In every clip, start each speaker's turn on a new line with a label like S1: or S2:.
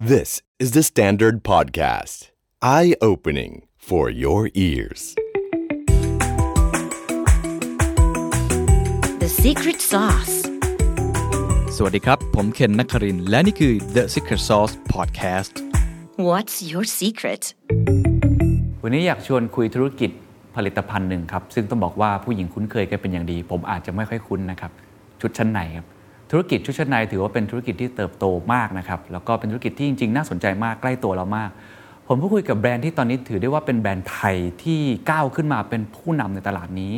S1: This is the Standard Podcast. Eye opening for your ears.
S2: The secret sauce.
S3: สวัสดีครับ ผมเคนนักครินทร์และนี่คือ The Secret Sauce Podcast
S2: What's your secret?
S4: วันนี้อยากชวนคุยธุรกิจผลิตภัณฑ์หนึ่งครับ ซึ่งต้องบอกว่าผู้หญิงคุ้นเคยกันเป็นอย่างดี ผมอาจจะไม่ค่อยคุ้นนะครับ ชุดชั้นในครับ ธุรกิจชุดชั้นในถือว่าเป็นธุรกิจที่เติบโตมากนะครับ แล้วก็เป็นธุรกิจที่จริงๆ น่าสนใจมากใกล้ตัวเรามาก ผมพูดคุยกับแบรนด์ที่ตอนนี้ถือได้ว่าเป็นแบรนด์ไทยที่ก้าวขึ้นมาเป็นผู้นำในตลาดนี้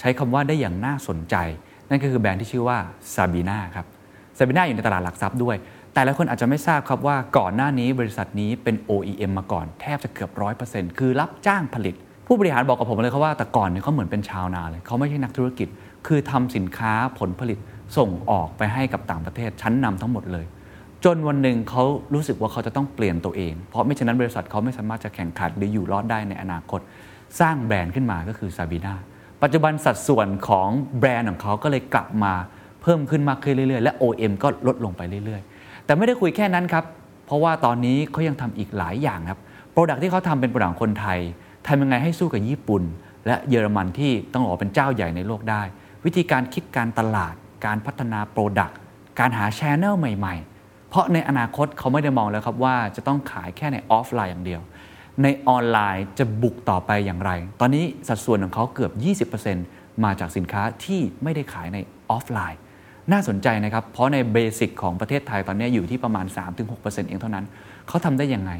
S4: ใช้คำว่าได้อย่างน่าสนใจ นั่นก็คือแบรนด์ที่ชื่อว่าซาบีนาครับ ซาบีนาอยู่ในตลาดหลักทรัพย์ด้วย แต่หลายคนอาจจะไม่ทราบครับว่าก่อนหน้านี้บริษัทนี้เป็น OEM มาก่อนแทบจะเกือบร้อยเปอร์เซ็นต์คือรับจ้างผลิต ผู้บริหารบอกกับผมเลยครับว่าแต่ก่อนเนี่ยเขาเหมือนเป็นชาวนาเลยเขาไม่ใช่นักธุรกิจ คือทำสินค้าผลผลิตส่งออกไปให้กับต่างประเทศชั้นนำทั้งหมดเลย จนวันหนึ่งเขารู้สึกว่าเขาจะต้องเปลี่ยนตัวเอง เพราะไม่ฉะนั้นบริษัทเขาไม่สามารถจะแข่งขันหรืออยู่รอดได้ในอนาคต สร้างแบรนด์ขึ้นมาก็คือซาบีนาปัจจุบันสัดส่วนของแบรนด์ของเขาก็เลยกลับมาเพิ่มขึ้นมากขึ้นเรื่อยๆ และ OM ก็ลดลงไปเรื่อยๆ แต่ไม่ได้คุยแค่นั้นครับ เพราะว่าตอนนี้เขายังทำอีกหลายอย่างครับ โปรดักที่เขาทำเป็นโปรดักคนไทยทำยังไงให้สู้กับญี่ปุ่น และเยอรมันที่ต้องบอกว่าเป็นเจ้าใหญ่ในโลกได้ วิธีการคิดการตลาด การพัฒนาโปรดักการหาชแนลใหม่ๆ เพราะในอนาคตเขาไม่ได้มองแล้วครับว่าจะต้องขายแค่ในออฟไลน์อย่างเดียว ในออนไลน์จะบุกต่อไปอย่างไร ตอนนี้สัดส่วนของเขาเกือบ 20%มาจากสินค้าที่ไม่ได้ขายในออฟไลน์ น่าสนใจนะครับ เพราะในเบสิกของประเทศไทยตอนนี้อยู่ที่ประมาณ 3-6%เองเท่านั้น เขาทำได้ยังไง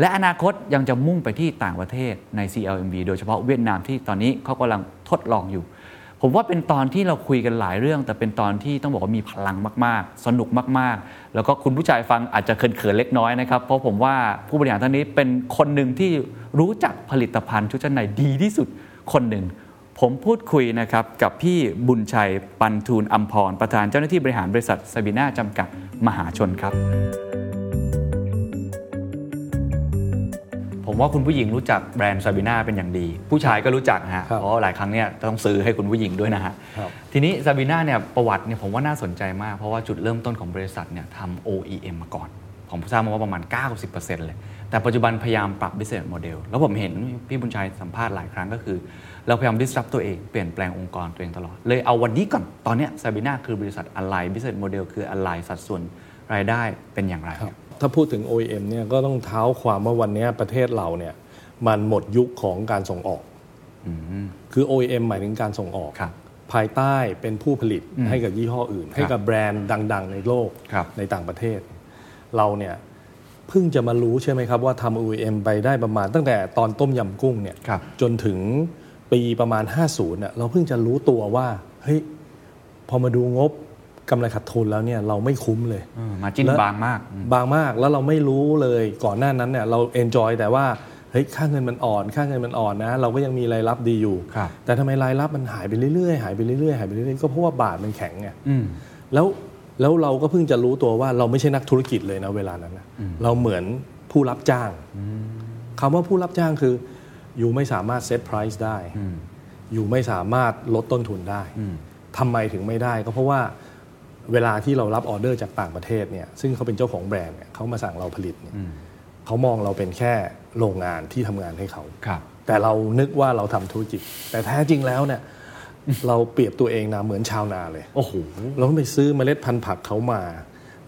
S4: และอนาคตยังจะมุ่งไปที่ต่างประเทศใน CLMV โดยเฉพาะเวียดนามที่ตอนนี้เขากำลังทดลองอยู่ ผมว่าเป็นตอนที่เราคุยกันหลายเรื่อง แต่เป็นตอนที่ต้องบอกว่ามีพลังมาก ๆ สนุกมาก ๆ แล้วก็คุณผู้ชายฟังอาจจะเขิน ๆ เล็กน้อยนะครับ เพราะผมว่าผู้บริหารท่านนี้เป็นคนหนึ่งที่รู้จักผลิตภัณฑ์ชุดชั้นในดีที่สุดคนหนึ่ง ผมพูดคุยนะครับกับพี่บุญชัยปันทูลอัมพร ประธานเจ้าหน้าที่บริหารบริษัทซาบีนาจำกัดมหาชนครับ ผมว่าคุณผู้หญิงรู้จักแบรนด์ซาบีนาเป็นอย่างดี ผู้ชายก็รู้จักฮะเพราะหลายครั้งเนี่ยต้องซื้อให้คุณผู้หญิงด้วยนะฮะทีนี้ซาบีนาเนี่ยประวัติเนี่ยผมว่าน่าสนใจมาก เพราะว่าจุดเริ่มต้นของบริษัทเนี่ยทำ OEM มาก่อน ผมทราบมาว่าประมาณ 90%เลย แต่ปัจจุบันพยายามปรับ business model แล้วผมเห็นพี่บุญชัยสัมภาษณ์หลายครั้งก็คือ เราพยายาม disrupt ตัวเองเปลี่ยนแปลงองค์กรตัวเองตลอด เลยเอาวันนี้ก่อนตอนเนี้ยซาบีนาคือบริษัทอะไร business model คืออะไรสัดส่วนรายได้เป็นอย่างไรครับ
S5: ถ้าพูดถึง OEM เนี่ยก็ต้องเท้าความว่าวันเนี้ยประเทศเราเนี่ยมันหมดยุคของการส่งออก คือ OEM หมายถึงการส่งออก
S4: ครับ
S5: ภายใต้เป็นผู้ผลิตให้กับยี่ห้ออื่น ให้กับแบรนด์ดัง ๆ ในโลก
S4: ครับ
S5: ในต่างประเทศ เราเนี่ยเพิ่งจะมารู้ใช่ไหมครับว่าทำ OEM ไปได้ประมาณตั้งแต่ตอนต้มยำกุ้งเนี่ย
S4: ครับ
S5: จนถึงปีประมาณ 50เนี่ยเราเพิ่งจะรู้ตัวว่าเฮ้ยพอมาดูงบกำไรขาดทุนแล้วเนี่ยเราไม่คุ้มเลย
S4: มาจิ้น
S5: และ
S4: บางมาก
S5: บางมากแล้วเราไม่รู้เลยก่อนหน้านั้นเนี่ยเราเอนจอยแต่ว่าเฮ้ยค่าเงินมันอ่อน ค่าเงินมันอ่อนนะ เราก็ยังมีรายรับดีอยู่
S4: ครับ
S5: แต่ทำไมรายรับมันหายไปเรื่อยๆหายไปเรื่อยๆหายไปเรื่อยๆก็เพราะว่าบาทมันแข็งไง
S4: อืม
S5: แล้วแล้วเราก็เพิ่งจะรู้ตัวว่าเราไม่ใช่นักธุรกิจเลยนะเวลานั้นนะเราเหมือนผู้รับจ้างคำว่าผู้รับจ้างคืออยู่ไม่สามารถเซตไพรซ์ได้
S4: อืม
S5: อยู่ไม่สามารถลดต้นทุนได้ ทำไมถึงไม่ได้ก็เพราะว่าเวลาที่เรารับออเดอร์จากต่างประเทศเนี่ยซึ่งเขาเป็นเจ้าของแบรนด์เนี่ยเขามาสั่งเราผลิตเนี่ยเขามองเราเป็นแค่โรงงานที่ทำงานให้เขา
S4: ครับ
S5: แต่เรานึกว่าเราทำธุรกิจ แต่แท้จริงแล้วเนี่ย เราเปรียบตัวเองนะเหมือนชาวนาเลย
S4: โอ้โห
S5: เราต้องไปซื้อเมล็ดพันธุ์ผักเขามา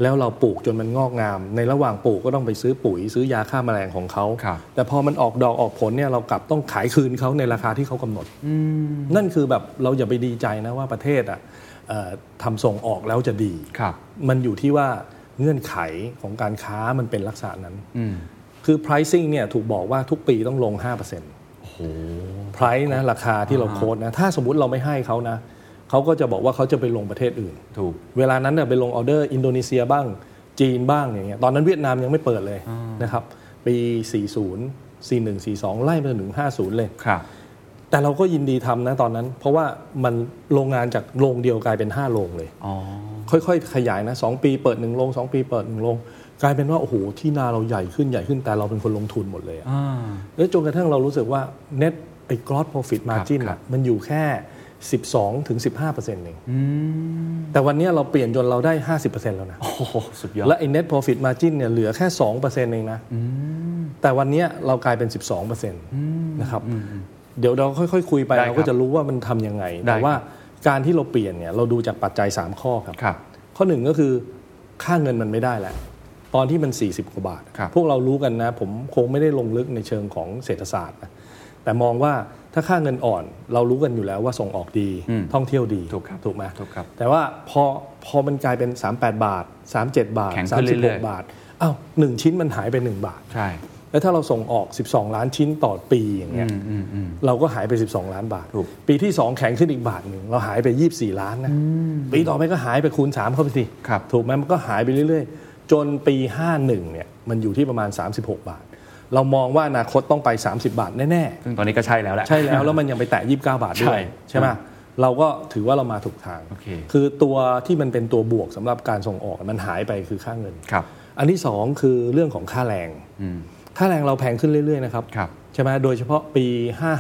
S5: แล้วเราปลูกจนมันงอกงาม ในระหว่างปลูกก็ต้องไปซื้อปุ๋ย ซื้อยาฆ่าแมลงของเขา
S4: ครับ
S5: แต่พอมันออกดอกออกผลเนี่ยเรากลับต้องขายคืนเขาในราคาที่เขากำหนด นั่นคือแบบเราอย่าไปดีใจนะว่าประเทศอ่ะเอ่อทำส่งออกแล้วจะดี
S4: ครับ
S5: มันอยู่ที่ว่าเงื่อนไขของการค้ามันเป็นลักษณะนั้น
S4: อืม
S5: คือ pricing เนี่ยถูกบอกว่าทุกปีต้องลง 5%
S4: โอ้โห
S5: price นะราคาที่เราโค้ดนะ ถ้าสมมติเราไม่ให้เขานะเขาก็จะบอกว่าเขาจะไปลงประเทศอื่น
S4: ถูก
S5: เวลานั้นเนี่ยไปลงออเดอร์อินโดนีเซียบ้างจีนบ้างอย่างเงี้ยตอนนั้นเวียดนามยังไม่เปิดเลยนะครับปี 40 41 42 ไล่มาจนถึง 50 เลย
S4: ครับ
S5: แต่เราก็ยินดีทำนะตอนนั้น เพราะว่ามันโรงงานจากโรงเดียวกลายเป็น 5 โรงเลย
S4: อ๋อ
S5: ค่อยๆ ขยายนะ 2 ปีเปิด 1 โรง 2 ปีเปิด 1 โรง กลายเป็นว่า โอ้โห ที่นาเราใหญ่ขึ้นใหญ่ขึ้นแต่เราเป็นคนลงทุนหมดเลยอะ
S4: อ่า
S5: แล้วจนกระทั่งเรารู้สึกว่า net ไอ้ gross profit margin
S4: ครับ
S5: อะมันอยู่แค่ 12ถึง15เปอร์เซ็นต์เองแต่วันเนี้ยเราเปลี่ยนจนเราได้ 50เปอร์เซ็นต์แล้วนะ
S4: โอ้โหสุดยอด
S5: และไอ้ net profit margin เนี่ยเหลือแค่2%เองนะแต่วันเนี้ยเรากลายเป็น 12%นะครับ เดี๋ยวเราค่อยๆ คุยไป
S4: ได้ครับ
S5: เราก็จะรู้ว่ามันทำยังไง
S4: ได้
S5: แต่ว่า
S4: ครั
S5: การที่เราเปลี่ยนเนี่ยเราดูจากปัจจัย 3 ข้อครับ
S4: ครับ
S5: ข้อหนึ่งก็คือค่าเงินมันไม่ได้แล้ว ตอนที่มัน 40 กว่าบาท
S4: ครับ
S5: พวกเรารู้กันนะ ผมคงไม่ได้ลงลึกในเชิงของเศรษฐศาสตร์นะแต่มองว่าถ้าค่าเงินอ่อนเรารู้กันอยู่แล้วว่าส่งออกดีท่องเที่ยวดี
S4: ถูกครับ
S5: ถูกไหม
S4: ถูกครับ
S5: แต่ว่าพอพอมันกลายเป็น 38 บาท 37 บาท
S4: แข็งขึ้นเรื่อย
S5: 36
S4: ๆ
S5: บาทอ้าวหนึ่งชิ้นมันหายไป 1 บาท
S4: ใช่
S5: แล้วถ้าเราส่งออก 12 ล้านชิ้นต่อปีอย่างเงี้ย
S4: อืมอืมอืม
S5: เราก็หายไป 12 ล้านบาท
S4: ถูก
S5: ปีที่ 2 แข็งขึ้นอีกบาทหนึ่งเราหายไป 24 ล้านนะ ปีต่อไปก็หายไปคูณ 3 เข้าไปสิ
S4: ครับ
S5: ถูกไหมมันก็หายไปเรื่อยๆ จนปี 51 เนี่ย มันอยู่ที่ประมาณ 36 บาท เรามองว่าอนาคตต้องไป 30 บาทแน่
S4: ซึ่งตอนนี้ก็ใช่แล้วแหละ
S5: ๆ ใช่แล้ว แล้วมันยังไปแตะ 29 บาทด้วย
S4: ใช่
S5: ใช่ไหมเราก็ถือว่าเรามาถูกทาง
S4: โอเค
S5: คือตัวที่มันเป็นตัวบวกสำหรับการส่งออกมันหายไปคือค่าเงิน
S4: ครับ
S5: อันที่สองคือเรื่องของค่าแรง
S4: อืม
S5: ค่าแรงเราแพงขึ้นเรื่อยๆนะครับ
S4: ครับ
S5: ใช่ไหมโดยเฉพาะปี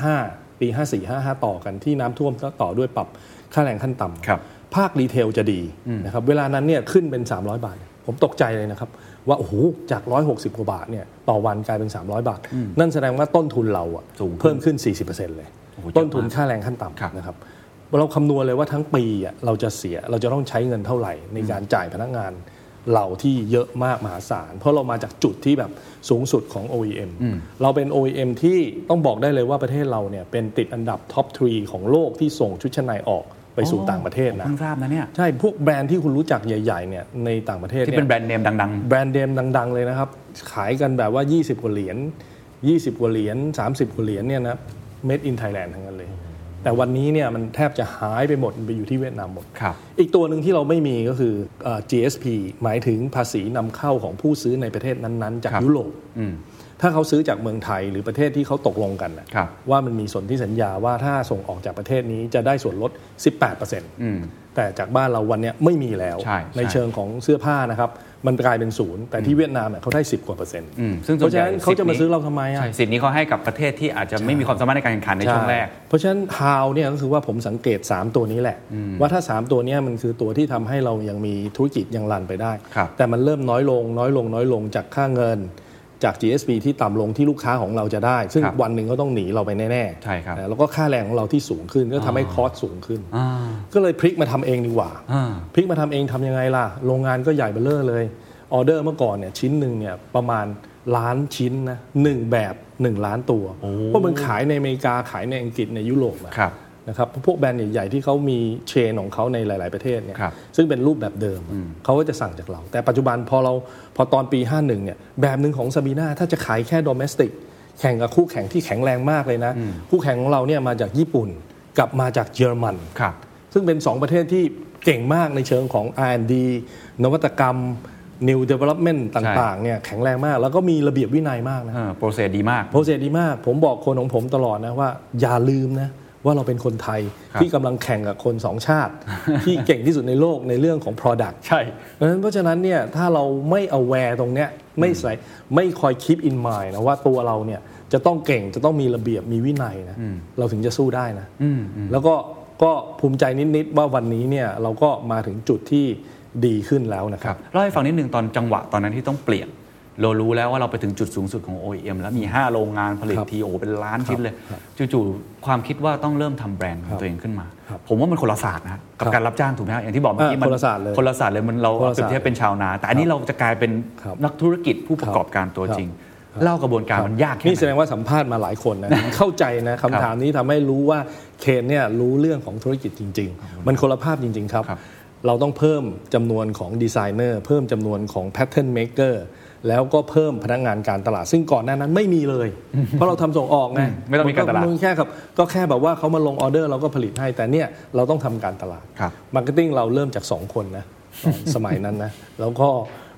S5: 55 ปี 54 55 ต่อกันที่น้ำท่วมก็ต่อด้วยปรับค่าแรงขั้นต่ำ
S4: ครับ
S5: ภาครีเทลจะดีนะครับเวลานั้นเนี่ยขึ้นเป็น 300 บาท ผมตกใจเลยนะครับ ว่า โอ้โห จาก 160 กว่าบาทเนี่ยต่อวันกลายเป็น 300 บาท นั่นแสดงว่าต้นทุนเราอะ
S4: สูงขึ้น
S5: เพิ่มขึ้น 40%เลย
S4: โอ้โห
S5: ต้นทุน
S4: เยอะมาก
S5: ค่าแรงขั้น
S4: ครับ
S5: ต่ำนะครับ เราคำนวณเลยว่าทั้งปีอะเราจะเสียเราจะต้องใช้เงินเท่าไหร่ ในการจ่ายพนักงานเราที่เยอะมากมหาศาล เพราะเรามาจากจุดที่แบบสูงสุดของ OEM เราเป็น OEM ที่ต้องบอกได้เลยว่าประเทศเราเนี่ยเป็นติดอันดับท็อป3ของโลกที่ส่งชุดชั้นในออกไปสู่ต่างประเทศ
S4: ผม
S5: นะ
S4: เพิ่งทราบนะเนี่ย
S5: ใช่พวกแบรนด์ที่คุณรู้จักใหญ่ๆเนี่ยในต่างประเทศ
S4: ที่เป็นแบร
S5: ย
S4: นด์เนมดัง
S5: แบรนด์เดมดัง ๆ เลยนะครับ ขายกันแบบว่า 20 กว่าเหรียญ20 กว่าเหรียญ30 กว่าเหรียญเนี่ยนะ made in Thailand ทั้งนั้นเลย แต่วันนี้เนี่ยมันแทบจะหายไปหมดมันไปอยู่ที่เวียดนามหมด
S4: ๆ ครับ
S5: อีกตัวหนึ่งที่เราไม่มีก็คือเอ่อ GSP หมายถึงภาษีนำเข้าของผู้ซื้อในประเทศนั้นๆ จาก
S4: ครับ
S5: ยุโรป
S4: อืม
S5: ถ้าเขาซื้อจากเมืองไทยหรือประเทศที่เขาตกลงกันน่ะ
S4: ครับ
S5: ว่ามันมีส่วนที่สัญญาว่าถ้าส่งออกจากประเทศนี้จะได้ส่วนลด 18%แต่จากบ้านเราวันเนี้ยไม่มีแล้ว
S4: ใช่ใช่
S5: เชิงของเสื้อผ้านะครับ มันกลายเป็นศูนย์แต่ที่เวียดนามเนี่ยเขาได้ 10 กว่าเปอร์เซ็นต์
S4: อืมซึ่ง
S5: เพ
S4: ส่ว
S5: ราะ
S4: นใหญ่
S5: ฉะนั้นเขาจะมาซื้อเราทำไมอ่ะ
S4: ใช่สิทธิ์นี้เขาให้กับประเทศที่อาจจะไม่มีความสามารถในการแข่งขันในช่วงแรก
S5: เพราะฉะนั้นฮาวเนี่ยก็คือว่าผมสังเกต 3 ตัวนี้แหละ ว่าถ้า 3 ตัวเนี้มันคือตัวที่ทำให้เรายังมีธุรกิจยังรันไปได้
S4: ครับ
S5: แต่มันเริ่มน้อยลงน้อยลงน้อยลงจากค่าเงิน จาก GSP ที่ต่ำลงที่ลูกค้าของเราจะได้ ซึ่ง
S4: ครับ
S5: วันหนึ่งก็ต้องหนีเราไปแน่ๆ
S4: ใช่ครับ
S5: นะแล้วก็ค่าแรงของเราที่สูงขึ้นก็ทำให้คอสสูงขึ้น ก็เลยพลิกมาทำเองดีกว่า
S4: อ่า
S5: พลิกมาทำเองทำยังไงล่ะ โรงงานก็ใหญ่เบ้อเร่อเลย ออเดอร์เมื่อก่อนเนี่ยชิ้นหนึ่งเนี่ยประมาณล้านชิ้นนะหนึ่งแบบ 1 ล้านตัว เพราะมันขายในอเมริกาขายในอังกฤษในยุโรปนะครับ นะครับพวกแบรนด์ใหญ่ๆที่เขามีเชนของเขาในหลาย ๆประเทศเนี่ย
S4: ครับ
S5: ซึ่งเป็นรูปแบบเดิมเขาก็จะสั่งจากเรา แต่ปัจจุบันพอเราพอตอนปี 51เนี่ยแบบหนึ่งของซาบีนาถ้าจะขายแค่ดอมเมสติกแข่งกับคู่แข่งที่แข็งแรงมากเลยนะ คู่แข่งของเราเนี่ยมาจากญี่ปุ่นกับมาจากเยอรมัน
S4: ครับ
S5: ซึ่งเป็น 2 ประเทศที่เก่งมากในเชิงของ R&D นวัตกรรม New Development ต่างๆเนี่ยแข็งแรงมาก แล้วก็มีระเบียบวินัยมากนะ
S4: โปรเซสดีมาก
S5: โปรเซสดีมาก ผมบอกคนของผมตลอดนะว่า อย่าลืมนะ ว่าเราเป็นคนไทย
S4: ครับ
S5: ที่กำลังแข่งกับคนสอง ชาติ ที่เก่งที่สุดในโลกในเรื่องของ Product
S4: ใช่
S5: เพราะฉะนั้นเพราะฉะนั้นเนี่ยถ้าเราไม่ aware ตรงเนี้ยไม่ใส่ไม่คอย keep in mind นะว่าตัวเราเนี่ยจะต้องเก่งจะต้องมีระเบียบมีวินัยนะเราถึงจะสู้ได้นะแล้วก็ก็ภูมิใจนิด ๆ ว่าวันนี้เนี่ยเราก็มาถึงจุดที่ดีขึ้นแล้วนะค
S4: ค
S5: รั
S4: รับ บเล่าให้ฟังนิดนึงตอนจังหวะตอนนั้นที่ต้องเปลี่ยนเรารู้แล้วว่าเราไปถึงจุดสูงสุดของ OEM แล้วมี 5 โรงงานผลิต
S5: ครับ
S4: ทีโอเป็นล้านชิ้นเลย จู่ๆความคิดว่าต้องเริ่มทำแบรนด์ของตัวเองขึ้นมา ผมว่ามันคนละศาสตร์นะกับ
S5: ครับ
S4: การรับจ้างถูกไหมครับอย่างที่บอกเมื่อกี้
S5: อ่ามั
S4: มัน
S5: คนละศาสตร์เลย
S4: คนละศาสตร์เลยมันเรา
S5: คนละศาสต
S4: เป็น
S5: ร์
S4: เทพเป็นชาวนา แต่อันนี้เราจะกลายเป็น
S5: ครับ
S4: นักธุรกิจผู้ประกอบการตัว
S5: ครับ
S4: จริง
S5: ครับ
S4: เล่ากระบวนการมันยากแค่
S5: นี่แส
S4: ไห
S5: ด
S4: น
S5: งว่าสัมภาษณ์มาหลายคนนะ เข้าใจนะคำถามนี้ทำให้รู้ว่าเคนเนี่ยรู้เรื่องของธุรกิจจริง ๆ มันคนละภาพจริง ๆ ครับ
S4: ครับ
S5: เราต้องเพิ่มจำนวนของดีไซเนอร์เพิ่มจำนวนของแพทเทิร์นเม r เกอร์แล้วก็เพิ่มพนักงานการตลาด ซึ่งก่อนหน้านั้นไม่มีเลย เพราะเราทำส่งออกไง
S4: อืมไม่ต้องมีการตลาด
S5: นแค่ครับก็แค่แบบว่าเขามาลงออเดอร์เราก็ผลิตให้แต่เนี่ยเราต้องทำการตลาด
S4: ครับ
S5: มาร์เก็ตติ้งเราเริ่มจากสองคนนะ ตอนสมัยนั้นนะ แล้วก็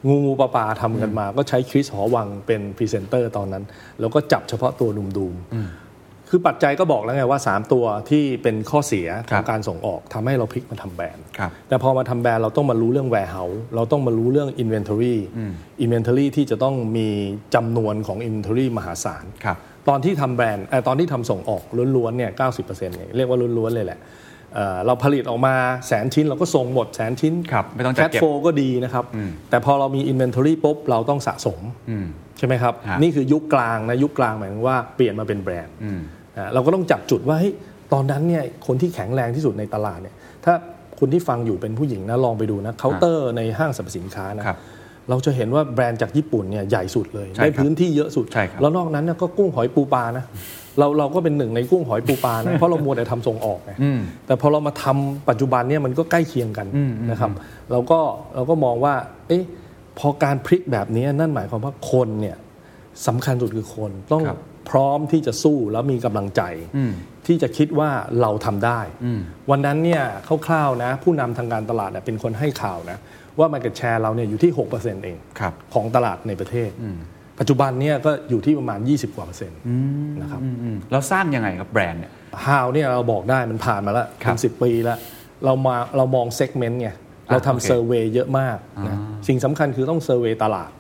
S5: งูงูปลาปลาทำกันมาก็ใช้คริสหอวังเป็นพรีเซนเตอร์ตอนนั้น แล้วก็จับเฉพาะตัวดุมๆ คือปัจจัยก็บอกแล้วไงว่า 3 ตัวที่เป็นข้อเสีย
S4: ค
S5: ข
S4: รั
S5: อง
S4: บ
S5: การส่งออกทำให้เราพลิกมาทำแบรนด์
S4: ครับ
S5: แต่พอมาทำแบรนด์เราต้องมารู้เรื่อง warehouse เราต้องมารู้เรื่อง inventory inventory ที่จะต้องมีจำนวนของ inventory มหาศาล
S4: ครับ
S5: ตอนที่ทำแบรนด์เอ่อตอนที่ทำส่งออกล้วนๆเนี่ยเก้าสิบเปอร์เซ็นต์เนี่ยเรียกว่าล้วนๆเลยแหละ เอ่อเราผลิตออกมาแสนชิ้นเราก็ส่งหมดแสนชิ้น
S4: ครับไม่ต้องจั
S5: แค
S4: ด
S5: ด
S4: เก็บ
S5: โฟก็ดีนะครับ แต่พอเรามีอินเวนทอรี่ปุ๊บเราต้องสะสมใช่ไหมครับ
S4: ฮะ
S5: นี่คือยุคกลางนะยุคกลางหมายถึงว่าเปลี่ยนมาเป็นแบรนด์นะเราก็ต้องจับจุดว่าเฮ้ยตอนนั้นเนี่ยคนที่แข็งแรงที่สุดในตลาดเนี่ยถ้าคุณที่ฟังอยู่เป็นผู้หญิงนะลองไปดูนะเคาน์เตอร์ในห้างสรรพสินค้านะ
S4: ครับ
S5: เราจะเห็นว่าแบรนด์จากญี่ปุ่นเนี่ยใหญ่สุดเลย
S4: ใช่ครับ
S5: ได้พื้นที่เยอะสุด
S4: ใช่ครับ
S5: แล้วนอกนั้นเนี่ยก็กุ้งหอยปูปลานะเราเราก็เป็นหนึ่งในกุ้งหอยปูปลานะ เพราะเรามัวแต่ทำส่งออกไงแต่พอเรามาทำปัจจุบันเนี่ยมันก็ใกล้เคียงกันนะครับเราก็เราก็มองว่าเอ๊ะพอการพลิกแบบนี้นั่นหมายความว่าคนเนี่ยสำคัญสุดคือคนต้อง
S4: ครับ
S5: พร้อมที่จะสู้แล้วมีกำลังใจที่จะคิดว่าเราทำได้ วันนั้นเนี่ยคร่าวๆนะผู้นำทางการตลาดเนี่ยเป็นคนให้ข่าวนะว่า Market Share เราเนี่ยอยู่ที่ 6%เอง
S4: ครับ
S5: ของตลาดในประเทศ ปัจจุบันเนี่ยก็อยู่ที่ประมาณ 20 กว่าเปอร์เซ็นต์นะครับ
S4: อืมแล้วสร้างยังไงครับแบรนด์เนี่ย
S5: ฮาวเนี่ยเราบอกได้มันผ่านมาแล้ว
S4: ครับ
S5: เป็นสิปีแล้ว เรามาเรามองเซกเมนต์ไงเรา
S4: โอ
S5: ทำ
S4: เค
S5: เซอร์เวยเยอะมากนะสิ่งสำคัญคือต้องเซอร์เวยตลาด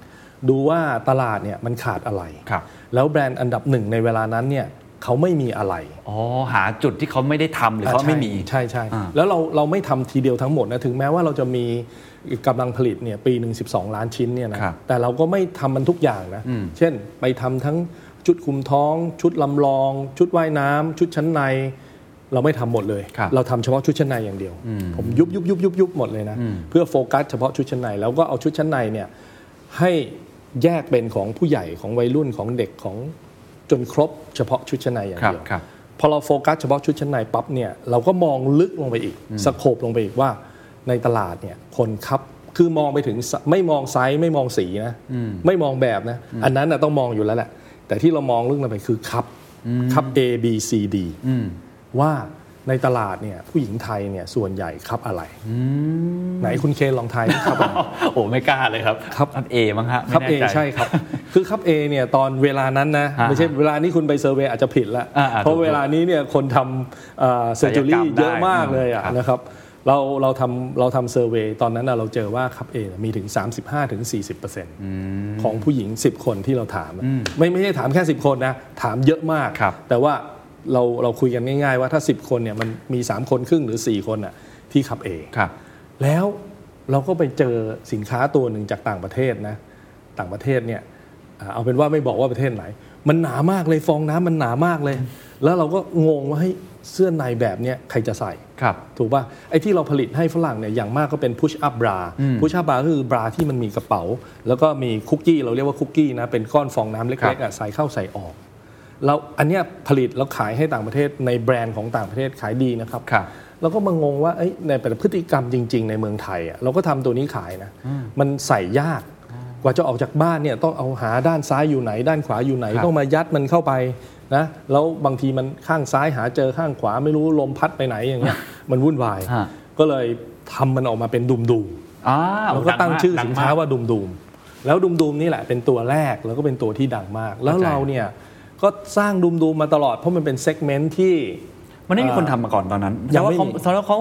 S5: ดูว่าตลาดเนี่ยมันขาดอะไร
S4: ครับ
S5: แล้วแบรนด์อันดับหนึ่งในเวลานั้นเนี่ยเขาไม่มีอะไร
S4: อ๋อหาจุดที่เขาไม่ได้ทำหรือเขาไม่มี
S5: ใช่ใช่
S4: อ่า
S5: แล้วเราเราไม่ทำทีเดียวทั้งหมดนะถึงแม้ว่าเราจะมีกำลังผลิตเนี่ยปีหนึ่งสิบสองล้านชิ้นเนี่ยนะ
S4: ครับ
S5: แต่เราก็ไม่ทำมันทุกอย่างนะ เช่น ไปทำทั้งชุดคลุมท้อง ชุดลำลอง ชุดว่ายน้ำชุดชั้นใน เราไม่ทำหมดเลย
S4: ครับ
S5: เราทำเฉพาะชุดชั้นในอย่างเดียว ผมยุบยุบยุบยุบยุบหมดเลยนะ เพื่อโฟกัสเฉพาะชุดชั้นใน แล้วก็เอาชุดชั้นในเนี่ยให้แยกเป็นของผู้ใหญ่ของวัยรุ่นของเด็กของจนครบเฉพาะชุดชั้นในอย่างเดียว
S4: ครับครับ
S5: พอเราโฟกัสเฉพาะชุดชั้นในปั๊บเนี่ยเราก็มองลึกลงไปอีกสโคบลงไปอีกว่าในตลาดเนี่ยคนครับ คือมองไปถึงสไม่มองไซส์ไม่มองสีนะไม่มองแบบนะ อันนั้นนะต้องมองอยู่แล้วแหละ แต่ที่เรามองเรื่องอะไรคือครับครับ A B C D ว่าในตลาดเนี่ยผู้หญิงไทยเนี่ยส่วนใหญ่ครับอะไรไหนคุณเคนลองทายดิครับอะไร
S4: โอ้ไม่กล้าเลยครับ
S5: ครับ
S4: อันเอมั้งฮะ
S5: ครับ
S4: ไม่
S5: A
S4: แน่จ
S5: ใช่ครับ คือครับ A เนี่ยตอนเวลานั้นนะ
S4: อ่า
S5: ไม่ใช่เวลานี้คุณไปเซอร์เวย์อาจจะผิดละ
S4: อ่าอ่า
S5: เพราะเวลานี้เนี่ยคนทำเซอร์จู
S4: ศัลยกรร
S5: รี่
S4: มได้
S5: เยอะมากเลยอะ
S4: ครับ
S5: นะครับเราเราทำเราทำเซอร์เวย์ตอนนั้นน่ะเราเจอว่าครับ A เนี่ยมีถึง 35-40%ของผู้หญิง 10 คนที่เราถามอะไม่ไม่ใช่ถามแค่ 10 คนนะ ถามเยอะมาก
S4: ครับ
S5: แต่ว่าเราเราคุยกันง่ายๆว่าถ้า 10 คนเนี่ยมันมี 3 คนครึ่งหรือ 4 คนอ่ะที่ขับ A
S4: ครับ
S5: แล้วเราก็ไปเจอสินค้าตัวหนึ่งจากต่างประเทศนะ ต่างประเทศเนี่ยอ่าเอาเป็นว่าไม่บอกว่าประเทศไหน มันหนามากเลยฟองน้ำมันหนามากเลย แล้วเราก็งงว่าให้ยเสื้อในแบบเนี้ยใครจะใส่
S4: ครับ
S5: ถูกป่ะไอ้ที่เราผลิตให้ฝรั่งเนี่ยอย่างมากก็เป็น push up bra push up bra ก็คือบราที่มันมีกระเป๋า แล้วก็มีคุกกี้เราเรียกว่าคุกกี้นะเป็นก้อนฟองน้ำ
S4: ครั
S5: เล็ก
S4: บ
S5: ๆอ่ะใส่เข้าใส่ออก เราอันเนี้ยผลิตแล้วขายให้ต่างประเทศในแบรนด์ของต่างประเทศขายดีนะครับ
S4: ครับ
S5: เราก็มางงว่าเอ้ยในแต่พฤติกรรมจริง ๆ ในเมืองไทยอ่ะเราก็ทำตัวนี้ขายนะ มันใส่ยากกว่าจะออกจากบ้านเนี่ยต้องเอาหาด้านซ้ายอยู่ไหน ด้านขวาอยู่ไหน
S4: ครับ
S5: ต้องมายัดมันเข้าไปนะแล้วบางทีมันข้างซ้ายหาเจอข้างขวาไม่รู้ลมพัดไปไหนอย่างเงี้ย มันวุ่นวาย
S4: ฮะ
S5: ก็เลยทำมันออกมาเป็นดุมดุม
S4: อ่า
S5: ๆเราก็ตั้งชื่อสินค้าว่าดุมดุมๆแล้วดุมดุมๆนี่แหละเป็นตัวแรกแล้วก็เป็นตัวที่ดังมาก แล้วเราเนี่ยก็สร้างดุมดุมๆมาตลอดเพราะมันเป็นเซกเมนต์ที่
S4: มันไม่มีคนทำมาก่อนตอนนั้น
S5: ยั
S4: แต่
S5: ง
S4: ว่า
S5: ไม่
S4: เขา
S5: มี
S4: แต่ว่าเขา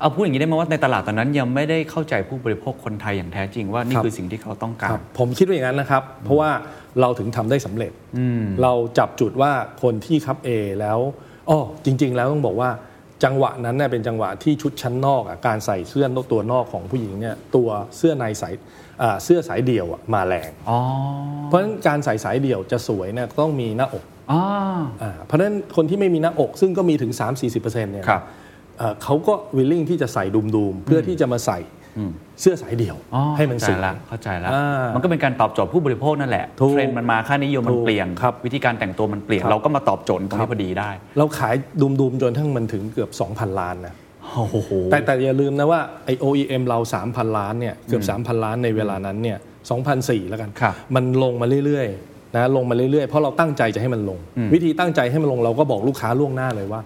S4: เอาพูดอย่างนี้ได้ไหมว่าในตลาดตอนนั้นยังไม่ได้เข้าใจผู้บริโภคคนไทยอย่างแท้จริงว่านี่
S5: ครับ
S4: คือสิ่งที่เขาต้องการ
S5: ครับผมคิดว่าอย่างนั้นนะครับ เพราะว่าเราถึงทำได้สำเร็จ เราจับจุดว่าคนที่ครับ A แล้วอ๋อจริง ๆ แล้วต้องบอกว่าจังหวะนั้นเนี่ยเป็นจังหวะที่ชุดชั้นนอกอะการใส่เสื้อตัวนอกของผู้หญิงเนี่ยตัวเสื้อในสายอ่าเสื้อสายเดี่ยวอะมาแรง
S4: อ๋อ
S5: เพราะฉะนั้นการใส่สายเดี่ยวจะสวยเนี่ยต้องมีหน้าอก
S4: อ๋อ
S5: อ่าเพราะฉะนั้นคนที่ไม่มีหน้าอกซึ่งก็มีถึง 3-40%เนี่ย
S4: ครับ
S5: เอ่อเขาก็วิลลิ่งที่จะใส่ดุมๆเพื่อที่จะมาใส่เสื้อสายเดี่ยว
S4: อ๋อ
S5: ให้มันสว
S4: เข้าย ใจละเข้าใจละ
S5: อ่ามั
S4: มันก็เป็นการตอบโจทย์ผู้บริโภคนั่นแหละ
S5: ถูก
S4: เทรนด์มันมาค่านิยมมัน
S5: ถูก
S4: เปลี่ยน
S5: ครับ
S4: วิธีการแต่งตัวมันเปลี่ยน
S5: ครับ
S4: เราก็มาตอบโจทย์ตรงนี้พอดีได้
S5: เราขายดุมๆจนทั้งมันถึงเกือบ 2,000 ล้านนะ
S4: โอ้โห
S5: แต่แต่อย่าลืมนะว่าไอ OEM เรา 3,000 ล้านเนี่ยเกือบ 3,000 ล้านในเวลานั้นเนี่ย2,004แล้วกัน
S4: ครับ
S5: มันลงมาเรื่อยๆนะลงมาเรื่อยๆ เพราะเราตั้งใจจะให้มันลง วิธีตั้งใจให้มันลงเราก็บอกลูกค้าล่วงหน้าเลยว่า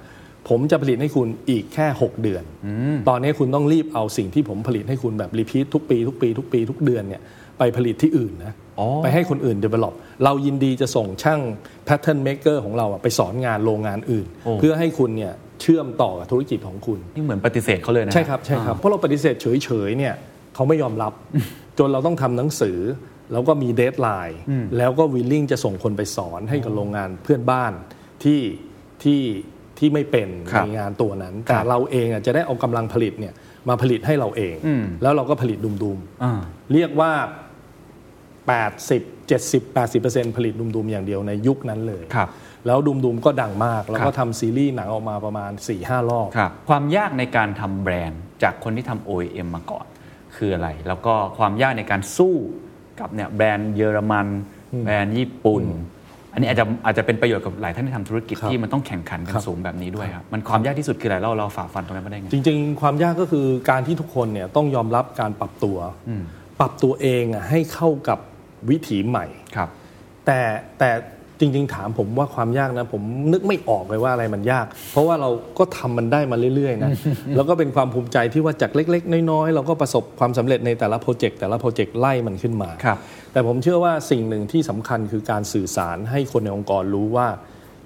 S5: ผมจะผลิตให้คุณอีกแค่ 6 เดือน ตอนนี้คุณต้องรีบเอาสิ่งที่ผมผลิตให้คุณแบบรีพีททุกปีทุกปีทุกปีทุกเดือนเนี่ยไปผลิตที่อื่นนะ
S4: อ๋อ
S5: ไปให้คนอื่น develop เรายินดีจะส่งช่าง pattern maker ของเราอะไปสอนงานโรงงานอื่น เพื่อให้คุณเนี่ยเชื่อมต่อกับธุรกิจของคุณ
S4: นี่เหมือนปฏิเสธเขาเลยนะ
S5: ใช่ครับใช่ครับเพราะเราปฏิเสธเฉยๆเนี่ยเขาไม่ยอมรับ จนเราต้องทำหนังสือ แล้วก็มีเดทไลน์แล้วก็วิลลิ่งจะส่งคนไปสอนให้กับโรงงานเพื่อนบ้านที่ที่ ที่ไม่เป็น
S4: ครับ
S5: ในงานตัวนั้น แต่เราเองอ่ะจะได้เอากำลังผลิตเนี่ยมาผลิตให้เราเอง
S4: อืม
S5: แล้วเราก็ผลิตดุม
S4: อ่า
S5: ๆ เรียกว่า 80 70 80 ผลิตดุมๆ อย่างเดียวในยุคนั้นเลย
S4: ครับ
S5: แล้วดุมๆก็ดังมาก แล้ว
S4: ครั
S5: ก็
S4: บ
S5: ทำซีรีส์หนังออกมาประมาณ 4-5 รอบ
S4: ครับความยากในการทำแบรนด์จากคนที่ทำ OEM มาก่อน คืออะไร แล้วก็ความยากในการสู้กับเนี่ยแบรนด์เยอรมัน แบรนด์ญี่ปุ่น อันนี้อาจจะอาจจะเป็นประโยชน์กับหลายท่านที่ทำธุรกิจ
S5: ครับ
S4: ที่มันต้องแข่งขันกัน
S5: ครับ
S4: สูงแบบนี้ด้วยครับมันความยากที่สุดคืออะไรเราเราฝ่าฟันตรงนั้นมาได้ไง
S5: จริงๆ ความยากก็คือการที่ทุกคนเนี่ยต้องยอมรับการปรับตัว ปรับตัวเองอะให้เข้ากับวิถีใหม่
S4: ครับ
S5: แต่แต่จริง ๆ ถามผมว่าความยากนะ ผมนึกไม่ออกเลยว่าอะไรมันยาก เพราะว่าเราก็ทำมันได้มาเรื่อย ๆ นะ แล้วก็เป็นความภูมิใจที่ว่าจากเล็ก ๆ น้อย ๆ เราก็ประสบความสำเร็จในแต่ละโปรเจกต์แต่ละโปรเจกต์ไล่มันขึ้นมา
S4: ครับ
S5: แต่ผมเชื่อว่าสิ่งหนึ่งที่สำคัญคือการสื่อสารให้คนในองค์กรรู้ว่า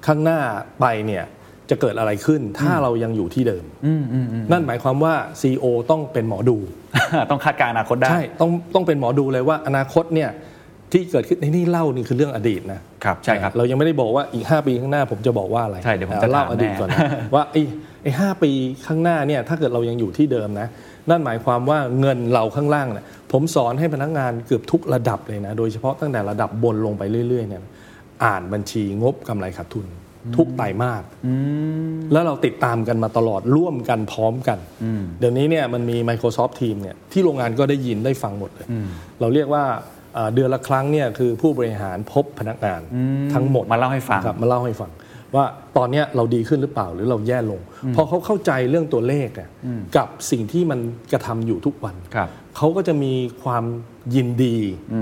S5: ข้างหน้าไปเนี่ยจะเกิดอะไรขึ้น ถ้าเรายังอยู่ที่เดิม นั่นหมายความว่า CEO ต้องเป็นหมอดู
S4: ต้องคาดการณ์อนาคตได้
S5: ใช่ต้องต้องเป็นหมอดูเลยว่าอนาคตเนี่ยที่เกิดขึ้นในนี่เล่านี่คือเรื่องอดีตนะครับ
S4: ใช่ครับ
S5: เรายังไม่ได้บอกว่าอีก 5 ปีข้างหน้าผมจะบอกว่าอะไร
S4: ใช่เดี๋ยวผม
S5: แต่
S4: จะถาม
S5: เล่าอดีต ก่อนนะ
S4: แน่
S5: ว่าไอ้ไอ้ห้าปีข้างหน้าเนี่ยถ้าเกิดเรายังอยู่ที่เดิมนะนั่นหมายความว่าเงินเราข้างล่างเนี่ยผมสอนให้พนักงานเกือบทุกระดับเลยนะโดยเฉพาะตั้งแต่ระดับบนลงไปเรื่อยๆเนี่ยอ่านบัญชีงบกำไรขาดทุน ทุกไตรมาส แล้วเราติดตามกันมาตลอดร่วมกันพร้อมกัน เดี๋ยวนี้เนี่ยมันมี Microsoft Team เนี่ยที่โรงงานก็ได้ยินได้ฟังหมดเลย เราเรียกว่าเอ่อเดือนละครั้งเนี่ยคือผู้บริหารพบพนักงานทั้งหมด
S4: มาเล่าให้ฟัง
S5: ครับมาเล่าให้ฟัง ว่าตอนเนี้ยเราดีขึ้นหรือเปล่าหรือเราแย่ลง พอเขาเข้าใจเรื่องตัวเลขเนี่ยกับสิ่งที่มันกระทำอยู่ทุกวัน
S4: ครับ
S5: เขาก็จะมีความยินดี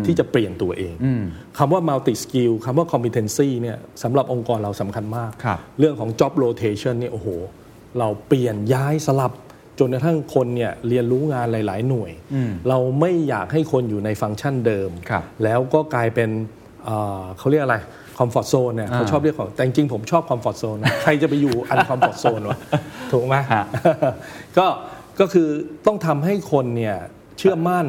S5: ที่จะเปลี่ยนตัวเองคำว่า multi skill คำว่า competency เนี่ยสำหรับองค์กรเราสำคัญมาก
S4: ครับ
S5: เรื่องของ job rotation เนี่ยโอ้โห เราเปลี่ยนย้ายสลับ จนกระทั่งคนเนี่ยเรียนรู้งานหลาย ๆ หน่วย เราไม่อยากให้คนอยู่ในฟังก์ชันเดิม
S4: ครับ
S5: แล้วก็กลายเป็นเอ่อเขาเรียกอะไรคอมฟอร์ z โซนเนี่ยเขาชอบเรียกของแต่จริงๆผมชอบคอมฟอร์ z โซนใครจะไปอยู่อันคอมฟอร์ z โซน วะถูกไหม
S4: ฮะ
S5: ก็ก็คือต้องทำให้คนเนี่ยเชื่อมั่น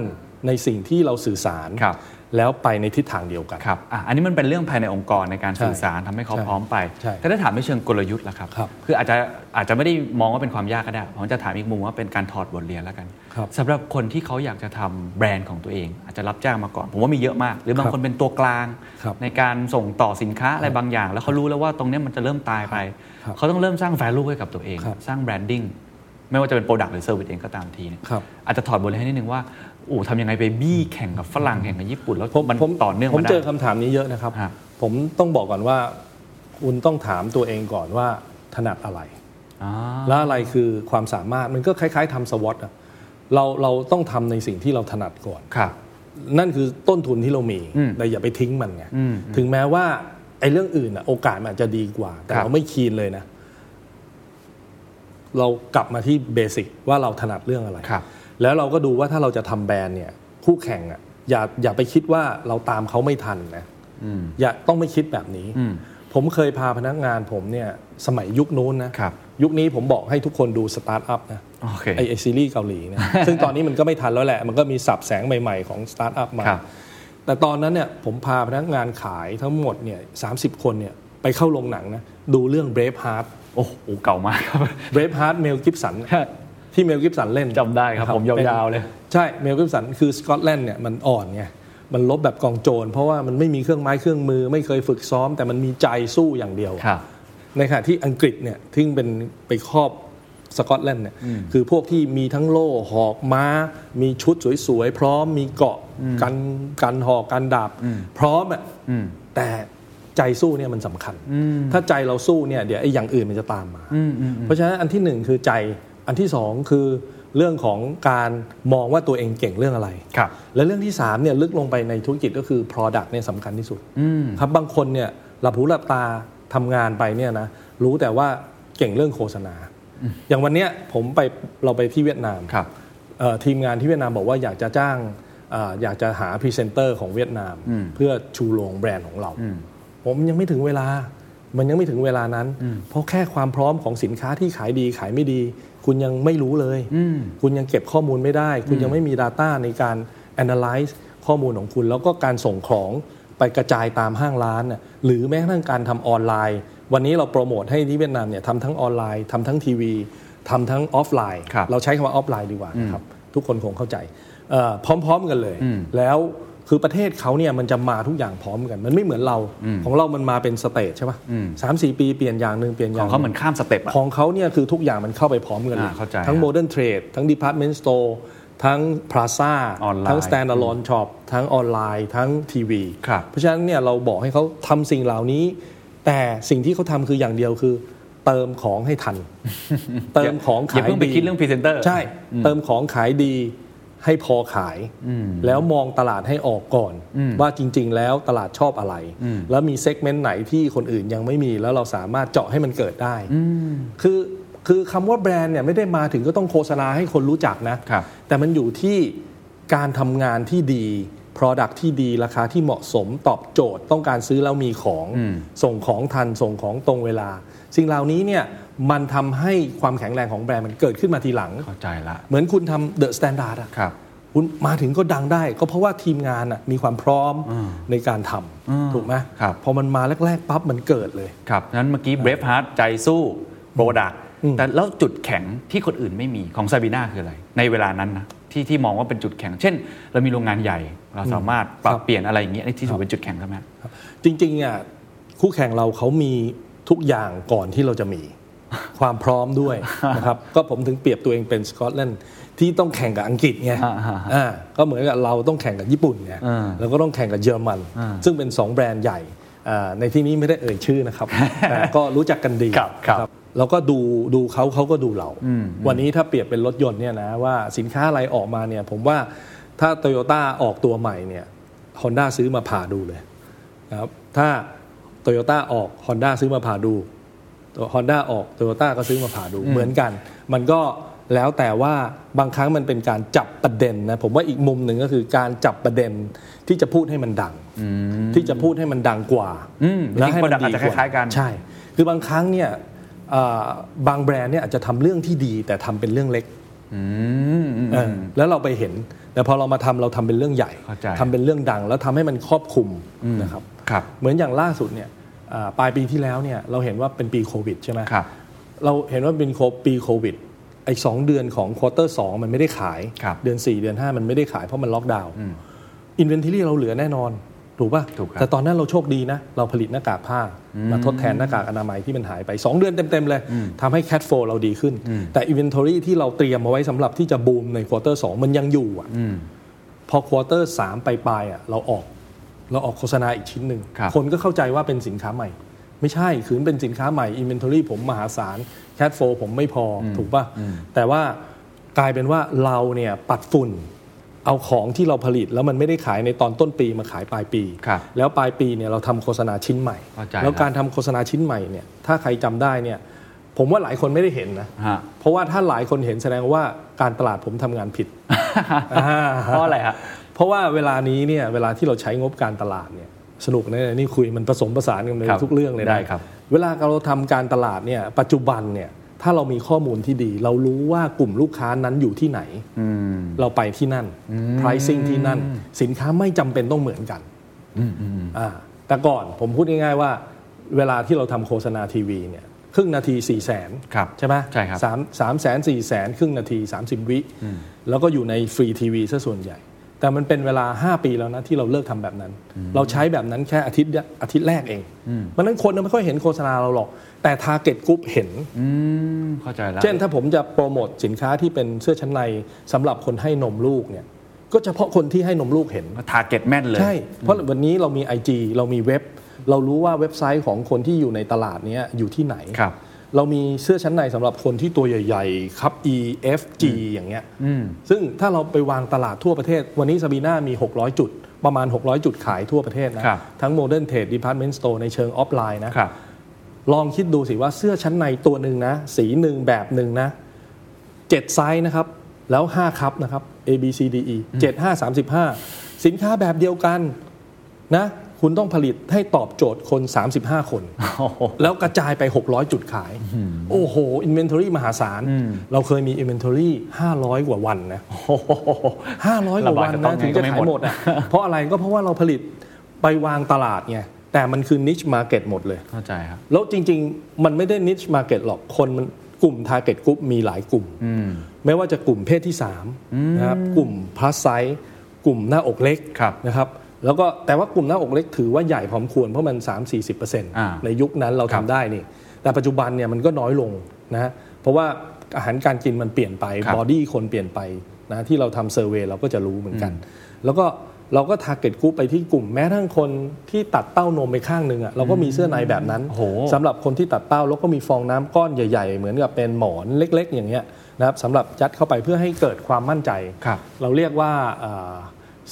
S5: ในสิ่งที่เราสื่อสาร
S4: ครับ
S5: แล้วไปในทิศทางเดียวกัน
S4: ครับอ่ะอันนี้มันเป็นเรื่องภายในองค์กรในการสื่อ
S5: ใช่
S4: สารทำให้เขา
S5: ใช่
S4: พร้อมไป
S5: ใช่
S4: แต่ถ้าถามในเชิงกลยุทธ์ล่ะครับ
S5: ครับ
S4: ออาจจะอาจจะไม่ได้มองว่าเป็นความยากก็ได้ ผมจะถามอีกมุมว่าเป็นการถอดบทเรียนแล้วกัน
S5: ครับ
S4: สำหรับคนที่เขาอยากจะทำแบรนด์ของตัวเอง อาจจะรับจ้างมาก่อน ผมว่ามีเยอะมาก หรือบาง
S5: ครับ
S4: คนเป็นตัวกลาง
S5: ครับ
S4: ในการส่งต่อสินค้าอะไรบางอย่าง แล้วเขารู้แล้วว่าตรงเนี้ยมันจะเริ่มตายไป
S5: ครับ
S4: เขาต้องเริ่มสร้าง value ให้กับตัวเอง
S5: ครับ
S4: สร้างแบรนดิ้งไม่ว่าจะเป็น Product หรือ Service เองก็ตามทีเนี่ย
S5: ครับ
S4: อาจจะถอดบทเรียนให้นิดนึงว่าโอ้ทำยังไงไปบี้แข่งกับฝรั่งแข่งกับญี่ปุ่นแล้วมันต่อเนื่อง
S5: ผม
S4: มาได้
S5: เจอคำถามนี้เยอะนะครับ
S4: ฮะ
S5: ผมต้องบอกก่อนว่า คุณต้องถามตัวเองก่อนว่าถนัดอะไร
S4: อ่า
S5: แล้วอะไรคือความสามารถมันก็คล้ายๆทำสวอตอะเราเราต้องทำในสิ่งที่เราถนัดก่อน
S4: ครับ
S5: นั่นคือต้นทุนที่เรามี
S4: อืม
S5: แต่อย่าไปทิ้งมันไง
S4: อืม
S5: ถึงแม้ว่าไอ้เรื่องอื่นน่ะโอกาสมันอาจจะดีกว่า แต่
S4: ครับ
S5: เราไม่คีนเลยนะ เรากลับมาที่เบสิกว่าเราถนัดเรื่องอะไร
S4: ครับ
S5: แล้วเราก็ดูว่าถ้าเราจะทำแบรนด์เนี่ย คู่แข่งอ่ะอย่าอย่าไปคิดว่าเราตามเขาไม่ทันนะอย่าต้องไม่คิดแบบนี้
S4: อืม
S5: ผมเคยพาพนักงานผมเนี่ย สมัยยุคนู้นนะครับ ยุคนี้ผมบอกให้ทุกคนดูสตาร์ทอัพนะ
S4: โอเค
S5: ไอไอซีรีส์เกาหลี นะ ซึ่งตอนนี้มันก็ไม่ทันแล้วแหละ มันก็มีสับแสงใหม่ ๆ ของสตาร์ทอัพมา
S4: ครับ
S5: แต่ตอนนั้นเนี่ยผมพาพนักงานขายทั้งหมดเนี่ยสาคนเนี่ยไปเข้าโรงหนังนะ ดูเรื่อง Braveheart
S4: โอ้โหเก่ามากครับ
S5: Braveheart เมลกิฟสันที่เมลกิฟสันเล่น
S4: จำได้ครับผมยาวๆเลย
S5: ใช่เมลกิฟสันคือสกอตแลนด์เนี่ยมันอ่อนไงมันลบแบบกองโจร เพราะว่ามันไม่มีเครื่องไม้เครื่องมือ ไม่เคยฝึกซ้อม แต่มันมีใจสู้อย่างเดียวอะ
S4: ครับ
S5: ในขณะที่อังกฤษเนี่ยทึ่งเป็นไปครอบสกอตแลนด์เนี่ยคือพวกที่มีทั้งโล่หอกม้า มีชุดสวยๆ พร้อมมีเกราะกันกันหอกกันดาบ พร้อมอ่ะแต่ใจสู้เนี่ยมันสำคัญ ถ้าใจเราสู้เนี่ยเดี๋ยวไอ้อย่างอื่นมันจะตามมา เพราะฉะนั้นอันที่หนึ่งคือใจอันที่สองคือเรื่องของการมองว่าตัวเองเก่งเรื่องอะไร
S4: ครับ
S5: และเรื่องที่3เนี่ยลึกลงไปในธุรกิจก็คือ Product เนี่ยสำคัญที่สุดครับบางคนเนี่ยหลับหูหลับตาทำงานไปเนี่ยนะรู้แต่ว่าเก่งเรื่องโฆษณา อย่างวันเนี้ยผมไปเราไปที่เวียดนาม
S4: ครับ
S5: เอ่อทีมงานที่เวียดนามบอกว่าอยากจะจ้างเอ่ออยากจะหาพรีเซนเตอร์ของเวียดนาม เพื่อชูโรงแบรนด์ของเรา ผมยังไม่ถึงเวลา มันยังไม่ถึงเวลานั้น เพราะแค่ความพร้อมของสินค้าที่ขายดีขายไม่ดี คุณยังไม่รู้เลย คุณยังเก็บข้อมูลไม่ได้ คุณยังไม่มี Data ในการ Analyze ข้อมูลของคุณ แล้วก็การส่งของไปกระจายตามห้างร้านน่ะหรือแม้กระทั่งการทำออนไลน์ วันนี้เราโปรโมทให้ที่เวียดนามเนี่ยทำทั้งออนไลน์ทำทั้งทีวีทำทั้งออฟไลน์
S4: ครับ
S5: เราใช้คำว่าออฟไลน์ดีกว่านะครับทุกคนคงเข้าใจเอ่อพร้อมๆกันเลย แล้วคือประเทศเขาเนี่ยมันจะมาทุกอย่างพร้อมกัน มันไม่เหมือนเราของเรามันมาเป็นสเตจใช่ปะ
S4: อืม
S5: สามสี่ปีเปลี่ยนอย่างหนึ่งเปลี่ยนอ
S4: ข
S5: ย่า
S4: อง ง
S5: ง
S4: เขาเหมือนข้ามสเต็ปอะ
S5: ของเขาเนี่ยคือทุกอย่างมันเข้าไปพร้อมกันเลย
S4: อ่าเข้าใจ
S5: ทั้ง
S4: ฮะ
S5: โมเดิร์นเทรดทั้ง Department Store ทั้ง Plaza
S4: ออนไลน์
S5: ทั้ง Standalone Shop ทั้งออนไลน์ ทั้งทีวี
S4: ครับ
S5: เพราะฉะนั้นเนี่ยเราบอกให้เขาทำสิ่งเหล่านี้ แต่สิ่งที่เขาทำคืออย่างเดียวคือ เติมของให้ ทัน เติมของ
S4: อย่า
S5: ขาย
S4: เพิ่งไปคิดเรื่องพรีเซนเตอร์
S5: ใช่ เติมของขายดีให้พอขาย แล้วมองตลาดให้ออกก่อน ว่าจริง ๆ แล้วตลาดชอบอะไร แล้วมีเซกเมนต์ไหนที่คนอื่นยังไม่มีแล้วเราสามารถเจาะให้มันเกิดได้ คือคือคำว่าแบรนด์เนี่ยไม่ได้มาถึงก็ต้องโฆษณาให้คนรู้จักนะ
S4: ครับ
S5: แต่มันอยู่ที่การทำงานที่ดี Product ที่ดีราคาที่เหมาะสมตอบโจทย์ ต้องการซื้อแล้วมีของส่งของทันส่งของตรงเวลา สิ่งเหล่านี้เนี่ยมันทำให้ความแข็งแรงของแบรนด์มันเกิดขึ้นมาทีหลัง
S4: เข้าใจละ
S5: เหมือนคุณทำเดอะสแตนดาร์ดอะ
S4: ครับ
S5: คุณมาถึงก็ดังได้ ก็เพราะว่าทีมงานอะมีความพร้อมในการทำถูกไหม
S4: ครับ
S5: พอมันมาแรกๆปั๊บมันเกิดเลย
S4: ครับนั้นเมื่อกี้ Brave Heart ใจสู้โปรดัก
S5: อืม
S4: แต่แล้วจุดแข็งที่คนอื่นไม่มีของซาบีนาคืออะไร ในเวลานั้นนะที่ที่มองว่าเป็นจุดแข็ง เช่น เรามีโรงงานใหญ่ เราสามารถปรับเปลี่ยนอะไรอย่างเงี้ยนี่ที่ถือเป็นจุดแข็งใช่ไหม
S5: จริงๆอ่ะคู่แข่งเราเขามีทุกอย่างก่อนที่เราจะมี ความพร้อม ด้วย นะครับ ก็ผมถึงเปรียบตัวเองเป็นสกอตแลนด์ที่ต้องแข่งกับอังกฤษไง
S4: อ่าฮะ
S5: อ่าก็เหมือนกับเราต้องแข่งกับญี่ปุ่นไง
S4: อ่า
S5: แล้วก็ต้องแข่งกับเยอรมัน ซึ่งเป็น 2 แบรนด์ใหญ่อ่าในที่นี้ไม่ได้เอ่ยชื่อ นะครับ แต่ก็รู้จักกันดี
S4: ครับครับ
S5: นะแล้วก็ดูดูเขาเขาก็ดูเรา วันนี้ถ้าเปรียบเป็นรถยนต์เนี่ยนะว่าสินค้าอะไรออกมาเนี่ยผมว่าถ้าโตโยต้าออกตัวใหม่เนี่ยฮอนด้าซื้อมาผ่าดูเลย นะครับถ้าโตโยต้าออก Honda ซื้อมาผ่าดูฮอนด้าออกโตโยต้าก็ซื้อมาผ่าดูเหมือนกัน มันก็แล้วแต่ว่าบางครั้งมันเป็นการจับประเด็นนะผมว่าอีกมุมหนึ่งก็คือการจับประเด็นที่จะพูดให้มันดังที่จะพูดให้มันดังกว่า
S4: อืมจริง
S5: ให้
S4: product อาจจะ
S5: ดีว่
S4: คล้ายๆกัน
S5: ใช่ คือบางครั้งเนี่ยเอ่อบางแบรนด์เนี่ยอาจจะทำเรื่องที่ดีแต่ทำเป็นเรื่องเล็ก
S4: อืมอืม
S5: เออแล้วเราไปเห็น แต่พอเรามาทำเราทำเป็นเรื่องใหญ่
S4: เข้าใจ
S5: ทำเป็นเรื่องดังแล้วทำให้มันครอบคลุมนะครับ
S4: ครับ
S5: เหมือนอย่างล่าสุดเนี่ยอ่าปลายปีที่แล้วเนี่ยเราเห็นว่าเป็นปีโควิดใช่ไหม
S4: ครับ
S5: เราเห็นว่าเป็นโคปีโควิดไอ้สองเดือนของควอเตอร์สมันไม่ได้ขาย
S4: ครับ
S5: เดือน 4 เดือน 5 มันไม่ได้ขายเพราะมันล็อกดาวน์อินเวนท r y เราเหลือแน่นอน ถูกป่ะ
S4: ถูกครับ
S5: แต่ตอนนั้นเราโชคดีนะ เราผลิตหน้ากากผ้า มาทดแทนหน้ากากอนามัยที่มันหายไป 2 เดือนเต็ม ๆ เลยทำให้แค t โฟเราดีขึ้น แต่อินเวนท r y ที่เราเตรียมเอาไว้สำหรับที่จะบูมในควอเตอร์สมันยังอยู่อ่ะ พอควอเตอร์สามไปลายๆอ่ะเราออกเราออกโฆษณาอีกชิ้นหนึ่ง
S4: ครับ
S5: นก็เข้าใจว่าเป็นสินค้าใหม่ ไม่ใช่คือมันเป็นสินค้าใหม่อินเวนทอรี่ผมมหาศาลแค t โฟผมไม่พออถูกป่ะ แต่ว่ากลายเป็นว่าเราเนี่ยปัดฝุ่น เอาของที่เราผลิตแล้วมันไม่ได้ขายในตอนต้นปีมาขายปลายปี
S4: ครับ
S5: แล้วปลายปีเนี่ยเราทำโฆษณาชิ้นใหม่
S4: เข้าใจ
S5: แล้
S4: ค
S5: ว
S4: รับ
S5: การทำโฆษณาชิ้นใหม่เนี่ยถ้าใครจำได้เนี่ยผมว่าหลายคนไม่ได้เห็นนะ
S4: ฮะ
S5: เพราะว่าถ้าหลายคนเห็นแสดงว่าการตลาดผมทำงาน ผิด
S4: เพราะอะไรฮะ
S5: เพราะว่าเวลานี้เนี่ยเวลาที่เราใช้งบการตลาดเนี่ยสนุกนะเนี่ยนี่คุยมันผสมผสานกันเลย
S4: ครับ
S5: ทุกเรื่องเลยนะ
S4: ได้ครับ
S5: เวลาเราทำการตลาดเนี่ยปัจจุบันเนี่ยถ้าเรามีข้อมูลที่ดี เรารู้ว่ากลุ่มลูกค้านั้นอยู่ที่ไหน
S4: อืม
S5: เราไปที่นั่น pricing ที่นั่น สินค้าไม่จำเป็นต้องเหมือนกันอ่าแต่ก่อนผมพูดง่ายๆว่า เวลาที่เราทำโฆษณาทีวีเนี่ยครึ่งนาที4ี่แสน
S4: ครับ
S5: ใช่ไหม
S4: ใช่ครับ
S5: สามสามแสนสี่แสนครึ่งนาที 30 วิ แล้วก็อยู่ในฟรีทีวีซะส่วนใหญ่ แต่มันเป็นเวลา 5 ปีแล้วนะ ที่เราเลิกทำแบบนั้น เราใช้แบบนั้นแค่อาทิตย์เดียวอาทิตย์แรกเองเพราะฉะนั้นคนน่ะไม่ค่อยเห็นโฆษณาเราหรอก แต่ทาร์เก็ตกลุ่มเห็น
S4: อืมเข้าใจแล้ว
S5: เช่นถ้าผมจะโปรโมทสินค้าที่เป็นเสื้อชั้นในสำหรับคนให้นมลูกเนี่ยก็เฉพาะคนที่ให้นมลูกเห็น
S4: ทาร์เก็ตแม่นเลย
S5: ใช่ เพราะวันนี้เรามี IG เรามีเว็บ เรารู้ว่าเว็บไซต์ของคนที่อยู่ในตลาดเนี้ยอยู่ที่ไหน
S4: ครับ
S5: เรามีเสื้อชั้นในสำหรับคนที่ตัวใหญ่ ๆ ครับ E F G อย่างเงี้ยซึ่งถ้าเราไปวางตลาดทั่วประเทศ วันนี้ซาบีน่ามี 600 จุด ประมาณ 600 จุดขายทั่วประเทศนะครับ ทั้งโมเดิร์นเทรดดีพาร์ตเมนต์สโตร์ในเชิงออฟไลน์นะ
S4: ครับ
S5: ลองคิดดูสิว่าเสื้อชั้นในตัวหนึ่งนะ สีหนึ่งแบบหนึ่งนะเจ็ดไซส์นะครับ แล้ว 5 ครับนะครับ A B C D E 7 5 35 สินค้าแบบเดียวกันนะคุณต้องผลิตให้ตอบโจทย์คน 35 คน
S4: โอ้โห
S5: แล้วกระจายไป 600 จุดขาย โอ้โห inventory มหาศาล เราเคยมี inventory 500 กว่าวันนะ ห้าร้อยกว่าวั
S4: ระบาย
S5: น
S4: กับต้
S5: นะ
S4: นไง
S5: ถึงจะ
S4: ก็ไม่
S5: ขา
S4: หม
S5: ย
S4: ด
S5: หมดอ่ะ เพราะอะไรก็เพราะว่าเราผลิตไปวางตลาดไง แต่มันคือ niche market หมดเลย
S4: เข้าใจครับ
S5: แล้วจริง ๆ มันไม่ได้ niche market หรอก คนมันกลุ่ม target group มีหลายกลุ่ม
S4: อืม
S5: ไม่ว่าจะกลุ่มเพศที่3นะครับ กลุ่ม plus size กลุ่มหน้าอกเล็ก
S4: ครับ
S5: นะครับ แล้วก็แต่ว่ากลุ่มหน้าอกเล็กถือว่าใหญ่พอมควรเพราะมัน 3
S4: อ่า
S5: 40 ในยุคนั้นเรา
S4: ครั
S5: ทำ
S4: บ
S5: ได้นี่ แต่ปัจจุบันเนี่ยมันก็น้อยลงนะฮะเพราะว่าอาหารการกินมันเปลี่ยนไป
S4: ครับ
S5: บอดี้คนเปลี่ยนไปนะที่เราทำเซอร์เวยเราก็จะรู้เหมือนกัน แล้วก็เราก็ทาร์เก็ตกลุ่มไปที่กลุ่มแม้ทั้งคนที่ตัดเต้านมไปข้างหนึ่งอะเราก็มีเสื้อในแบบนั้น
S4: โอ้โห
S5: สำหรับคนที่ตัดเต้าแล้วก็มีฟองน้ำก้อนใหญ่ ๆ เหมือนกับเป็นหมอนเล็ก ๆ อย่างเงี้ยนะครับสำหรับยัดเข้าไปเพื่อให้เกิดความมั่นใจ
S4: ครับ
S5: เราเรียกว่า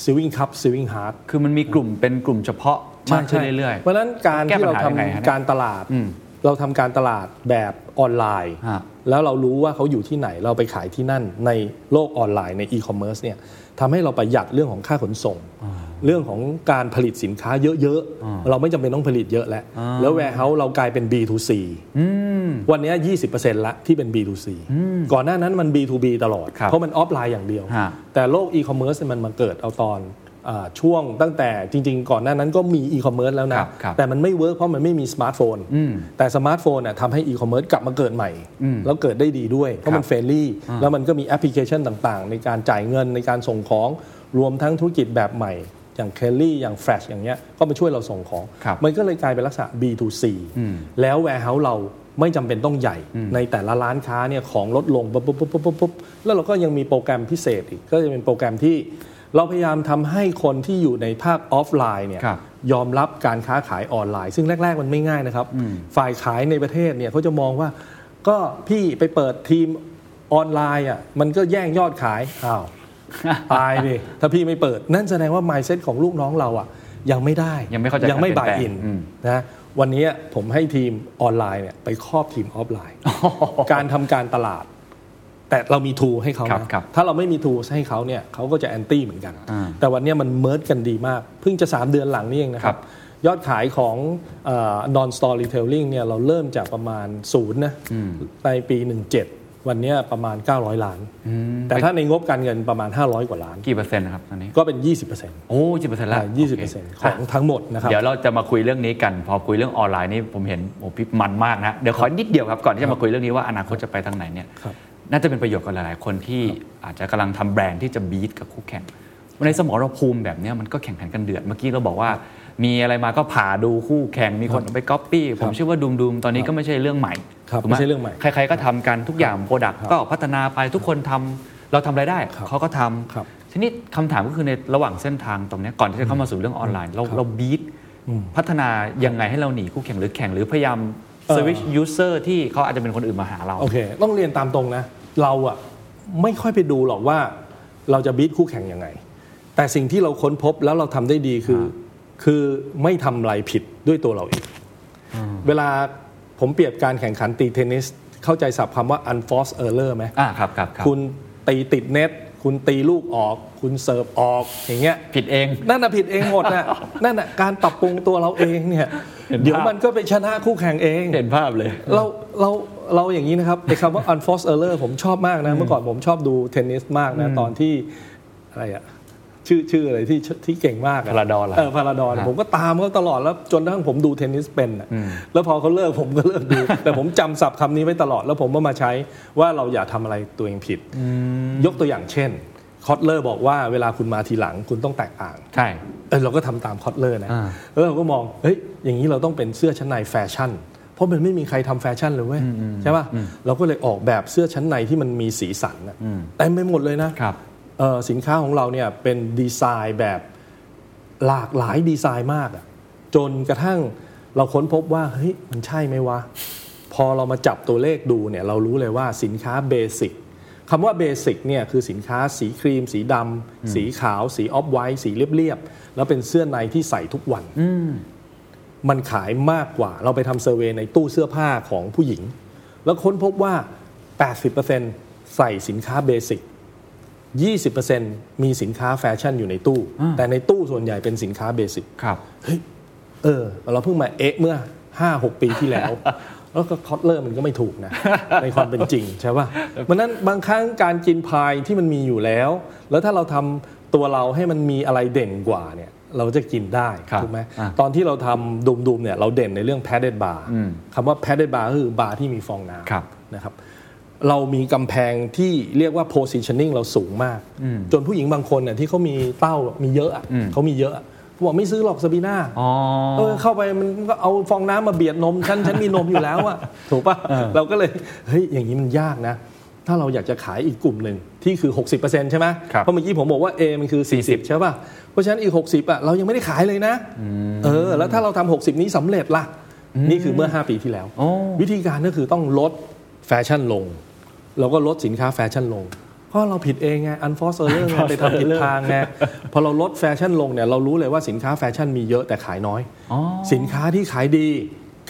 S5: sewing cup sewing heart
S4: คือมันมีกลุ่มเป็นกลุ่มเฉพาะมากขึ้นเรื่อย
S5: เพราะฉะนั้นการ
S4: แก้
S5: ที่
S4: ปัญหา
S5: เรา
S4: ยังไงฮะเนี่ย
S5: ทำการตลาด
S4: อืม
S5: เราทำการตลาดแบบออนไลน์
S4: ฮะ
S5: แล้วเรารู้ว่าเขาอยู่ที่ไหนเราไปขายที่นั่นในโลกออนไลน์ในอีคอมเมิร์ซเนี่ยทำให้เราประหยัดเรื่องของค่าขนส่ง เรื่องของการผลิตสินค้าเยอะ ๆ เราไม่จำเป็นต้องผลิตเยอะแล้ว แล้วแวร์เฮาเรากลายเป็น B2C
S4: ๆ อืม
S5: วันเนี้ย20%ละที่เป็น B2C ก่อนหน้านั้นมัน B2B ตลอด
S4: ครับ
S5: เพราะมันออฟไลน์อย่างเดียว
S4: ฮะ
S5: แต่โลกอีคอมเมิร์ซมันมาเกิดเอาตอนอาช่วงตั้งแต่จริง ๆ ก่อนหน้านั้นก็มีอีคอมเมิร์ซแล้ว
S4: ค
S5: นะ
S4: รับครับ
S5: แต่มันไม่เวิร์กเพราะมันไม่มีสมาร์ทโฟน
S4: อืม
S5: แต่สมาร์ทโฟนน่ะทำให้อีคอมเมิร์ซกลับมาเกิดใหม่ แล้วเกิดได้ดีด้วย เพราะมั
S4: ค
S5: น
S4: รับ
S5: เฟรนลี่ แล้วมันก็มีแอปพลิเคชันต่างๆ ในการจ่ายเงินในการส่งของรวมทั้งธุรกิจแบบใหม่ อย่างเคลลี่อย่างแฟลชอย่างเงี้ยก็มาช่วยเราส่งของ
S4: ครับ
S5: มันก็เลยกลายเป็นลักษณะ B2C แล้ว warehouse เราไม่จำเป็นต้องใหญ่ ในแต่ละร้านค้าเนี่ยของลดลงปุ๊บปุ๊บปุ๊บปุ๊บปุ๊บปุ๊บแล้วเราก็ยังมีโปรแกรมพิเศษอีก ก็จะเป็นโปรแกรมที่ เราพยายามทำให้คนที่อยู่ในภาคออฟไลน์เนี่ย
S4: ครับ
S5: ยอมรับการค้าขายออนไลน์ ซึ่งแรก ๆ มันไม่ง่ายนะครับ ฝ่ายขายในประเทศเนี่ยเขาจะมองว่า ก็พี่ไปเปิดทีมออนไลน์อ่ะมันก็แย่งยอดขายอ้าว ตายดิถ้าพี่ไม่เปิดนั่นแสดงว่า mindset ของลูกน้องเราอ่ะยังไม่ได้
S4: ยังไม่เข้าใจการ
S5: ยังไม่
S4: เปลี่
S5: บาย
S4: น
S5: ย
S4: แปลง
S5: อิน
S4: อืม
S5: นะวันนี้ผมให้ทีมออนไลน์เนี่ยไปครอบทีมออฟไลน์ การทำการตลาด แต่เรามีทูให้เขา
S4: ครับ
S5: นะครับ ถ้าเราไม่มีทูให้เขาเนี่ยเขาก็จะแอนตี้เหมือนกัน
S4: อ่า
S5: แต่วันเนี้ยมันเมิร์ดกันดีมาก เพิ่งจะ 3 เดือนหลังนี่เองนะค
S4: ค
S5: รั
S4: รับ บ
S5: ยอดขายของเอ่อ non store retailing เนี่ยเราเริ่มจากประมาณศูนย์นะในปี 17 วันเนี้ยประมาณ 900 ล้าน
S4: ม
S5: แต่ถ้าในงบการเงินประมาณ 500 กว่าล้าน
S4: กี่เปอร์เซ็นต์นะครับตอนนี้
S5: ก็เป็น 20%
S4: โอ้ยี่สิบเปอร์เซ็นต์ละ
S5: 20%ของทั้งหมดนะครับ
S4: เดี๋ยวเราจะมาคุยเรื่องนี้กัน พอคุยเรื่องออนไลน์นี่ผมเห็นโอ้พี่มันมากนะ เดี๋ยวขอนิดเดียวครับ ก่อนที่จะมาคุยเรื่องนี้ว่าอนาคตจะไปทางไหนเนี่ย
S5: ครับ
S4: น่าจะเป็นประโยชน์กับหลาย ๆ คนที่อาจจะกำลังทำแบรนด์ที่จะบีทกับคู่แข่ง ในสมรภูมิแบบเนี้ยมันก็แข่งขันกันเดือด เมื่อกี้เราบอกว่า มีอะไรมาก็ผ่าดูคู่แข่ง มีคนเอาไปก๊อปปี้ ผมเชื่อว่าดูมดูมตอนนี้ก็ไม่ใช่เรื่องใหม่
S5: ครับ
S4: ถูก
S5: ไม่ใช่เรื่องใหม่
S4: ใคร ๆ ก็ทำกันทุกอย่างโปรดักต์ก็พัฒนาไปทุกคนทำเราทำอะไรได้
S5: ครับ
S4: เขาก็ทำ
S5: ครับ
S4: ทีนี้คำถามก็คือในระหว่างเส้นทางตรงเนี้ยก่อนที่จะเข้ามาสู่เรื่องออนไลน์ เราเราบีทพัฒนายังไงให้เราหนีคู่แข่งหรือแข่งหรือพยายาม
S5: เอ่
S4: เซ
S5: อ
S4: อร์วิสยูเซอร์ที่เขาอาจจะเป็นคนอื่นมาหาเรา
S5: โอเค ต้องเรียนตามตรงนะ เราอะไม่ค่อยไปดูหรอกว่าเราจะบีทคู่แข่งยังไง แต่สิ่งที่เราค้นพบแล้วเราทำได้ดีคือ คือไม่ทำอะไรผิดด้วยตัวเราเอง เวลาผมเปรียบการแข่งขันตีเทนนิส เข้าใจศัพท์คำว่า unforced error ไหม
S4: อ่าครับครับรับ
S5: คุณตีติดเน็ต คุณตีลูกออก คุณเสิร์ฟออกอย่างเงี้ย
S4: ผิดเอง
S5: นั่นน่ะผิดเองหมดน่ะ นั่นน่ะการปรับปรุงตัวเราเองเนี่ย
S4: เห็นภาพ
S5: เดี๋ยวมันก็ไปชนะคู่แข่งเอง
S4: เห็นภาพเลย
S5: เราเราเราอย่างนี้นะครับไอ้คำว่า unforced error ผมชอบมากนะ เมื่อก่อนผมชอบดูเทนนิสมากนะ ตอนที่อะไรอะชื่อชื่ออะไรที่ที่เก่งมากะ
S4: Paradol เหรอ
S5: เออพาราดอน
S4: ฮะ
S5: ผมก็ตามเขาตลอดแล้วจนกระทั่งผมดูเทนนิสเป็นอะแล้วพอเขาเลิกผมก็เลิก ดู แต่ผมจำศัพท์คำนี้ไว้ตลอดแล้วผมก็มาใช้ว่าเราอย่าทำอะไรตัวเองผิด ยกตัวอย่างเช่นคอตเลอร์บอกว่าเวลาคุณมาทีหลังคุณต้องแตกต่าง
S4: ใช่
S5: เออเราก็ทำตามคอตเลอร์นะ
S4: อ่า
S5: แล้วเราก็มอง เฮ้ย อย่างนี้เราต้องเป็นเสื้อชั้นในแฟชั่น เพราะมันไม่มีใครทำแฟชั่นเลยเว้ย ใช่ป่ะ เราก็เลยออกแบบเสื้อชั้นในที่มันมีสีสันน่ะเต็มไปหมดเลยนะครับ เอ่อสินค้าของเราเนี่ยเป็นดีไซน์แบบหลากหลายดีไซน์มากอะจนกระทั่งเราค้นพบว่า เฮ้ย มันใช่ไหมวะ พอเรามาจับตัวเลขดูเนี่ยเรารู้เลยว่าสินค้าเบสิกคำว่าเบสิกเนี่ยคือสินค้าสีครีม สีดำสีขาว สีออฟไวท์สีเรียบๆ แล้วเป็นเสื้อในที่ใส่ทุกวัน มันขายมากกว่า เราไปทำเซอร์เวยในตู้เสื้อผ้าของผู้หญิง แล้วค้นพบว่า 80%ใส่สินค้าเบสิก 20%มีสินค้าแฟชั่นอยู่ในตู้ แต่ในตู้ส่วนใหญ่เป็นสินค้าเบสิก
S4: ครับ
S5: เออเราเพิ่งมาเอะเมื่อ 5 6 ปีที่แล้ว แล้วก็คอตเลอร์มันก็ไม่ถูกนะ ในความเป็นจริงใช่ป่ะมันนั้นบางครั้งการกินพายที่มันมีอยู่แล้ว แล้วถ้าเราทำตัวเราให้มันมีอะไรเด่นกว่าเนี่ย เราจะกินได้
S4: ครับ
S5: ถูกไหม
S4: อ่ะ
S5: ตอนที่เราทำดุมๆเนี่ยเราเด่นในเรื่อง padded bar
S4: อืม
S5: คำว่า padded bar ก็คือบาร์ที่มีฟองน้
S4: ครับ
S5: ำนะครับ เรามีกำแพงที่เรียกว่า positioning เราสูงมาก จนผู้หญิงบางคนเนี่ยที่เขามีเต้ามีเยอะอะ
S4: อืม
S5: เขามีเยอะอะเขาบอกไม่ซื้อหรอกซาบีน่า
S4: อ๋อ
S5: เออเข้าไปมันก็เอาฟองน้ำมาเบียดนมฉันฉันมีนมอยู่แล้วอะ ถูกปะ
S4: เออ
S5: เราก็เลยเฮ้ยอย่างนี้มันยากนะ ถ้าเราอยากจะขายอีกกลุ่มหนึ่งที่คือ 60%ใช่ไหม
S4: ครับ
S5: เพราะเมื่อกี้ผมบอกว่า A มันคือ 40 ใช่ป่ะ เพราะฉะนั้นอีก 60อะเรายังไม่ได้ขายเลยนะเออ แล้วถ้าเราทำ60 นี้สำเร็จล่ะ นี่คือเมื่อ 5 ปีที่แล้ว
S4: โอ้
S5: วิธีการก็คือต้องลดแฟชั่นลง แล้วก็ลดสินค้าแฟชั่นลง เพราะเราผิดเองไง unforced error ไงไปทำผิดทาง ไง พอเราลดแฟชั่นลงเนี่ยเรารู้เลยว่าสินค้าแฟชั่นมีเยอะแต่ขายน้อย
S4: อ๋อ
S5: สินค้าที่ขายดี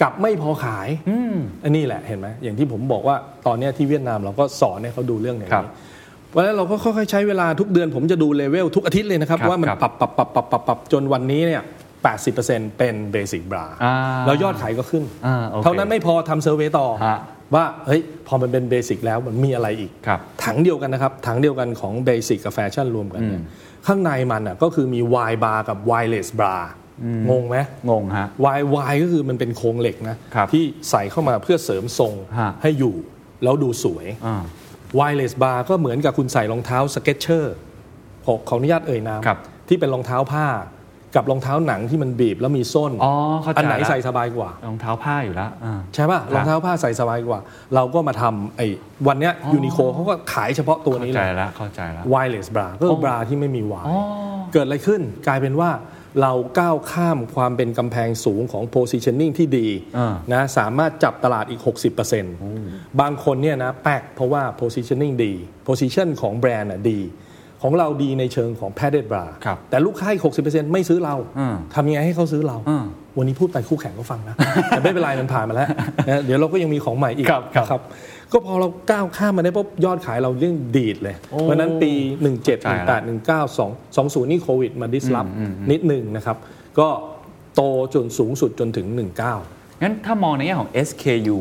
S5: กลับไม่พอขาย
S4: อืม
S5: อันนี้แหละเห็นไหมอย่างที่ผมบอกว่าตอนเนี้ยที่เวียดนามเราก็สอนให้เขาดูเรื่องอย่าง
S4: ครับ
S5: นี้เพราะฉะนั้นเราก็ค่อยๆใช้เวลาทุกเดือนผมจะดูเลเวลทุกอาทิตย์เลยนะครับ
S4: ครับ
S5: ว่ามัน
S4: ครับ
S5: ปรับปรับปรับปรับปรับปรับจนวันนี้เนี่ย80%เป็นเบสิกบรา
S4: อ่า
S5: แล้วยอดขายก็ขึ้น
S4: อ่าโอเค
S5: เท่านั้นไม่พอทำเซอร์เวยต่อ
S4: ฮะ
S5: ว่าเฮ้ยพอมันเป็นเบสิกแล้วมันมีอะไรอีก
S4: ครับ
S5: ถังเดียวกันนะครับ ถังเดียวกันของเบสิกกับแฟชั่นรวมกันเนี่ยข้างในมันอ่ะก็คือมี Y bar กับ wireless bar งงไหม
S4: งงฮะ
S5: วายวายก็คือมันเป็นโครงเหล็กนะครับ ที่ใส่เข้ามาเพื่อเสริมทรง
S4: ฮะ
S5: ให้อยู่ แล้วดูสวย
S4: อ่า
S5: วายเลสบาร์ก็เหมือนกับคุณใส่รองเท้าสเก็ตเชอร์ขอขออนุญาตเอ่ยนาม
S4: ครับ
S5: ที่เป็นรองเท้าผ้า กับรองเท้าหนังที่มันบีบแล้วมีส้น
S4: อ๋อเข้าใจ
S5: อันไหน
S4: ละ
S5: ใส่สบายกว่า
S4: รองเท้าผ้าอยู่แล้วอ่า
S5: ใช่ป่ะ
S4: ครับ
S5: รองเท้าผ้าใส่สบายกว่า เราก็มาทำไอ้วันเนี้ยยูนิโคเขาก็ขายเฉพาะตัว
S4: เข้า
S5: นี้
S4: ใจ
S5: เลย
S4: แล้วเข้าใจแล้ว
S5: วายเลสบราก็คือบราที่ไม่มีวาย
S4: อ๋อ
S5: เกิดอะไรขึ้นกลายเป็นว่าเราก้าวข้ามความเป็นกำแพงสูงของ positioning ที่ดี
S4: อ่า
S5: นะสามารถจับตลาดอีก 60%บางคนเนี่ยนะแปลกเพราะว่า positioning ดี position ของแบรนด์อะดี ของเราดีในเชิงของ padded bra
S4: ครับ
S5: แต่ลูกค้าอีก 60%ไม่ซื้อเรา
S4: อืม
S5: ทำยังไงให้เขาซื้อเรา
S4: อืม
S5: วันนี้พูดไปคู่แข่งก็ฟังนะ แต่ไม่เป็นไรมันผ่านมาแล้วนะเดี๋ยวเราก็ยังมีของใหม่อีก
S4: ครับครับ
S5: นะก็พอเราก้าวข้ามมาได้ปุ๊บยอดขายเราเรื่องดีดเลย
S4: โอ้
S5: เพราะฉะนั้นปี 17
S4: เข้าใจละ
S5: 18 19 2 20 นี่โควิดมาดิสลอฟนิดหนึ่งนะครับ ก็โตจนสูงสุดจนถึง 19
S4: งั้นถ้ามองในแง่ของ SKU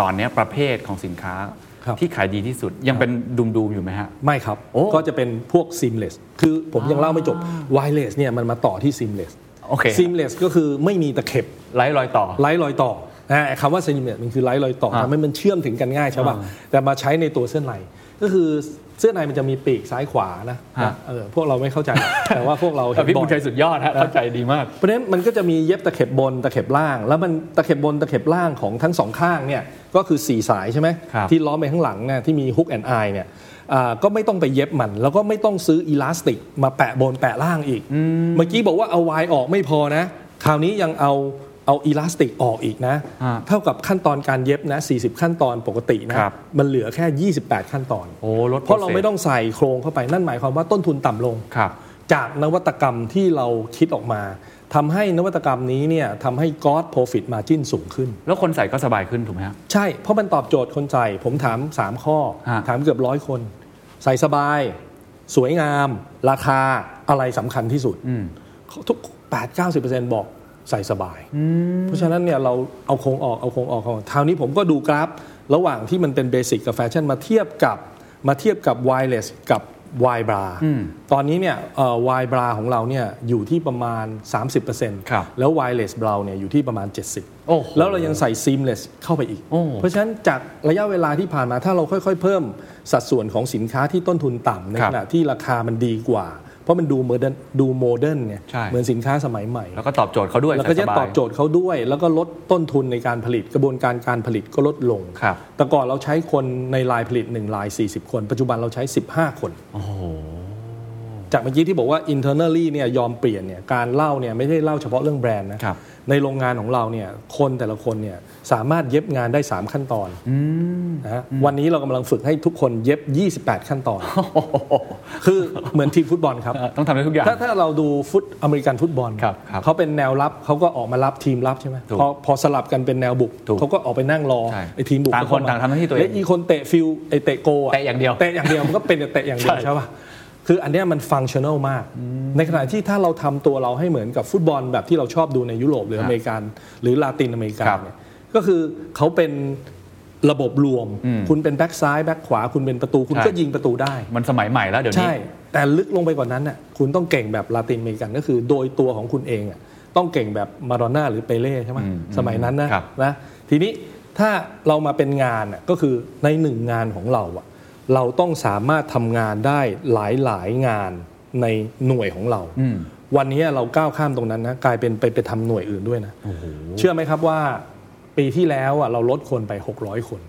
S4: ตอนเนี้ยประเภทของสินค้า
S5: ครับ
S4: ที่ขายดีที่สุดยังเป็นดุมดูมๆอยู่ไหมฮะ
S5: ไม่ครับ
S4: โอ้
S5: ก็จะเป็นพวก seamless คือผมยังเล่าไม่จบ wireless เนี่ยมันมาต่อที่ seamless
S4: โอเค
S5: seamless ก็คือไม่มีตะเข็บ
S4: ไร้รอยต่อ
S5: ไร้รอยต่อนะไอ้คำว่าเซนิเมตมันคือไร้รอยต่อ
S4: อ่า
S5: ทำให้มันเชื่อมถึงกันง่ายใช่ป่ะ แต่มาใช้ในตัวเสื้อใน ก็คือเสื้อในมันจะมีปีกซ้ายขวานะ
S4: ฮะ
S5: นะเออพวกเราไม่เข้า ใจ แต่ว่าพวกเราเห็น
S4: พี่
S5: บ่
S4: บุ
S5: อ
S4: ญชัย
S5: ย
S4: สุดยอดฮะเข้าใจดีมาก
S5: เพราะฉะนั้นมันก็จะมีเย็บตะเข็บบนตะเข็บล่าง แล้วมันตะเข็บบนตะเข็บล่างของทั้งสองข้างเนี่ยก็คือสี่สายใช่ไหม
S4: ครับ
S5: ที่ล้อมไปข้างหลังเนี่ยที่มีฮุกแอนไอเนี่ยอ่าก็ไม่ต้องไปเย็บมัน แล้วก็ไม่ต้องซื้ออีลาสติก มาแปะบนแปะล่างอีก เมื่อกี้บอกว่าเอาวายออกไม่พอนะ คราวนี้ยังเอาเอาอีลาสติกออกอีกนะ
S4: อ่า
S5: เท่ากับขั้นตอนการเย็บนะ40 ขั้นตอนปกตินะครับ มันเหลือแค่ 28 ขั้นตอน
S4: โอ้ลด
S5: เพราะเราไม่ต้องใส่โครงเข้าไปนั่นหมายความว่าต้นทุนต่ำลง
S4: ครับ
S5: จากนวัตกรรมที่เราคิดออกมาทำให้นวัตกรรมนี้เนี่ยทำให้ God Profit Margin สูงขึ้น
S4: แล้วคนใส่ก็สบายขึ้นถูกไหมฮะ
S5: ใช่ เพราะมันตอบโจทย์คนใส่ผมถาม 3 ข้อ
S4: ฮะ
S5: ถามเกือบร้อยคน ใส่สบาย สวยงาม ราคาอะไรสำคัญที่สุด
S4: อืม
S5: ทุก 8 90 บอกใส่สบาย เพราะฉะนั้นเนี่ยเราเอาโครงออกเอาโครงออกเอาโครงออกคราวนี้ผมก็ดูกราฟ ระหว่างที่มันเป็นเบสิกกับแฟชั่นมาเทียบกับมาเทียบกับไวเลสกับไวบรา
S4: อืม
S5: ตอนนี้เนี่ยไวบราของเราเนี่ยอยู่ที่ประมาณ 30%
S4: ครับ
S5: แล้วไวเลสบราเนี่ยอยู่ที่ประมาณ 70
S4: โอ้โห
S5: แล้วเรายังใส่ซีมเลสเข้าไปอีก
S4: โอ้
S5: เพราะฉะนั้นจากระยะเวลาที่ผ่านมาถ้าเราค่อยๆ เพิ่มสัดส่วนของสินค้าที่ต้นทุนต่ำใน
S4: ครั
S5: ข
S4: บ
S5: ณะที่ราคามันดีกว่า เพราะมันดูโมเดิร์นดูโมเดิร์นเนี่ย
S4: ใช่
S5: เหมือนสินค้าสมัยใหม่
S4: แล้วก็ตอบโจทย์เขาด้วย
S5: แล้วก็จะ
S4: ใส่สาย
S5: ตอบโจทย์เขาด้วย แล้วก็ลดต้นทุนในการผลิตกระบวนการการผลิตก็ลดลง
S4: ครับ
S5: แต่ก่อนเราใช้คนในลายผลิต1ลาย 40 คน ปัจจุบันเราใช้ 15 คน
S4: โอ้โห
S5: จากเมื่อกี้ที่บอกว่า internally เนี่ยยอมเปลี่ยนเนี่ยการเล่าเนี่ยไม่ได้เล่าเฉพาะเรื่องแบรนด์นะครับ ในโรงงานของเราเนี่ยคนแต่ละคนเนี่ยสามารถเย็บงานได้ 3 ขั้นตอน
S4: อืม
S5: นะฮะวันนี้เรากำลังฝึกให้ทุกคนเย็บ 28 ขั้นตอน คือเหมือนทีมฟุตบอลครับ
S4: ต้องทำได้ทุกอย่าง
S5: ถ้าถ้าเราดูฟุตอเมริกันฟุตบอล
S4: ครับครับ
S5: เขาเป็นแนวรับเขาก็ออกมารับทีมรับใช่ไหม
S4: ถูก
S5: พอพอสลับกันเป็นแนวบุก
S4: ถูก
S5: เขาก็ออกไปนั่งรอ
S4: ใช่
S5: ไอ้ทีมบุก
S4: ต่างคน
S5: เขม
S4: ต่างทำหน้าที่ตัวเอง
S5: และอีคนเตะฟิลไอ้เตะโกอ
S4: เตะอย่างเดียว
S5: เตะอย่างเดียวมันก็เป็นแต่เตะอย่างเดียว
S4: ใช่
S5: ใช่ป่ะคืออันเนี้ยมันฟังชั่น a ลมาก ในขณะที่ถ้าเราทำตัวเราให้เหมือนกับฟุตบอลแบบที่เราชอบดูในยุโรปหรือ
S4: ครับ
S5: อเมริกัน หรือลาตินอเมริกา
S4: ครับ
S5: เนี่ยก็คือเขาเป็น ระบบรวม คุณเป็นแบ็กซ้ายแบ็กขวา คุณเป็นประตูคุณ
S4: ใช่
S5: ก็ยิงประตูได้
S4: มันสมัยใหม่แล้วเดี๋ยวนี้
S5: ใช่ แต่ลึกลงไปกว่านั้นน่ะคุณต้องเก่งแบบลาตินอเมริกันก็คือ โดยตัวของคุณเองอ่ะต้องเก่งแบบมาโดอนน่าหรือเปเล่ใช่ไหม
S4: อืม
S5: สมัยนั้นนะครับ นะทีนี้ถ้าเรามาเป็นงานน่ะก็คือในหนึ่งงานของเราอ่ะเราต้องสามารถทำงานได้หลายหลายๆงานในหน่วยของเรา
S4: อืม
S5: วันนี้เราก้าวข้ามตรงนั้นนะกลายเป็นไปไปทำหน่วยอื่นด้วยนะเชื่อไหมครับว่าปีที่แล้วอ่ะเราลดคนไป 600 คน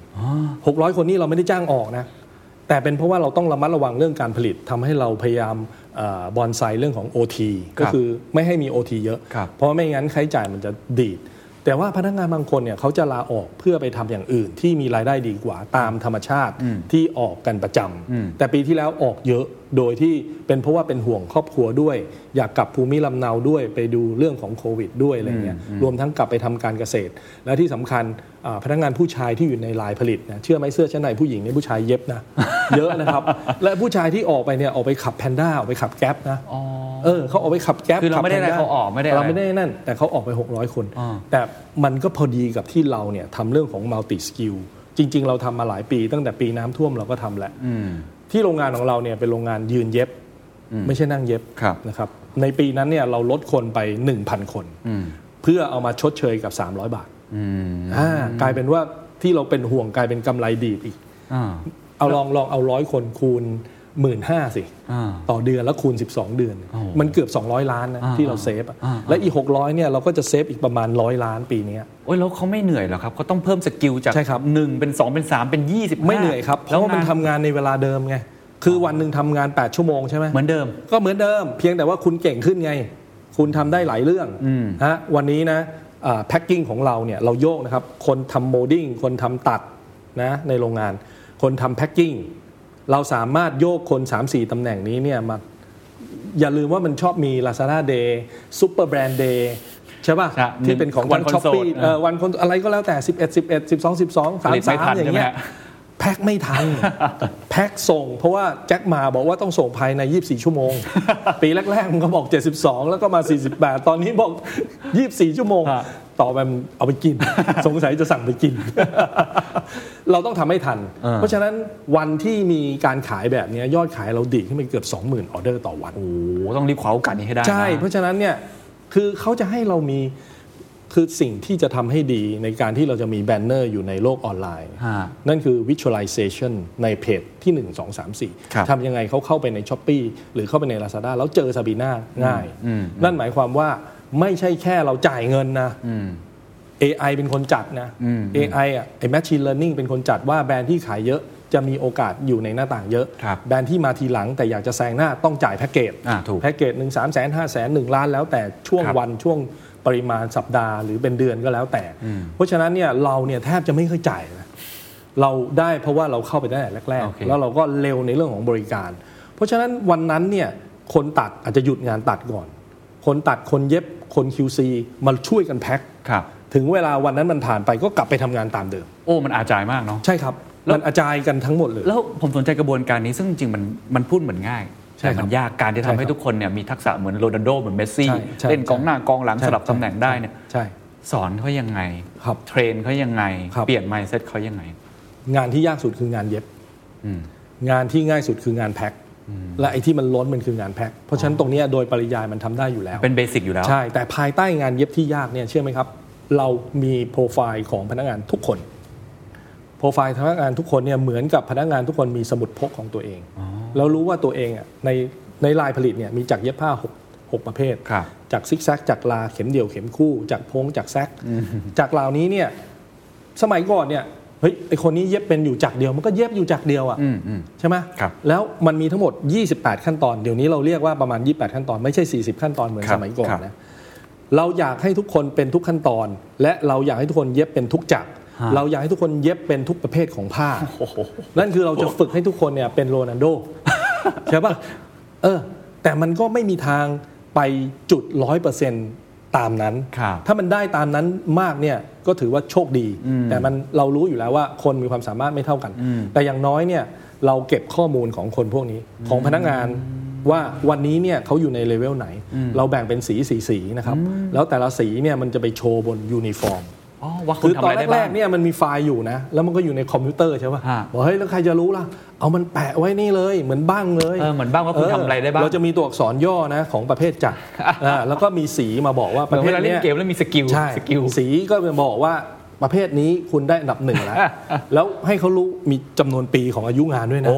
S5: 600 คนนี่เราไม่ได้จ้างออกนะ แต่เป็นเพราะว่าเราต้องระมัดระวังเรื่องการผลิตทำให้เราพยายามบอนไซเรื่องของ OT
S4: ครับ
S5: ก็คือไม่ให้มี OT เยอะ
S4: ครับ
S5: เพราะไม่งั้นค่าใช้จ่ายมันจะดีด แต่ว่าพนักงานบางคนเนี่ยเขาจะลาออกเพื่อไปทำอย่างอื่น ที่มีรายได้ดีกว่าตามธรรมชาติที่ออกกันประจำ
S4: อืม
S5: แต่ปีที่แล้วออกเยอะโดยที่เป็นเพราะว่าเป็นห่วงครอบครัวด้วย อยากกลับภูมิลำเนาด้วยไปดูเรื่องของโควิดด้วยอะไรเงี้ยรวมทั้งกลับไปทำการเกษตร และที่สำคัญอ่าพนักงานผู้ชายที่อยู่ในลายผลิตนะเชื่อไหมเสื้อชั้นในผู้หญิงเนี่ยผู้ชายเย็บนะ เยอะนะครับ และผู้ชายที่ออกไปเนี่ยออกไปขับแพนด้าออกไปขับแก๊ปนะ
S4: อ๋อ
S5: เออเขาออกไปขับแก๊ป
S4: คือเรา
S5: ขับ
S4: ไม่ได้อะไร
S5: Panda
S4: เขาออกไม่ได้อะไร
S5: เราไม่ได้นั่น แต่เขาออกไป 600 คน
S4: อ่า
S5: แต่มันก็พอดีกับที่เราเนี่ยทำเรื่องของมัลติสกิลจริง ๆ เราทำมาหลายปี ตั้งแต่ปีน้ำท่วมเราก็ทำแหละ
S4: อืม
S5: ที่โรงงานของเราเนี่ยเป็นโรงงานยืนเย็บ ไม่ใช่นั่งเย็บ
S4: ครับ
S5: นะครับในปีนั้นเนี่ยเราลดคนไป 1,000 คน
S4: อืม
S5: เพื่อเอามาชดเชยกับ 300 บาท
S4: อืม
S5: อ่ากลายเป็นว่าที่เราเป็นห่วงกลายเป็นกำไรดีดอีก
S4: อ่า
S5: เอาลองลองเอาร้อยคนคูณ 1 5ื่นห้าสิ
S4: อ่า
S5: ต่อเดือนแล้วคูณ 12 เดือน
S4: โอ้โห
S5: มันเกือบ 200 ล้านนะ
S4: อ่า
S5: ที่เราเซฟอะ
S4: อ่า
S5: และอีก 600เนี่ยเราก็จะเซฟอีกประมาณ 100 ล้านปีเนี้ย
S4: โอ้ยแล้วเขาไม่เหนื่อยเหรอครับเขาต้องเพิ่มสกิลจาก
S5: ใช่ครับ
S4: หนึ่งเป็นสองเป็นสามเป็นยี่สิบ
S5: ไม่เหนื่อยครับ เพราะว่ามันทำงานในเวลาเดิมไง คือวันหนึ่งทำงาน 8 ชั่วโมงใช่ไหม
S4: เหมือนเดิม
S5: ก็เหมือนเดิม เพียงแต่ว่าคุณเก่งขึ้นไง คุณทำได้หลายเรื่อง
S4: อืม
S5: ฮะวันนี้นะแพ็คกิ้งของเราเนี่ยเราโยกนะครับ คนทำโมดิ้งคนทำตัดนะในโรงงาน คนทำแพ็คกิ้งเราสามารถโยกคน 3-4ตำแหน่งนี้เนี่ยมา อย่าลืมว่ามันชอบมี Lazada Day Super Brand Day ใช่ป่ะ
S4: ใช่
S5: ที่เป็นของ
S4: วั
S5: วัน น
S4: คน
S5: ช้อป
S4: โสด
S5: ปี้
S4: อ่ะ
S5: วันคนอะไรก็แล้วแต่ 11 11 12 12
S4: ผลิตไม่ทัน
S5: 33 อย่างเงี้
S4: ใช่ไหม
S5: ย
S4: ฮะ
S5: แพ็คไม่ทั น แพ็คส่ง เพราะว่าแจ็คหมาบอกว่าต้องส่งภายใน 24 ชั่วโม ง ปีแรกๆมันก็บอก 72 แล้วก็มา 48 ตอนนี้บอก 24 ชั่วโมง
S4: ฮะ
S5: ต่อไปมันเอาไปกิ น สงสัยจะสั่งไปกิน เราต้องทำให้ทัน
S4: อ่า
S5: เพราะฉะนั้นวันที่มีการขายแบบเนี้ยยอดขายเราดีดขึ้นไปเกือบ 20,000 ออเดอร์ต่อวัน
S4: โอ้โหต้องรีบคว้าโอกาสนี้ให้ได้นะ
S5: ใช่ เพราะฉะนั้นเนี่ยคือเขาจะให้เรามีคือสิ่งที่จะทำให้ดีในการที่เราจะมีแบนเนอร์อยู่ในโลกออนไลน์
S4: ฮะ
S5: นั่นคือ visualization ในเพจที่ 1 2 3
S4: ครับ
S5: 4ทำยังไงเขาเข้าไปใน s h อ p e e หรือเข้าไปใน Lazada แล้วเจอ s a b i n a ง่าย
S4: อืมอืม
S5: นั่นหมายความว่าไม่ใช่แค่เราจ่ายเงินนะ
S4: อืม
S5: AI เป็นคนจัดนะ
S4: อืม
S5: AI อ่ะไอ้ Machine Learning เป็นคนจัดว่าแบรนด์ที่ขายเยอะจะมีโอกาสอยู่ในหน้าต่างเยอะ
S4: ครับ
S5: แบรนด์ที่มาทีหลังแต่อยากจะแซงหน้าต้องจ่ายแพ็กเกจ
S4: อ่าถูก
S5: แพ็กเกจหนึ่งสามแสนห้าแสนหนึ่งล้านแล้วแต่ช่วง
S4: ครับ
S5: วันช่วงปริมาณสัปดาห์ หรือเป็นเดือนก็แล้วแต่ เพราะฉะนั้นเนี่ยเราเนี่ยแทบจะไม่เคยจ่ายนะเราได้เพราะว่าเราเข้าไปได้แรก
S4: โอเค
S5: ๆแล้วเราก็เร็วในเรื่องของบริการ เพราะฉะนั้นวันนั้นเนี่ยคนตัดอาจจะหยุดงานตัดก่อน คนตัดคนเย็บคน QC มาช่วยกันแพ็ค
S4: ครับ
S5: ถึงเวลาวันนั้นมันผ่านไปก็กลับไปทำงานตามเดิม
S4: โอ้มันอาจายมากเนาะ
S5: ใช่ครับ
S4: แล้ว
S5: มันอาจายกันทั้งหมดเลย
S4: แล้วผมสนใจกระบวนการนี้ซึ่งจริงๆมันมันพูดเหมือนง่าย
S5: ใช่
S4: แต่
S5: ครับ
S4: มันยากการที่ทำ
S5: ใช่ครับ
S4: ให้ทุกคนเนี่ยมีทักษะเหมือนโรนัลโดเหมือนเมสซี่
S5: ใช่ใช่
S4: เล่นกอง
S5: ใช่
S4: หน้ากองหลังสลับตำแหน่งได้เนี่ย
S5: ใช่
S4: สอนเขายังไง
S5: ครับ
S4: เทรนเขายังไง
S5: ครับ
S4: เปลี่ยนไมซ์เซ็ตเขายังไง
S5: งานที่ยากสุดคืองานเย็บ
S4: อืม
S5: งานที่ง่ายสุดคืองานแพ็คและไอ้ที่มันล้นมันคืองานแพ็คเพราะฉะนั้นตรงเนี้ยโดยปริยายมันทำได้อยู่แล้ว
S4: เป็นเบสิกอยู่แล้ว
S5: ใช่แต่ภายใต้งานเย็บที่ยากเนี่ยเชื่อไหมครับ เรามีโปรไฟล์ของพนักงานทุกคนโปรไฟล์พนักงานทุกคนเนี่ยเหมือนกับพนักงานทุกคนมีสมุดพกของตัวเอง แล้วรู้ว่าตัวเองอ่ะในในลายผลิตเนี่ยมีจากเย็บผ้าหกหกประเภท
S4: ครับ
S5: จากซิกแซกจากลาเข็มเดี่ยวเข็มคู่ จากพงจากแซกจากเหล่านี้เนี่ยสมัยก่อนเนี่ยเฮ้ยไอคนนี้เย็บเป็นอยู่จากเดียวมันก็เย็บอยู่จากเดียวอ่ะ
S4: อืมอืม
S5: ใช่ไหม
S4: ครับ
S5: แล้วมันมีทั้งหมด 28 ขั้นตอน เดี๋ยวนี้เราเรียกว่าประมาณ 28 ขั้นตอน ไม่ใช่ 40 ขั้นตอนเหมือน
S4: ครับ
S5: สมัยก่อน
S4: ครับ
S5: นะ เราอยากให้ทุกคนเป็นทุกขั้นตอน และเราอยากให้ทุกคนเย็บเป็นทุกจักร
S4: ฮะ
S5: เราอยากให้ทุกคนเย็บเป็นทุกประเภทของผ้า นั่นคือเราจะฝึกให้ทุกคนเนี่ยเป็นโรนัลโด ใช่ปะเออ แต่มันก็ไม่มีทางไปจุดร้อยเปอร์เซ็นตามนั้น
S4: ครับ
S5: ถ้ามันได้ตามนั้นมากเนี่ยก็ถือว่าโชคดี แต่มันเรารู้อยู่แล้วว่าคนมีความสามารถไม่เท่ากัน แต่อย่างน้อยเนี่ยเราเก็บข้อมูลของคนพวกนี้ของพนักงานว่าวันนี้เนี่ยเขาอยู่ในเลเวลไหน เราแบ่งเป็นสีสีสีนะครับ แล้วแต่ละสีเนี่ยมันจะไปโชว์บนยูนิฟอร์ม
S4: อ๋อว่าคุ
S5: คื
S4: ณ
S5: อ
S4: ทำ
S5: ตอ
S4: อะ
S5: น
S4: ไรได้บ้า
S5: แรง กๆเนี่ยมันมีไฟล์อยู่นะ แล้วมันก็อยู่ในคอมพิวเตอร์ใช่
S4: ฮะ
S5: ป่ะบอกเฮ้ยแล้วใครจะรู้ล่ะ เอามันแปะไว้นี่เลยเหมือนบ้างเลย
S4: เออเหมือนบ้างว่าคุณทำอะไรได้บ้าง
S5: เราจะมีตัวอักษรย่อนะของประเภท จักรอ่าแล้วก็มีสีมาบอกว่า
S4: เห
S5: ป
S4: มือ
S5: ระ
S4: นเวลา
S5: เภท
S4: เล่น
S5: เนี้ย
S4: เกมแล้วมีสกิล
S5: ใช่
S4: สกิล
S5: สีก็จะบอกว่าประเภทนี้คุณได้อันดับหนึ่ง แล้ว แล้วให้เขารู้มีจำนวนปีของอายุงานด้วยนะ
S4: โอ้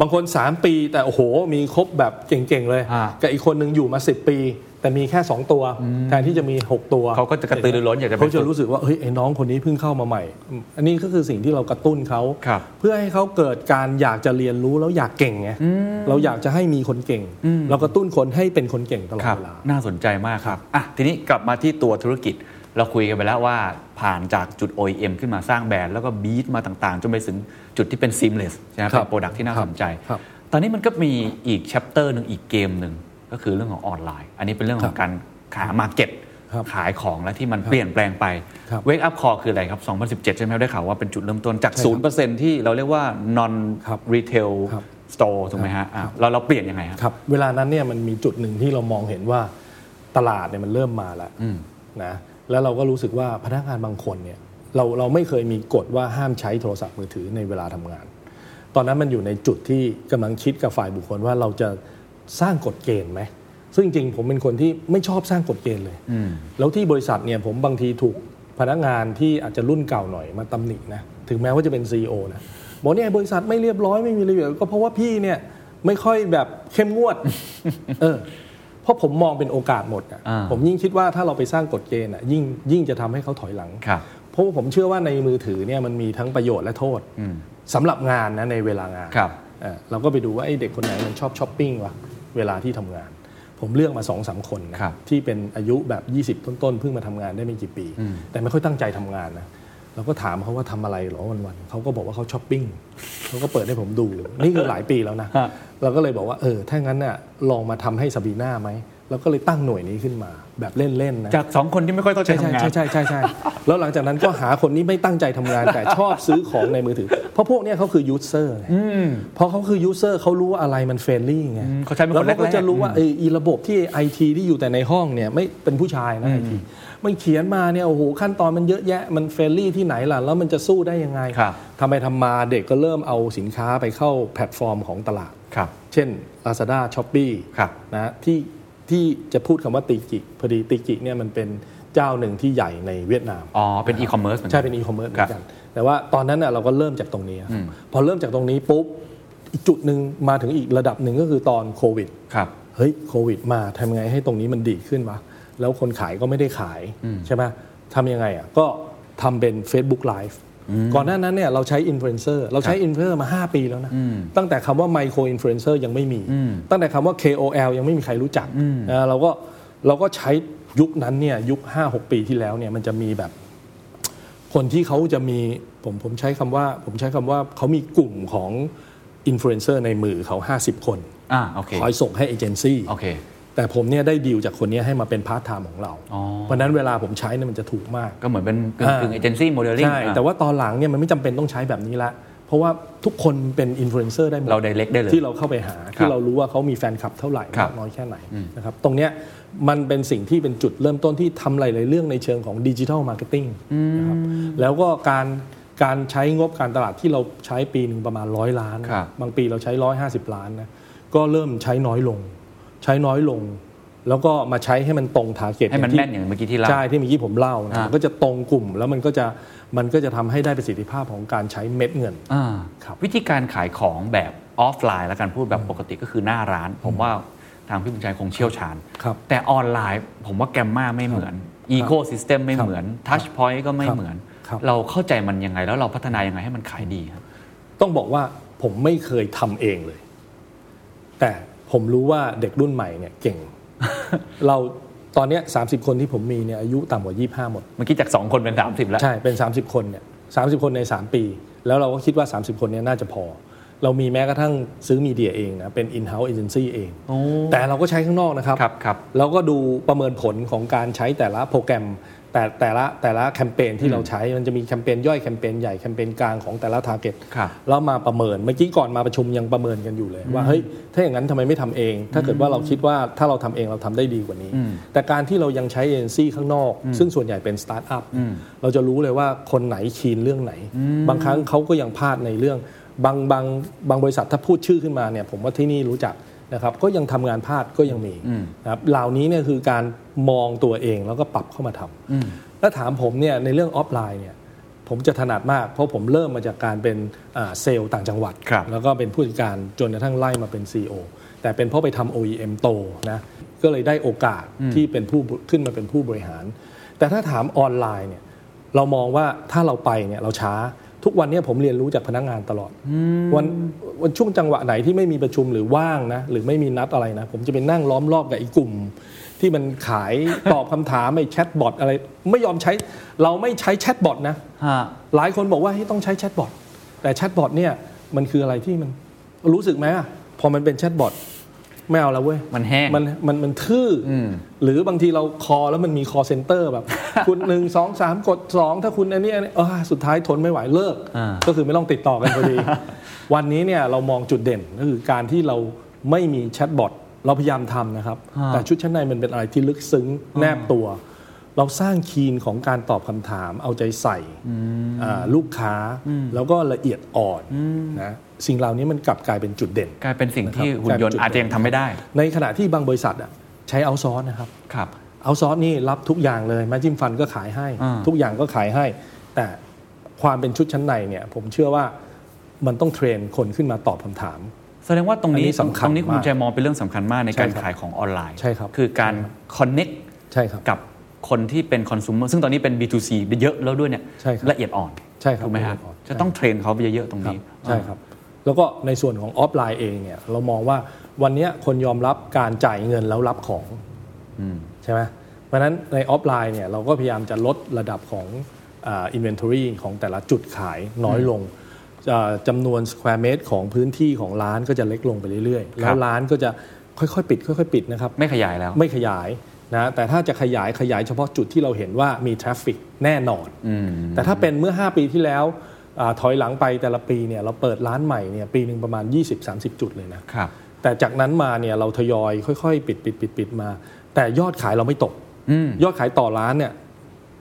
S5: บางคน 3 ปีแต่โอ้โห มีครบแบบเก่งๆเลย
S4: อ่า
S5: กับอีกคนหนึ่งอยู่มา 10 ปี แต่มีแค่ 2 ตัว แทนที่จะมี 6 ตัว
S4: เขาก็จะกระตือรือร้นอยากจะ
S5: เขาจะ
S4: ป็น
S5: รู้สึกว่าเฮ้ยไอ้น้องคนนี้เพิ่งเข้ามาใหม่อืมอันนี้ก็คือสิ่งที่เรากระตุ้นเขา
S4: ครับ
S5: เพื่อให้เขาเกิดการอยากจะเรียนรู้แล้วอยากเก่งไงเราอยากจะให้มีคนเก่ง
S4: อืม
S5: เรากระตุ้นคนให้เป็นคนเก่งตลอด
S4: ครับ
S5: เวลา
S4: น่าสนใจมากครับอ่ะทีนี้กลับมาที่ตัวธุรกิจ เราคุยกันไปแล้วว่าผ่านจากจุด OEM ขึ้นมาสร้างแบรนด์แล้วก็บีทมาต่างๆ จนไปถึงจุดที่เป็น seamless ใช่ไหม
S5: ครั
S4: เป็
S5: บ
S4: นโปรดักที่น่าสนใจ
S5: ครับ
S4: ตอนนี้มันก็มีอีก chapter หนึ่งอีกเกมหนึ่งก็คือเรื่องของออนไลน์ อันนี้เป็นเรื่องของการหา market
S5: ครับ
S4: ขายของและที่มันเปลี่ยนแปลงไป
S5: ครับ
S4: Wake Up Call คืออะไรครับ 2017 ใช่ไหมครับได้ข่าวว่าเป็นจุดเริ่มต้นจาก 0%ที่เราเรียกว่า non
S5: ครับ
S4: retail
S5: ครับ
S4: store ถูกไหมฮะอ่ะเราเราเปลี่ยนยังไงฮะ
S5: ครับเวลานั้นเนี่ยมันมีจุดหนึ่งที่เรามองเห็นว่าตลาดเนี่ยมันเริ่มมาแล้ว
S4: อืม
S5: นะแล้วเราก็รู้สึกว่าพนักงานบางคนเนี่ยเราเราไม่เคยมีกฎว่าห้ามใช้โทรศัพท์มือถือในเวลาทำงาน ตอนนั้นมันอยู่ในจุดที่กำลังคิดกับฝ่ายบุคคลว่าเราจะสร้างกฎเกณฑ์ไหมซึ่งจริงๆผมเป็นคนที่ไม่ชอบสร้างกฎเกณฑ์เลย
S4: อืม
S5: แล้วที่บริษัทเนี่ยผมบางทีถูกพนักงานที่อาจจะรุ่นเก่าหน่อยมาตำหนินะถึงแม้ว่าจะเป็น c ีอนะบอกเนี่ยบริษัทไม่เรียบร้อยไม่มีระเบียบก็เพราะว่าพี่เนี่ยไม่ค่อยแบบเข้มง วด เออเพราะผมมองเป็นโอกาสหมดอะ
S4: อ่า
S5: ผมยิ่งคิดว่าถ้าเราไปสร้างกฎเกณฑ์อะยิ่งยิ่งจะทำให้เขาถอยหลัง
S4: ครับ
S5: เพราะว่าผมเชื่อว่าในมือถือเนี่ยมันมีทั้งประโยชน์และโทษ
S4: อืม
S5: สำหรับงานนะในเวลางาน
S4: ครับ
S5: เอ่อเราก็ไปดูว่าไอ้เด็กคนไหนมันชอบช้อปปิ้งวะเวลาที่ทำงาน ผมเลือกมา2อสามคนนะครับที่เป็นอายุแบบ 20 ต้นๆเพิ่งมาทำงานได้ไม่กี่ปี
S4: อืม
S5: แต่ไม่ค่อยตั้งใจทำงานนะเราก็ถามเขาว่าทำอะไรเหรอวันๆเขาก็บอกว่าเขาช้อปปิ้งเขาก็เปิดให้ผมดู นี่คือหลายปีแล้วนะ
S4: ฮะ
S5: เราก็เลยบอกว่าเออถ้างั้นน่ะลองมาทำให้ซาบีน่าไหมเราก็เลยตั้งหน่วยนี้ขึ้นมา แบบเล่นๆนะ
S4: จากสองคนที่ไม่ค่อยต้องใจ
S5: ใช่ใช่
S4: ทำงาน
S5: ใช่ใช่ใช่ใช่แล้วหลังจากนั้นก็หาคนนี้ไม่ตั้งใจทำงาน แต่ชอบซื้อของในมือถือ เพราะพวกเนี้ยเขาคือยูเซอร์เพราะเขาคือยูเซอร์เขารู้ว่าอะไรมันเฟรนลี่ไง
S4: อืมเขาใช้เป็นคน
S5: แล้วเขาก็
S4: แรกๆ
S5: จะรู้ว่าไออีระบบที่ไอทีที่อยู่แต่ในห้องเนี่ยไม่เป็นผู้ชายนะไอทีมันเขียนมาเนี่ยโอ้โหขั้นตอนมันเยอะแยะมันเฟรนลี่ที่ไหนล่ะ แล้วมันจะสู้ได้ยังไง
S4: ครับ
S5: ทำไปทำมาเด็กก็เริ่มเอาสินค้าไปเข้าแพลตฟอร์มของตลาด
S4: ครับ
S5: เช่น Lazada s h o p e e
S4: ครับ
S5: นะที่ที่จะพูดคำว่าติกิพอดีติกิเนี่ยมันเป็นเจ้าหนึ่งที่ใหญ่ในเวียดนาม
S4: อ๋อ เป็นอีคอมเมิร์ซหมืกั
S5: ใช่เป็นอีคอมเมิร์ซเหมือนกัน แต่ว่าตอนนั้นน่ะเราก็เริ่มจากตรงนี้ครับ
S4: อืม
S5: พอเริ่มจากตรงนี้ปุ๊บ อีกจุดหนึ่งมาถึงอีกระดับหนึ่งก็คือตอนโควิด
S4: ครับ
S5: เฮ้ยโควิดมาทำไงให้ตรงนี้มันดีขึ้นวะ แล้วคนขายก็ไม่ได้ขายใช่ไหมทำยังไงอ่ะก็ทำเป็น Facebook Live ก่อนหน้านั้นเนี่ยเราใช้อินฟลูเอนเซอร์เราใช้อินฟลูเอนเซอร์มา 5 ปีแล้วนะ ตั้งแต่คำว่าไมโครอินฟลูเอนเซอร์ยังไม่มี ตั้งแต่คำว่า KOL ยังไม่มีใครรู้จักนะเราก็เราก็ใช้ยุคนั้นเนี่ยยุค 5-6 ปีที่แล้วเนี่ยมันจะมีแบบ คนที่เขาจะมีผมผมใช้คำว่า ผมใช้คำว่าเขามีกลุ่มของอินฟลูเอนเซอร์ในมือเขา 50 คน
S4: อ่า โอเค
S5: คอยส่งให้เอเจนซี่
S4: โอเค
S5: แต่ผมเนี่ยได้ดีลจากคนเนี้ยให้มาเป็นพาร์ทไทม์ของเรา
S4: อ๋อ
S5: เพราะฉะนั้นเวลาผมใช้เนี่ยมันจะถูกมาก
S4: ก็เหมือนเป็นกึ่ง
S5: อ่า
S4: กึ่งเอเจนซี่โมเดลลิ่ง
S5: ใช่ แต่ว่าตอนหลังเนี่ยมันไม่จำเป็นต้องใช้แบบนี้ละ เพราะว่าทุกคนเป็นอินฟลูเอนเซอร์ได้หมด
S4: เราไดเ c กได้เลย
S5: ที่เราเข้าไปหา ที่เรารู้ว่าเขามีแฟนคลับเท่าไหร่
S4: ครับ
S5: มากน้อยแค่ไหนนะครับตรงเนี้ยมันเป็นสิ่งที่เป็นจุดเริ่มต้นที่ทำหลายๆเรื่องในเชิงของดิจิทัลมาร์เก็ตติ้งนะครับแล้วก็การการใช้งบการตลาดที่เราใช้ปีหนึ่งประมาณร้อยล้าน
S4: ครับ
S5: บางปีเราใช้ 150 ล้านนะก็เริ่มใช้น้อยลง ใช้น้อยลง แล้วก็มาใช้ให้มันตรงทาร์เก็ต
S4: ให้มันแม่นอย่างเมื่อกี้ที่เรา
S5: ใช่ ที่เมื่อกี้ผมเล่านะ
S4: อ่ามั
S5: มันก็จะตรงกลุ่มแล้วมันก็จะมันก็จะทำให้ได้ประสิทธิภาพของการใช้เม็ดเงิน
S4: อ่า
S5: ครับ
S4: วิธีการขายของแบบออฟไลน์แล้วกันพูดแบบปกติก็คือหน้าร้าน ผมว่าทางพี่บุญชัยคงเชี่ยวชาญ
S5: ครับ
S4: แต่ออนไลน์ผมว่าแกมมาไม่เหมือนอีโค y ิสเต็มไม่เหมือนทัชพอยต์ก็ไม่
S5: ครับ
S4: เหมือน
S5: ครับ
S4: เราเข้าใจมันยังไงแล้วเราพัฒนายังไงให้มันขายดีครับ
S5: ต้องบอกว่าผมไม่เคยทำเองเลย แต่ผมรู้ว่าเด็กรุ่นใหม่เนี่ยเก่ง เราตอนเนี้ยสาคนที่ผมมีเนี่ยอายุต่ำกว่า 25 หมด
S4: เมื่อกี้จากสองคนเป็นสามสิบแล้ว
S5: ใช่เป็น 30 คนเนี่ยสาคนใน 3 ปี แล้วเราก็คิดว่า 30 คนเนี่ยน่าจะพอ เรามีแม้กระทั่งซื้อมีเดียเองนะ เป็น in-house agency เอง แต่เราก็ใช้ข้างนอกนะครับ
S4: ครับครับ
S5: แล้วก็ดูประเมินผลของการใช้แต่ละโปรแกรม แต่แต่ละแต่ละแคมเปญที่เราใช้มันจะมีแคมเปญย่อยแคมเปญใหญ่แคมเปญกลางของแต่ละทาร์เก็ต
S4: ครับ
S5: แล้วมาประเมินเมื่อกี้ก่อนมาประชุมยังประเมินกันอยู่เลย ว่าเฮ้ยถ้าอย่างนั้นทำไมไม่ทำเอง ถ้าเกิดว่าเราคิดว่าถ้าเราทำเองเราทำได้ดีกว่านี้ แต่การที่เรายังใช้เอเจนซี่ข้างนอก ซึ่งส่วนใหญ่เป็นสตาร์ทอัพเราจะรู้เลยว่าคนไหนคีนเรื่องไหน บางครั้งเขาก็ยังพลาดในเรื่อง บางบางบางบริษัทถ้าพูดชื่อขึ้นมาเนี่ยผมว่าที่นี่รู้จักนะครับก็ยังทำงานพลาดก็ยังมีนะครับเหล่านี้เนี่ยคือการมองตัวเองแล้วก็ปรับเข้ามาทำถ้าถามผมเนี่ยในเรื่องออฟไลน์เนี่ยผมจะถนัดมาก เพราะผมเริ่มมาจากการเป็นอ่าเซลล์ต่างจังหวัด
S4: ครับ
S5: แล้วก็เป็นผู้จัดการจนกระทั่งไล่มาเป็น CEO แต่เป็นเพราะไปทำ OEM โตนะก็เลยได้โอกาสที่เป็นผู้บขึ้นมาเป็นผู้บริหาร แต่ถ้าถามออนไลน์เนี่ยเรามองว่าถ้าเราไปเนี่ยเราช้าทุกวันเนี้ผมเรียนรู้จากพนักงานตลอด วันวันช่วงจังหวะไหนที่ไม่มีประชุมหรือว่างนะหรือไม่มีนัดอะไรนะ ผมจะไปนั่งล้อมรอบกับไอ้กลุ่ม ที่มันขาย ตอบคำถามไอ้แชทบอทอะไรไม่ยอมใช้เราไม่ใช้แชทบอทนะ
S4: ฮะ
S5: หลายคนบอกว่าให้ยต้องใช้แชทบอทแต่แชทบอทเนี่ยมันคืออะไรที่มันรู้สึกไหมอะพอมันเป็นแชทบอทไม่เอาแล้วเว้ย
S4: มันแห้ง
S5: มันมันมันทื่ออหรือบางทีเราคอแล้วมันมีคอเซ็นเตอ ร์แบบ คุณหนึ่งสองสามกดสองถ้าคุณอันนี้อันนี้เออสุดท้ายทนไม่ไหวเลิก
S4: อ่า
S5: ก็คือไม่ต้องติดต่อกันพอดี วันนี้เนี่ยเรามองจุดเด่นก็คือการที่เราไม่มีแชทบอทเราพยายามทำนะครับ แต่ชุดชั้นในมันเป็นอะไรที่ลึกซึ้งแนบตัว เราสร้างคีนของการตอบคำถาม เอาใจใส่อ่าลูกค้าแล้วก็ละเอียดอ่อนนะสิ่งเหล่านี้มันกลับกลายเป็นจุดเด่น
S4: กลายเป็นสิ่งที่หุ่นยนต์อาจจะยังทำไม่ได้
S5: ในขณะที่บางบริษัทอะใช้เอาซอสนะครับ
S4: ครับ
S5: เอาซอสนี่รับทุกอย่างเลยแม้จิ้มฟันก็ขายให้
S4: อ่า
S5: ทุกอย่างก็ขายให้ แต่ความเป็นชุดชั้นในเนี่ย ผมเชื่อว่ามันต้องเทรนคนขึ้นมาตอบคำถาม
S4: แสดงว่าตรงนี้
S5: อันนี้สำคัญ
S4: ตรงนี้คุณ
S5: มาก
S4: ใจมองเป็นเรื่องสำคัญมากในการ
S5: ใช่ครับ
S4: ขายของออนไลน์
S5: ใช่ครับ
S4: คือการ
S5: ใช่ครับ
S4: connect
S5: ใช่ครับ
S4: กับคนที่เป็นคอน sumer ซึ่งตอนนี้เป็น B2C เยอะแล้วด้วยเนี่ย
S5: ใช่ครับ
S4: ละเอียดอ่อน
S5: ใช่ครับ
S4: ถูกไหมฮะ
S5: ละเอียดอ่อน
S4: จะต้องเทรนเขาไปเยอะๆตรงนี้
S5: ครับใช่ครับ แล้วก็ในส่วนของออฟไลน์เองเนี่ยเรามองว่าวันเนี้ยคนยอมรับการจ่ายเงินแล้วรับของใช่ไหมเพราะฉะนั้นในออฟไลน์เนี่ยเราก็พยายามจะลดระดับของอินเวนทอรี่ของแต่ละจุดขายน้อยลงเอ่อจำนวนสแควร์เมตรของพื้นที่ของร้านก็จะเล็กลงไปเรื่อยๆ แล้วร้านก็จะค่อยๆปิด ค่อยๆปิดนะครับ
S4: ไม่ขยายแล้ว
S5: ไม่ขยายนะแต่ถ้าจะขยายขยายเฉพาะจุดที่เราเห็นว่ามีทราฟฟิกแน่นอน แต่ถ้าเป็นเมื่อ 5 ปีที่แล้วอาถอยหลังไปแต่ละปีเนี่ยเราเปิดร้านใหม่เนี่ยปีหนึ่งประมาณ 20-30 จุดเลยนะครับ แต่จากนั้นมาเนี่ยเราทยอยค่อยๆ ปิดปิดปิดปิดมา แต่ยอดขายเราไม่ตก ยอดขายต่อร้านเนี่ย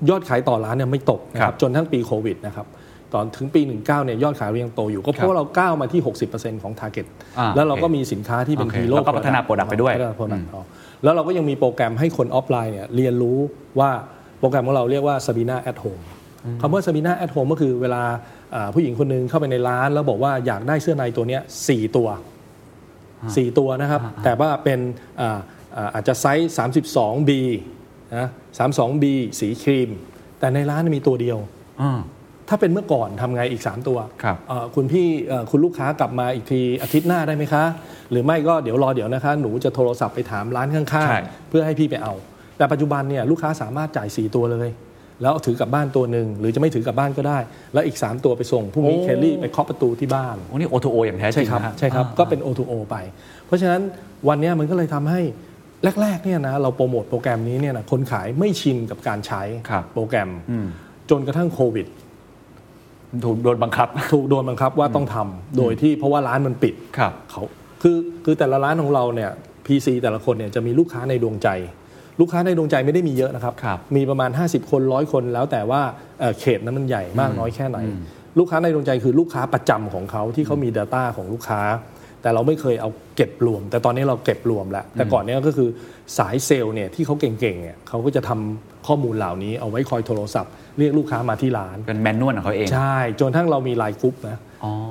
S5: ยอดขายต่อร้านเนี่ยไม่ตกนะค
S4: ครั
S5: รับบ จนทั้งปีโควิดนะครับตอนถึงปี 19เนี่ยยอดขายเรายังโตอยู่ก็เพ
S4: ครั
S5: ราะ
S4: บ
S5: เราก้าวมาที่ 60%ของ Target
S4: อ่า
S5: แล้วเราก็
S4: โอเค
S5: มีสินค้าที่เป็น
S4: โอเค
S5: ฮีโร่
S4: แล้วก็พัฒนา product ไปด้วย
S5: โปรดักต์แล้วเราก็ยังมีโปรแกรมให้คนออฟไลน์เนี่ยเรียนรู้ว่าโปรแกรมของเราเรียกว่า Sabina at Home คำว่า Sabina at Home ก็คือเวลาอ่าผู้หญิงคนหนึงเข้าไปในร้าน แล้วบอกว่าอยากได้เสื้อในตัวเนี้ยสี่ตัวสี่ตัวนะครับ แต่ว่าเป็นอ่าอ่าอาจจะไซส์ 32B นะ32B สีครีม แต่ในร้านมีตัวเดียว
S4: อ่า
S5: ถ้าเป็นเมื่อก่อนทำไงอีก 3 ตัว
S4: ครับ
S5: เอ่อคุณพี่เอ่อคุณลูกค้ากลับมาอีกทีอาทิตย์หน้าได้ไหมคะ หรือไม่ก็เดี๋ยวรอเดี๋ยวนะคะ หนูจะโทรศัพท์ไปถามร้านข้าง
S4: ใช่
S5: ๆ เพื่อให้พี่ไปเอา แต่ปัจจุบันเนี่ยลูกค้าสามารถจ่าย 4 ตัวเลย แล้วเอาถือกลับบ้านตัวหนึ่งหรือจะไม่ถือกลับบ้านก็ได้ แล้วอีก 3 ตัวไปส่งพรุ่งนี้เคลลี่ไปเคาะประตูที่บ้าน
S4: โอ้นี่ O2O อย่างแท้จ
S5: ใช่
S4: ริง
S5: ครับ
S4: นะฮะ
S5: ใช่ครับ
S4: อ่า
S5: ก็เป็น O2O ไป เพราะฉะนั้นวันเนี้ยมันก็เลยทำให้แรกๆเนี่ยนะเราโปรโมทโปรแกรมนี้เนี่ยนะคนขายไม่ชินกับการใช้
S4: ครับ
S5: โปรแกรมจนกระทั่งโควิด
S4: ถูกโดนบังคับ
S5: ถูกโดนบังคับว่าต้องทำโดยที่เพราะว่าร้านมันปิด
S4: ครับ
S5: เขาคือคือแต่ละร้านของเราเนี่ย PC แต่ละคนเนี่ยจะมีลูกค้าในดวงใจ ลูกค้าในดวงใจไม่ได้มีเยอะนะครับ
S4: ครับ
S5: มีประมาณ 50 คนร้อยคนแล้วแต่ว่าเอ่อเขตนั้นมันใหญ่มากน้อยแค่ไหน ลูกค้าในดวงใจคือลูกค้าประจำของเขาที่เขามี Data ของลูกค้า แต่เราไม่เคยเอาเก็บรวม แต่ตอนนี้เราเก็บรวมแล้ว แต่ก่อนเนี้ยก็คือสายเซลล์เนี่ยที่เขาเก่งๆเนี่ยเขาก็จะทำข้อมูลเหล่านี้เอาไว้คอยโทรศัพท์ เรียกลูกค้ามาที่ร้าน
S4: เป็นแมนนวลของเขาเอง
S5: ใช่ จนทั้งเรามีไลน์กรุ๊ปนะ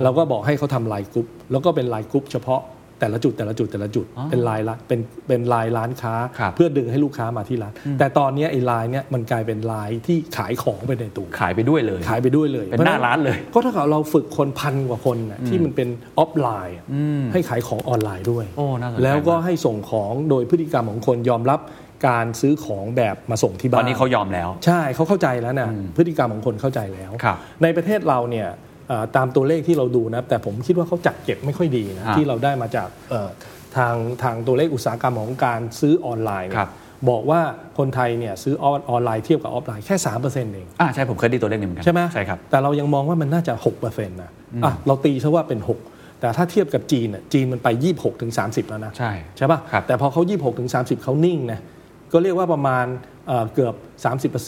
S5: เราก็บอกให้เขาทำไลน์กรุ๊ปแล้วก็เป็นไลน์กรุ๊ปเฉพาะแต่ละจุดแต่ละจุดแต่ละจุด เป็นไลน์ละเป็นเป็นไลน์ร้านค้า
S4: ครับ
S5: เพื่อดึงให้ลูกค้ามาที่ร้าน แต่ตอนเนี้ยไอ้ไลน์เนี่ยมันกลายเป็นไลน์ที่ขายของไปในตัว
S4: ขายไปด้วยเลย
S5: ขายไปด้วยเลย
S4: เป็นหน้าร้านเลย
S5: ก็ถ้าเกิดเราฝึกคนพันกว่าคนน่ะที่มันเป็นออฟไลน์อะให้ขายของออนไลน์ด้วย
S4: โอ้น่าสนใจ
S5: แล้วก็
S4: มาก
S5: ให้ส่งของโดยพฤติกรรมของคนยอมรับการซื้อของแบบมาส่งที่บ้า
S4: ต
S5: น
S4: อนนี้เขายอมแล้ว
S5: ใช่เขาเข้าใจแล้วนะพฤติกรรมของคนเข้าใจแล้ว
S4: ครับ
S5: ในประเทศเราเนี่ยเอ่อตามตัวเลขที่เราดูนะแต่ผมคิดว่าเขาจัดเก็บไม่ค่อยดีนะ
S4: อ่า
S5: ที่เราได้มาจากเอ่อทางทางตัวเลขอุตสาหกรรมของการซื้อออนไลน์เนี่
S4: ครั
S5: ย
S4: บ
S5: บอกว่าคนไทยเนี่ยซื้อออนออนไลน์เทียบกับออฟไลน์แค่ 3%เอง
S4: อ่าใช่ผมเคยได้ตัวเลขนี้เหมือนกั
S5: ใช่ไหม
S4: ใช่ครับ
S5: แต่เรายังมองว่ามันน่าจะ6%นะอ่ะเราตีซะว่าเป็น 6 แต่ถ้าเทียบกับจีนน่ะจีนมันไป 26ถึง30 แล้วนะ
S4: ใช่
S5: ใช่ป่ะ
S4: ครับ
S5: แต่พอเขา 26ถึง30 เขานิ่งนะก็เรียกว่าประมาณเอ่อเกือบ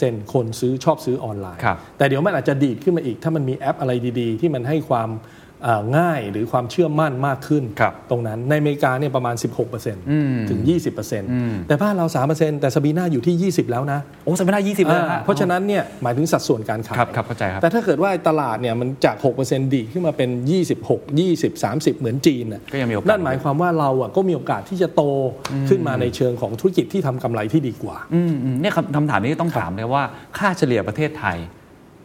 S5: 30%คนซื้อชอบซื้อออนไลน์
S4: ครับ
S5: แต่เดี๋ยวมันอาจจะดีดขึ้นมาอีก ถ้ามันมีแอปอะไรดี ๆ ที่มันให้ความเอ่อง่ายหรือความเชื่อมั่นมากขึ้น
S4: ครับ
S5: ตรงนั้นในอเมริกาเนี่ยประมาณ 16%ถึง 20%แต่บ้านเรา 3%แต่สบีน่าอยู่ที่ 20 แล้วนะ
S4: โอ้สมัยหน้ายี่สิบเลย
S5: อ่าเพราะฉะนั้นเนี่ยหมายถึงสัดส่วนการขาย
S4: ครับครับเข้าใจครับ
S5: แต่ถ้าเกิดว่าตลาดเนี่ยมันจาก 6%ดีดขึ้นมาเป็น 26 20 30 เหมือนจีนน่ะ
S4: ก็ยังมีโอกาส
S5: นั่นหมายความว่าเราอ่ะก็มีโอกาสที่จะโตขึ้นมาในเชิงของธุรกิจที่ทำกำไรที่ดีกว่า
S4: อืมอืมเนี่ยคำคำถามนี้ต้องถามเลยว่าค่าเฉลี่ยประเทศไทย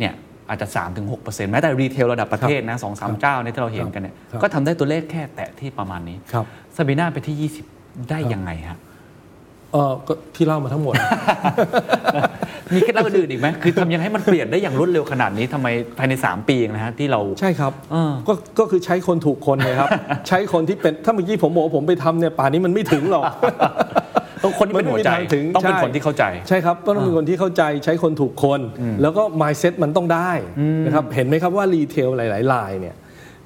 S4: เนี่ยอาจจะ 3-6%แม้แต่รีเทลระดับประเทศนะสองสามเจ้าเนี่ยที่เราเห็นกันเนี่ย
S5: ครับ
S4: ก็ทำได้ตัวเลขแค่แตะที่ประมาณนี้
S5: ครับ
S4: สบีน่าไปที่ 20 ได้ยังไงฮะ
S5: เออก็ที่เล่ามา ทั้งหมด
S4: มีเคล็ดลับอื่นอีกไหมคือทำยังไงให้มันเปลี่ยนได้อย่างรวดเร็วขนาดนี้ทำไมภายใน 3 ปีเองนะฮะที่เรา
S5: ใช่ครับ
S4: เออ
S5: ก็ก็คือใช้คนถูกคน เลยครับ ใช้คนที่เป็นถ้าเมื่อกี้ผมบอกว่าผมไปทำเนี่ยป่านนี้มันไม่ถึงหรอก
S4: ต้องคนที่เป็นหัวใจ
S5: มันไม่มีทางถึง
S4: ต้องเป็น
S5: ใช่
S4: คนที่เข้าใจ
S5: ใช่ครับต้องเป็นคนที่เข้าใจใช้คนถูกคน แล้วก็ mindset มันต้องได้นะครับเห็นไหมครับว่ารีเทลหลายๆรายเนี่ย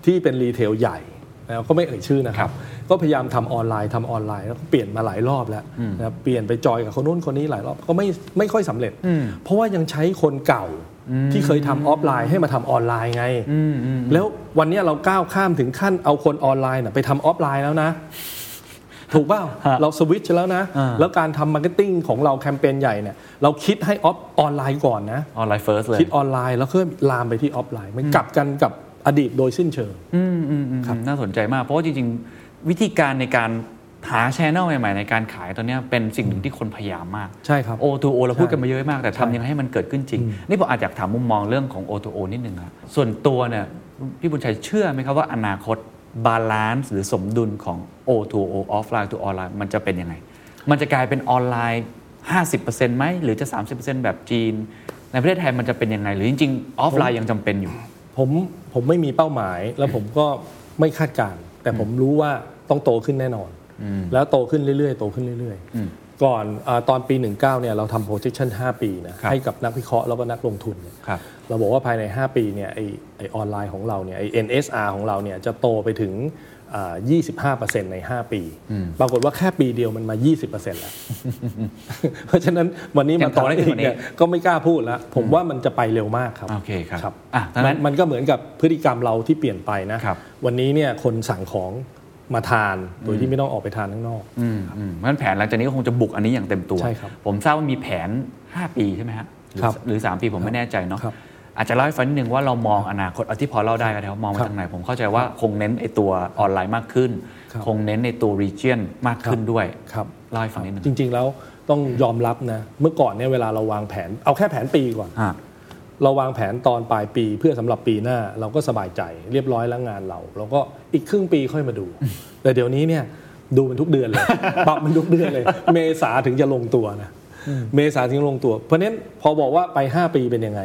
S5: ที่เป็นรีเทลใหญ่แล้วก็ไม่เอ่ยชื่อนะค
S4: ครั
S5: รับ
S4: บ
S5: ก็พยายามทำออนไลน์ทำออนไลน์แล้วก็เปลี่ยนมาหลายรอบแล้วนะครับเปลี่ยนไปจอยกับคนนู้นคนนี้หลายรอบก็ไม่ไม่ค่อยสำเร็จ เพราะว่ายังใช้คนเก่าที่เคยทำออฟไลน์ให้มาทำออนไลน์ไง แล้ววันเนี้ยเราก้าวข้ามถึงขั้นเอาคนออนไลน์น่ะไปทำออฟไลน์แล้วนะ ถูกเปล่า
S4: ฮะ
S5: เราสวิตช์แล้วนะ
S4: อ่า
S5: แล้วการทำมาร์เก็ตติ้งของเราแคมเปญใหญ่เนี่ยเราคิดให้ออฟออนไลน์ก่อนนะ
S4: ออนไลน์เฟิร์สเลย
S5: คิดออนไลน์แล้วค่อยลามไปที่ออฟไลน์ มันกลับกันกับอดีตโดยสิ้นเชิง
S4: อืมอืมอืมน่าสนใจมาก เพราะว่าจริง ๆ วิธีการในการหาชแนลใหม่ ๆ ในการขายตอนเนี้ยเป็นสิ่งหนึ่งที่คนพยายามมาก
S5: ใช่ครับ
S4: O to O เราพูดกันมาเยอะมาก แต่ทำยังไงให้มันเกิดขึ้นจริง นี่ผมอาจอยากถามมุมมองเรื่องของ O to O นิดนึงครับส่วนตัวเนี่ยพี่บุญชัยเชื่อไหมครับว่าอนาคตบาลานซ์หรือสมดุลของ O to O ออฟไลน์ to ออนไลน์มันจะเป็นยังไง มันจะกลายเป็นออนไลน์ 50%ไหมหรือจะ 30%แบบจีน ในประเทศไทยมันจะเป็นยังไง หรือจริงๆออฟไลน์ยังจำเป็นอยู่
S5: ผมผมไม่มีเป้าหมาย แล้วผมก็ไม่คาดการณ์แต่ผมรู้ว่าต้องโตขึ้นแน่นอน แล้วโตขึ้นเรื่อยๆ โตขึ้นเรื่อยๆ ก่อนอาตอนปี 19เนี่ยเราทำ projection 5 ปีนะครับ ให้กับนักวิเคราะห์แล้วก็นักลงทุนเนี่ย
S4: ครับ
S5: เราบอกว่าภายใน 5 ปีเนี่ยไอไอออนไลน์ของเราเนี่ยไอ NSR ของเราเนี่ยจะโตไปถึงอ่า25%ใน 5 ปี ปรากฏว่าแค่ปีเดียวมันมา 20%แล้ว เพราะฉะนั้นวันนี้
S4: ยั
S5: มัน
S4: งโตได้
S5: ทำอี
S4: ถึงก
S5: ก
S4: ว่านี้
S5: เนี่ยก็ไม่กล้าพูดแล้ว ผมว่ามันจะไปเร็วมากครับ
S4: โอเคครับ
S5: ครับ
S4: อ่ะดัง
S5: มั
S4: นั้น น
S5: มันก็เหมือนกับพฤติกรรมเราที่เปลี่ยนไปนะ
S4: ครับ
S5: วันนี้เนี่ยคนสั่งของมาทานโดยที่ไม่ต้องออกไปทานข้างนอก
S4: อืมอืมเพราะฉะนั้นแผนหลังจากนี้ก็คงจะบุกอันนี้อย่างเต็มตัว
S5: ใช่ครับ
S4: ผมทราบว่ามีแผน 5 ปีใช่ไหมฮะหรือ
S5: ครับ
S4: หรือ 3 ปีผมไม่แน่ใจเนาะ
S5: ครับ
S4: อาจจะเล่าให้ฟังนิดนึงว่าเรามองอนาคตเอาที่พอเล่าได้ก็แล้วมองไป
S5: ครับ
S4: ทางไหน ผมเข้าใจว่าคงเน้นไอตัวออนไลน์มากขึ้น
S5: ครับ
S4: คงเน้นในตัวรีเจียนมากขึ้น
S5: ครับ
S4: ด้วย
S5: ครับ
S4: เล่าให้ฟังนิดนึง
S5: จริงๆแล้วต้องยอมรับนะเมื่อก่อนเนี่ยเวลาเราวางแผนเอาแค่แผนปีก่อน
S4: อ่ะ
S5: เราวางแผนตอนปลายปีเพื่อสำหรับปีหน้าเราก็สบายใจเรียบร้อยแล้วงานเราแล้วก็อีกครึ่งปีค่อยมาดู แต่เดี๋ยวนี้เนี่ยดูมันทุกเดือนเลย ปรับมันทุกเดือนเลย เมษาถึงจะลงตัวนะเมษาถึงลงตัว เพราะฉะนั้นพอบอกว่าไป 5 ปีเป็นยังไง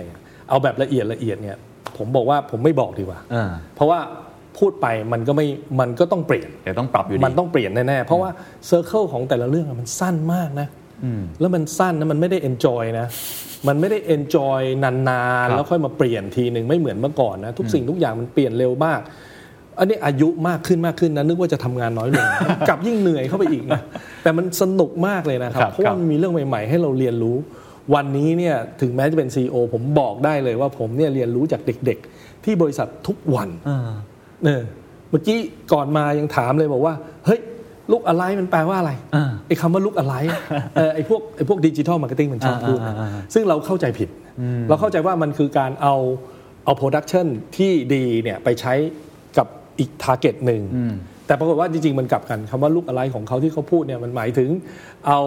S5: เอาแบบละเอียดละเอียดเนี่ยผมบอกว่าผมไม่บอกดีกว่า
S4: เออ
S5: เพราะว่าพูดไปมันก็ไม่มันก็ต้องเปลี่ยน
S4: เดี๋ยวต้องปรับอยู่ดี
S5: มันต้องเปลี่ยนแน่ ๆ เพราะว่าเซอร์เคิลของแต่ละเรื่องอะมันสั้นมากนะแล้วมันสั้นนะมันไม่ได้เอนจอย นะ มันไม่ได้เอนจอยนาน
S4: ครั
S5: ๆ
S4: บ
S5: แล้วค่อยมาเปลี่ยนทีหนึ่งไม่เหมือนเมื่อก่อนนะ ทุกสิ่งทุกอย่างมันเปลี่ยนเร็วมาก อันนี้อายุมากขึ้นมากขึ้นนะ นึกว่าจะทำงานน้อยลง กลับยิ่งเหนื่อยเข้าไปอีกนะ แต่มันสนุกมากเลยนะครับ
S4: ครับ
S5: เพราะว่า
S4: ครับ
S5: มันมีเรื่องใหม่ ๆ ให้เราเรียนรู้ วันนี้เนี่ยถึงแม้จะเป็น CEO ผมบอกได้เลยว่าผมเนี่ยเรียนรู้จากเด็ก ๆ ที่บริษัททุกวัน
S4: เออ
S5: เออเมื่อกี้ก่อนมายังถามเลยบอกว่า เฮ้ยลูกอะไรมันแปลว่าอะไร
S4: อ่า
S5: ไอ้คำว่าลูก อะไรเออไอ้พวกไอ้พวกดิจิทัลมาร์เก็ตติ้งมันชอบพูดนะ
S4: อ่าอ่าอ่า
S5: ซึ่งเราเข้าใจผิด เราเข้าใจว่ามันคือการเอาเอาโปรดักชันที่ดีเนี่ยไปใช้กับอีกทาร์เก็ตหนึ่ง แต่ปรากฏว่าจริง ๆ มันกลับกันคำว่าลูกอะไรของเขาที่เขาพูดเนี่ยมันหมายถึงเอา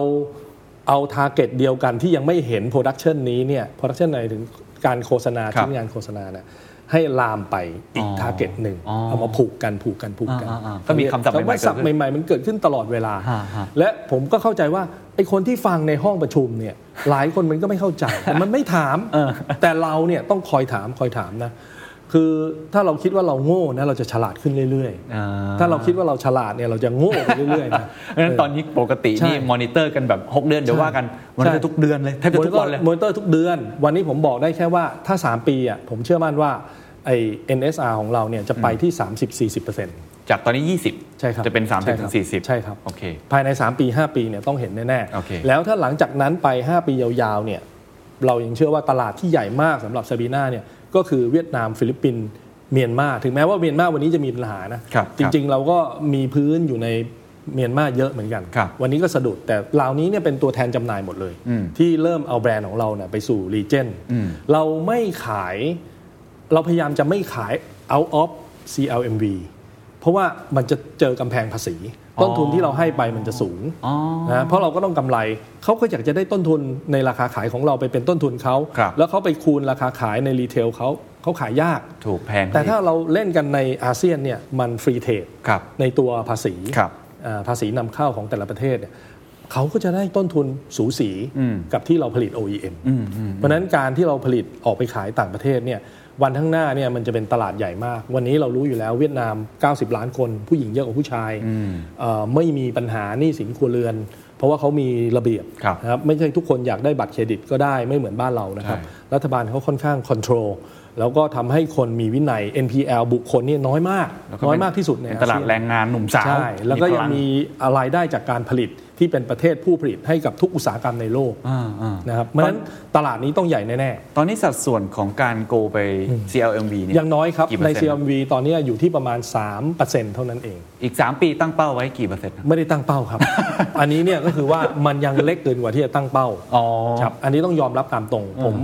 S5: เอาทาร์เก็ตเดียวกันที่ยังไม่เห็นโปรดักชันนี้เนี่ยโปรดักชันไหนถึงการโฆษณา
S4: ครับ
S5: ชิ้นงานโฆษณาเนี่ยให้ลามไปอีก
S4: อ๋อ
S5: ทาร์เก็ตหนึ่ง
S4: อ๋อ
S5: เอามาผูกกันผูกกันผูกกัน
S4: อ่าอ่าอ่าก็มีคำศัพท์ใหม่ๆ
S5: ว่าศัพท์
S4: เกิดขึ้น
S5: ใหม่ๆมันเกิดขึ้นตลอดเวลา
S4: ฮะฮะ
S5: และผมก็เข้าใจว่าไอคนที่ฟังในห้องประชุมเนี่ย หลายคนมันก็ไม่เข้าใจแต่มันไม่ถาม แต่เราเนี่ยต้องคอยถามคอยถามนะ คือถ้าเราคิดว่าเราโง่นะเราจะฉลาดขึ้นเรื่อย
S4: อ่า
S5: ถ้าเราคิดว่าเราฉลาดเนี่ยเราจะโง่ไปเรื่อยๆนะ
S4: เพราะฉะนั้นตอนนี้ปกติ
S5: ใช่
S4: นี่มอนิเตอร์กันแบบ 6 เดือนเดี๋ยวว่ากันวันนี้ทุกเดือนเลยแทบจะทุกวันเลย
S5: มอนิเตอร์ทุกเดือน วันนี้ผมบอกได้แค่ว่าถ้า 3 ปีอ่ะผมเชื่อมั่นว่าไอ้ NSR ของเราเนี่ยจะไปที่ 30-40%
S4: จากตอนนี้ 20
S5: ใช่ครับ
S4: จะเป็น
S5: ใช่
S4: 30
S5: ค
S4: ถึ
S5: รับ
S4: ง40
S5: ใช่ครับ
S4: โอเค
S5: ภายใน 3 ปี 5 ปีเนี่ยต้องเห็นแน่
S4: โอเค
S5: แล้วถ้าหลังจากนั้นไป 5 ปียาวๆเนี่ยเรายังเชื่อว่าตลาดที่ใหญ่มากสำหรับซาบีนาเนี่ยก็คือเวียดนามฟิลิปปินส์เมียนมาถึงแม้ว่าเมียนมาวันนี้จะมีปัญหานะครับจริงๆเราก็มีพื้นอยู่ในเมียนมาเยอะเหมือนกัน
S4: ครับ
S5: วันนี้ก็สะดุดแต่เหล่านี้เนี่ยเป็นตัวแทนจำหน่ายหมดเลย
S4: อืม
S5: ที่เริ่มเอาแบรนด์ของเราเนี่ยไปสู่รีเจน
S4: อืม
S5: เราไม่ขาย เราพยายามจะไม่ขาย out of CLMV เพราะว่ามันจะเจอกำแพงภาษี ต้นทุนที่เราให้ไปมันจะสูง
S4: อ๋อ
S5: นะเพราะเราก็ต้องกำไรเขาก็อยากจะได้ต้นทุนในราคาขายของเราไปเป็นต้นทุนเขา
S4: ครับ
S5: แล้วเขาไปคูณราคาขายในรีเทลเขาเขาขายยาก
S4: ถูกแพง
S5: แต่ถ้าเราเล่นกันในอาเซียนเนี่ยมันฟรีเทรด
S4: ครับ
S5: ในตัวภาษี
S4: ครับ
S5: อ่าภาษีนำเข้าของแต่ละประเทศเนี่ยเขาก็จะได้ต้นทุนสูสี
S4: อืม
S5: กับที่เราผลิต OEM
S4: อืมอืม
S5: เพราะฉะนั้นการที่เราผลิตออกไปขายต่างประเทศเนี่ยวันข้างหน้าเนี่ยมันจะเป็นตลาดใหญ่มาก วันนี้เรารู้อยู่แล้วเวียดนาม 90 ล้านคน ผู้หญิงเยอะกว่าผู้ชายเอ่อไม่มีปัญหาหนี้สินครัวเรือน เพราะว่าเขามีระเบียบ
S4: ครับ
S5: นะครับไม่ใช่ทุกคนอยากได้บัตรเครดิตก็ได้ไม่เหมือนบ้านเรานะครับ
S4: ใช่
S5: รัฐบาลเขาค่อนข้างคอนโทรลแล้วก็ทำให้คนมีวินัย NPL บุคคลเนี่ยน้อยมาก
S4: แล้ว
S5: น้อย
S4: เป็น
S5: มากที่สุดใน
S4: เป็นตลาด
S5: อเซียน
S4: แรงงานหนุ่มสาว
S5: ใช่ แล้วก็ยัง
S4: พ
S5: มีอะไรายได้จากการผลิตที่เป็นประเทศผู้ผลิตให้กับทุกอุตสาหกรรมในโลก
S4: อ่าอ่า
S5: นะครับเพราะฉะนั้นตลาดนี้ต้องใหญ่แน่
S4: ตอนนี้สัดส่วนของการโกไป CLMV เนี่ย
S5: ๆอย่างน้อยครับ
S4: กี่เป
S5: ใน
S4: อร์เซ็นต์
S5: CMV ตอนนี้อยู่ที่ประมาณ 3%เท่านั้นเอง
S4: อีก 3 ปีตั้งเป้าไว้กี่เปอร์เซ็นต์นะ
S5: ไม่ได้ตั้งเป้า ครับ อันนี้เนี่ยก็คือว่ามันยังเล็กเกินกว่าที่จะตั้งเป้า
S4: อ๋อ
S5: ครับอันนี้ต้องยอมรับตามตรง ผม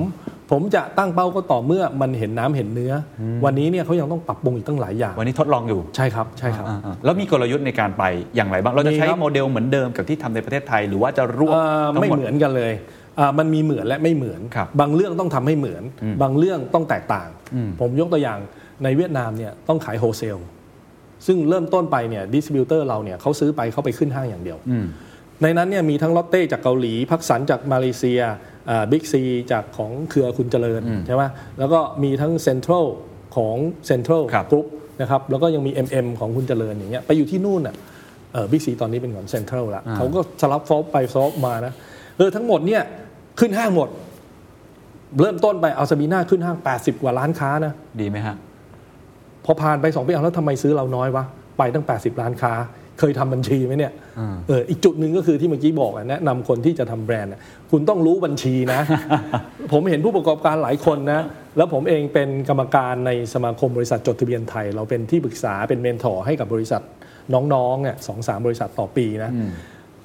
S5: ผมจะตั้งเป้าก็ต่อเมื่อมันเห็นน้ำเห็นเนื้ออวันนี้เนี่ยเขายังต้องปรับปรุงอีกตั้งหลายอย่าง
S4: วันนี้ทดลองอยู่
S5: ใช่ครับใช่ครับ
S4: อ่าอ่าแล้วมีกลยุทธ์ในการไปอย่างไรบ้าง เราจะใช้
S5: มีครับ
S4: โมเดลเหมือนเดิมกับที่ทำในประเทศไทย หรือว่าจะรวบ
S5: เอ่อ
S4: ทั้ง
S5: ไม่
S4: หมด
S5: เหมือนกันเลยอ่ามันมีเหมือนและไม่เหมือน
S4: ครับ
S5: งเรื่องต้องทำให้เหมือน บางเรื่องต้องแตกต่าง ผมยกตัวอย่างในเวียดนามเนี่ยต้องขายโฮเซล ซึ่งเริ่มต้นไปเนี่ยดิสติบิวเตอร์เราเนี่ยเขาซื้อไปเขาไปขึ้นห้างอย่างเดียว ในนั้นเนี่ยมีทั้งลอตเต้จากเกาหลี พักสันจากมาเลเซียบิ๊กซีจากของเครือคุณเจริญใช่ไหมแล้วก็มีทั้งเซ็นทรัลของเซ็นทรัล
S4: ครับ
S5: กรุ๊ปนะครับแล้วก็ยังมี MM ของคุณเจริญอย่างเงี้ยไปอยู่ที่นู่นอ่ะบิ๊กซีตอนนี้เป็นของเซ็นทรัลละเขาก็สลับฟอลไปซอลมานะเออทั้งหมดเนี่ยขึ้นห้างหมด เริ่มต้นไปเอาซาบีน่าขึ้นห้าง 80 กว่าร้านค้านะ
S4: ดีไหมฮะ
S5: พอผ่านไปสองปีเอาแล้วทำไมซื้อเราน้อยวะ ไปตั้ง 80 ล้านค้า เคยทำบัญชีไหมเนี่ยเอออีกจุดหนึ่งก็คือที่เมื่อกี้บอกอะแนะนำคนที่จะทำแบรนด์อะคุณต้องรู้บัญชีนะ ผมเห็นผู้ประกอบการหลายคนนะ แล้วผมเองเป็นกรรมการในสมาคมบริษัทจดทะเบียนไทย เราเป็นที่ปรึกษาเป็นเมนทอร์ให้กับบริษัทน้องๆเนี่ยสองสามบริษัทต่อปีนะ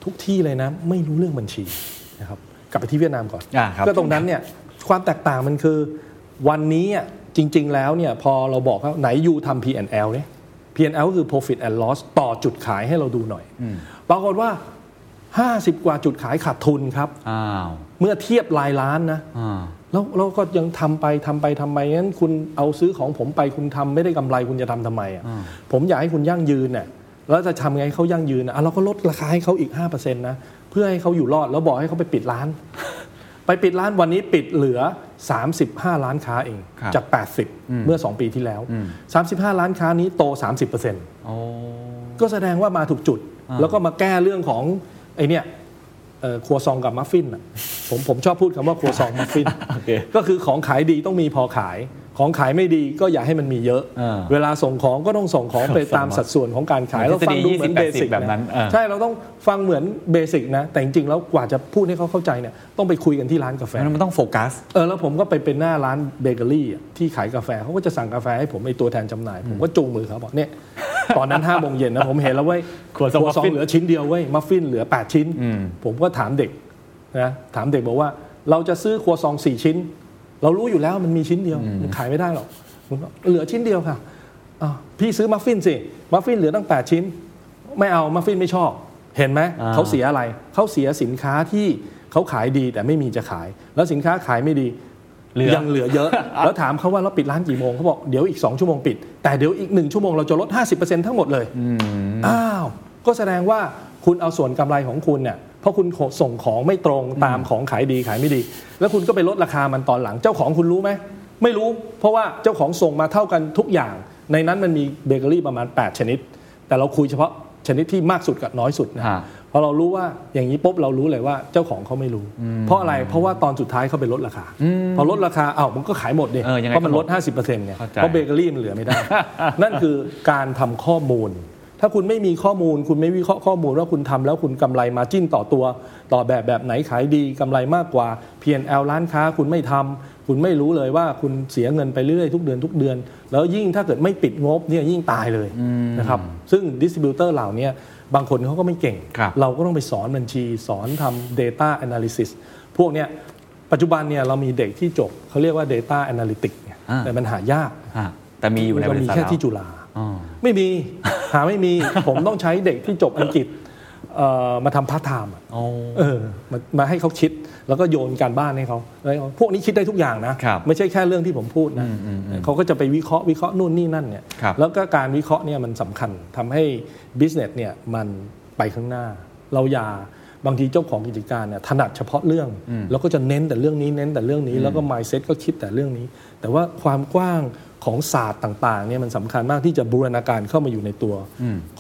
S5: ทุกที่เลยนะ ไม่รู้เรื่องบัญชีนะครับกลับไปที่เวียดนามก่อน
S4: อ่าครับ
S5: ก็ตรงนั้นเนี่ยความแตกต่างมันคือวันนี้อ่ะจริง ๆ แล้วเนี่ยพอเราบอกว่าไหนยูทำ P&L เนี่ย P&L ก็คือ profit and loss ต่อจุดขายให้เราดูหน่อย ปรากฏว่า 50 กว่าจุดขายขาดทุนครับ
S4: อ้าว
S5: เมื่อเทียบรายล้านนะ
S4: อ่า
S5: แล้วเราก็ยังทำไปทำไปทำไปงั้นคุณเอาซื้อของผมไปคุณทำไม่ได้กำไรคุณจะทำทำไมอ่ะผมอยากให้คุณยั่งยืนน่ะแล้วจะทำไงให้เขายั่งยืนน่ะอ่ะเราก็ลดราคาให้เขาอีก5%นะเพื่อให้เขาอยู่รอดแล้วบอกให้เขาไปปิด ร้าน ไปปิดร้านวันนี้ปิดเหลือ 35 ล้านค้าเอง
S4: ครับ
S5: จาก 80 เมื่อ 2 ปีที่แล้ว 35 ล้านค้านี้โต 30%
S4: โอ้
S5: ก็แสดงว่ามาถูกจุด แล้วก็มาแก้เรื่องของไอเนี่ยเอ่อครัวซองกับมัฟฟินน่ะ ผมผมชอบพูดคำว่าครัวซองมัฟฟิน
S4: โอเค
S5: ก็คือของขายดีต้องมีพอขาย ของขายไม่ดีก็อย่าให้มันมีเยอะ
S4: อ่า
S5: เวลาส่งของก็ต้องส่งของไปตามสัดส่วนของการขาย
S4: เหมื
S5: เรา
S4: อนทฤษฎี
S5: ฟังดูเหมือน
S4: 20-80
S5: เบสิก
S4: แบบนั้นอ่า
S5: ใช่เราต้องฟังเหมือนเบสิกนะ แต่จริงๆแล้วกว่าจะพูดให้เขาเข้าใจเนี่ยต้องไปคุยกันที่ร้านกาแฟ
S4: งั้นมันต้องโฟกัส
S5: เออแล้วผมก็ไปเป็นหน้าร้านเบเกอรี่อ่ะที่ขายกาแฟเขาก็จะสั่งกาแฟให้ผมไอตัวแทนจำหน่าย ผมก็จูงมือเขาบอกเนี่ย ตอนนั้น5้าโมงเย็นนะผมเห็นแล้วเว้ย
S4: ครัวซอง
S5: ครัซอง
S4: muffin
S5: เหลือชิ้นเดียวเว้ยมัฟฟินเหลือ 8 ชิ้น
S4: อืม
S5: ผมก็ถามเด็กนะถามเด็กบอกว่า เราจะซื้อครัวซองสี่ชิ้น เรารู้อยู่แล้วมันมีชิ้นเดียวมันขายไม่ได้หรอกผมก็เหลือชิ้นเดียวค่ะอ้าวพี่ซื้อมัฟฟินสิมัฟฟินเหลือตั้ง 8 ชิ้น ไม่เอามัฟฟินไม่ชอบ เห็นไหม
S4: อ่า
S5: เขาเสียอะไรเขาเสียสินค้าที่เขาขายดีแต่ไม่มีจะขาย แล้วสินค้าขายไม่ดี
S4: เหลือ
S5: ยังเหลือเยอะ แล้วถามเขาว่าเราปิดร้านกี่โมงเขาบอกเดี๋ยวอีก 2 ชั่วโมงปิด แต่เดี๋ยวอีก 1 ชั่วโมงเราจะลด 50%ทั้งหมดเลยอ้าว ก็แสดงว่าคุณเอาส่วนกำไรของคุณเนี่ยเพราะคุณส่งของไม่ตรงตามของขายดีขายไม่ดี แล้วคุณก็ไปลดราคามันตอนหลังเจ้าของคุณรู้ไหม ไม่รู้ เพราะว่าเจ้าของส่งมาเท่ากันทุกอย่าง ในนั้นมันมีเบเกอรี่ประมาณ 8 ชนิด แต่เราคุยเฉพาะชนิดที่มากสุดกับน้อยสุดนะ
S4: ฮะ
S5: พอเรารู้ว่าอย่างนี้ปุ๊บเรารู้เลยว่าเจ้าของเขาไม่รู้ เพราะอะไรเพราะว่าตอนสุดท้ายเขาไปลดราคาพอลดราคาอ้าวมันก็ขายหมดเนี่ย
S4: เออยังไง
S5: เพราะมัน
S4: ก็หม
S5: ล
S4: ด
S5: ด 50%เนี่ย
S4: เข้าใจ
S5: เพราะเบเกอรี่มันเหลือไม่ได้ นั่นคือการทำข้อมูล ถ้าคุณไม่มีข้อมูล คุณไม่วิเคราะห์ข้อมูลว่าคุณทำแล้วคุณกำไรมาจิ้นต่อตัว ต่อแบบแบบไหนขายดีกำไรมากกว่า P&L ร้านค้าคุณไม่ทำคุณไม่รู้เลยว่าคุณเสียเงินไปเรื่อยทุกเดือนทุกเดือน แล้วยิ่งถ้าเกิดไม่ปิดงบเนี่ยยิ่งตายเลยนะครับซึ่งดิสติบิวเตอร์เหล่าเนี้บางคนเขาก็ไม่เก่ง
S4: ครับ
S5: เราก็ต้องไปสอนบัญชีสอนทำ Data Analysis พวกเนี้ยปัจจุบันเนี่ยเรามีเด็กที่จบเขาเรียกว่า Data Analytics เนี่ย
S4: อ่า
S5: แต่มันหายาก
S4: อ่ะแต่มีอยู่ในบ
S5: มั
S4: ริ
S5: มี
S4: ษัท
S5: แค่
S4: เรา
S5: ที่จุฬา
S4: อ๋อ
S5: ไม่มี หาไม่มี ผมต้องใช้เด็กที่จบอังกฤษเอ่อมาทำพาร์ทไทม์อะเออมามาให้เขาคิดแล้วก็โยนการบ้านให้เขาแล้วให้เขาพวกนี้คิดได้ทุกอย่างนะ
S4: ครับ
S5: ไม่ใช่แค่เรื่องที่ผมพูดนะเขาก็จะไปวิเคราะห์วิเคราะห์นู่นนี่นั่นเนี่ย
S4: ครับ
S5: แล้วก็การวิเคราะห์เนี่ยมันสำคัญทำให้ business เนี่ยมันไปข้างหน้า เราอย่าบางทีเจ้าของกิจการเนี่ยถนัดเฉพาะเรื่อง แล้วก็จะเน้นแต่เรื่องนี้เน้นแต่เรื่องนี้แล้วก็ mindset ก็คิดแต่เรื่องนี้ แต่ว่าความกว้างของศาสตร์ต่างๆเนี่ยมันสำคัญมากที่จะบูรณาการเข้ามาอยู่ในตัว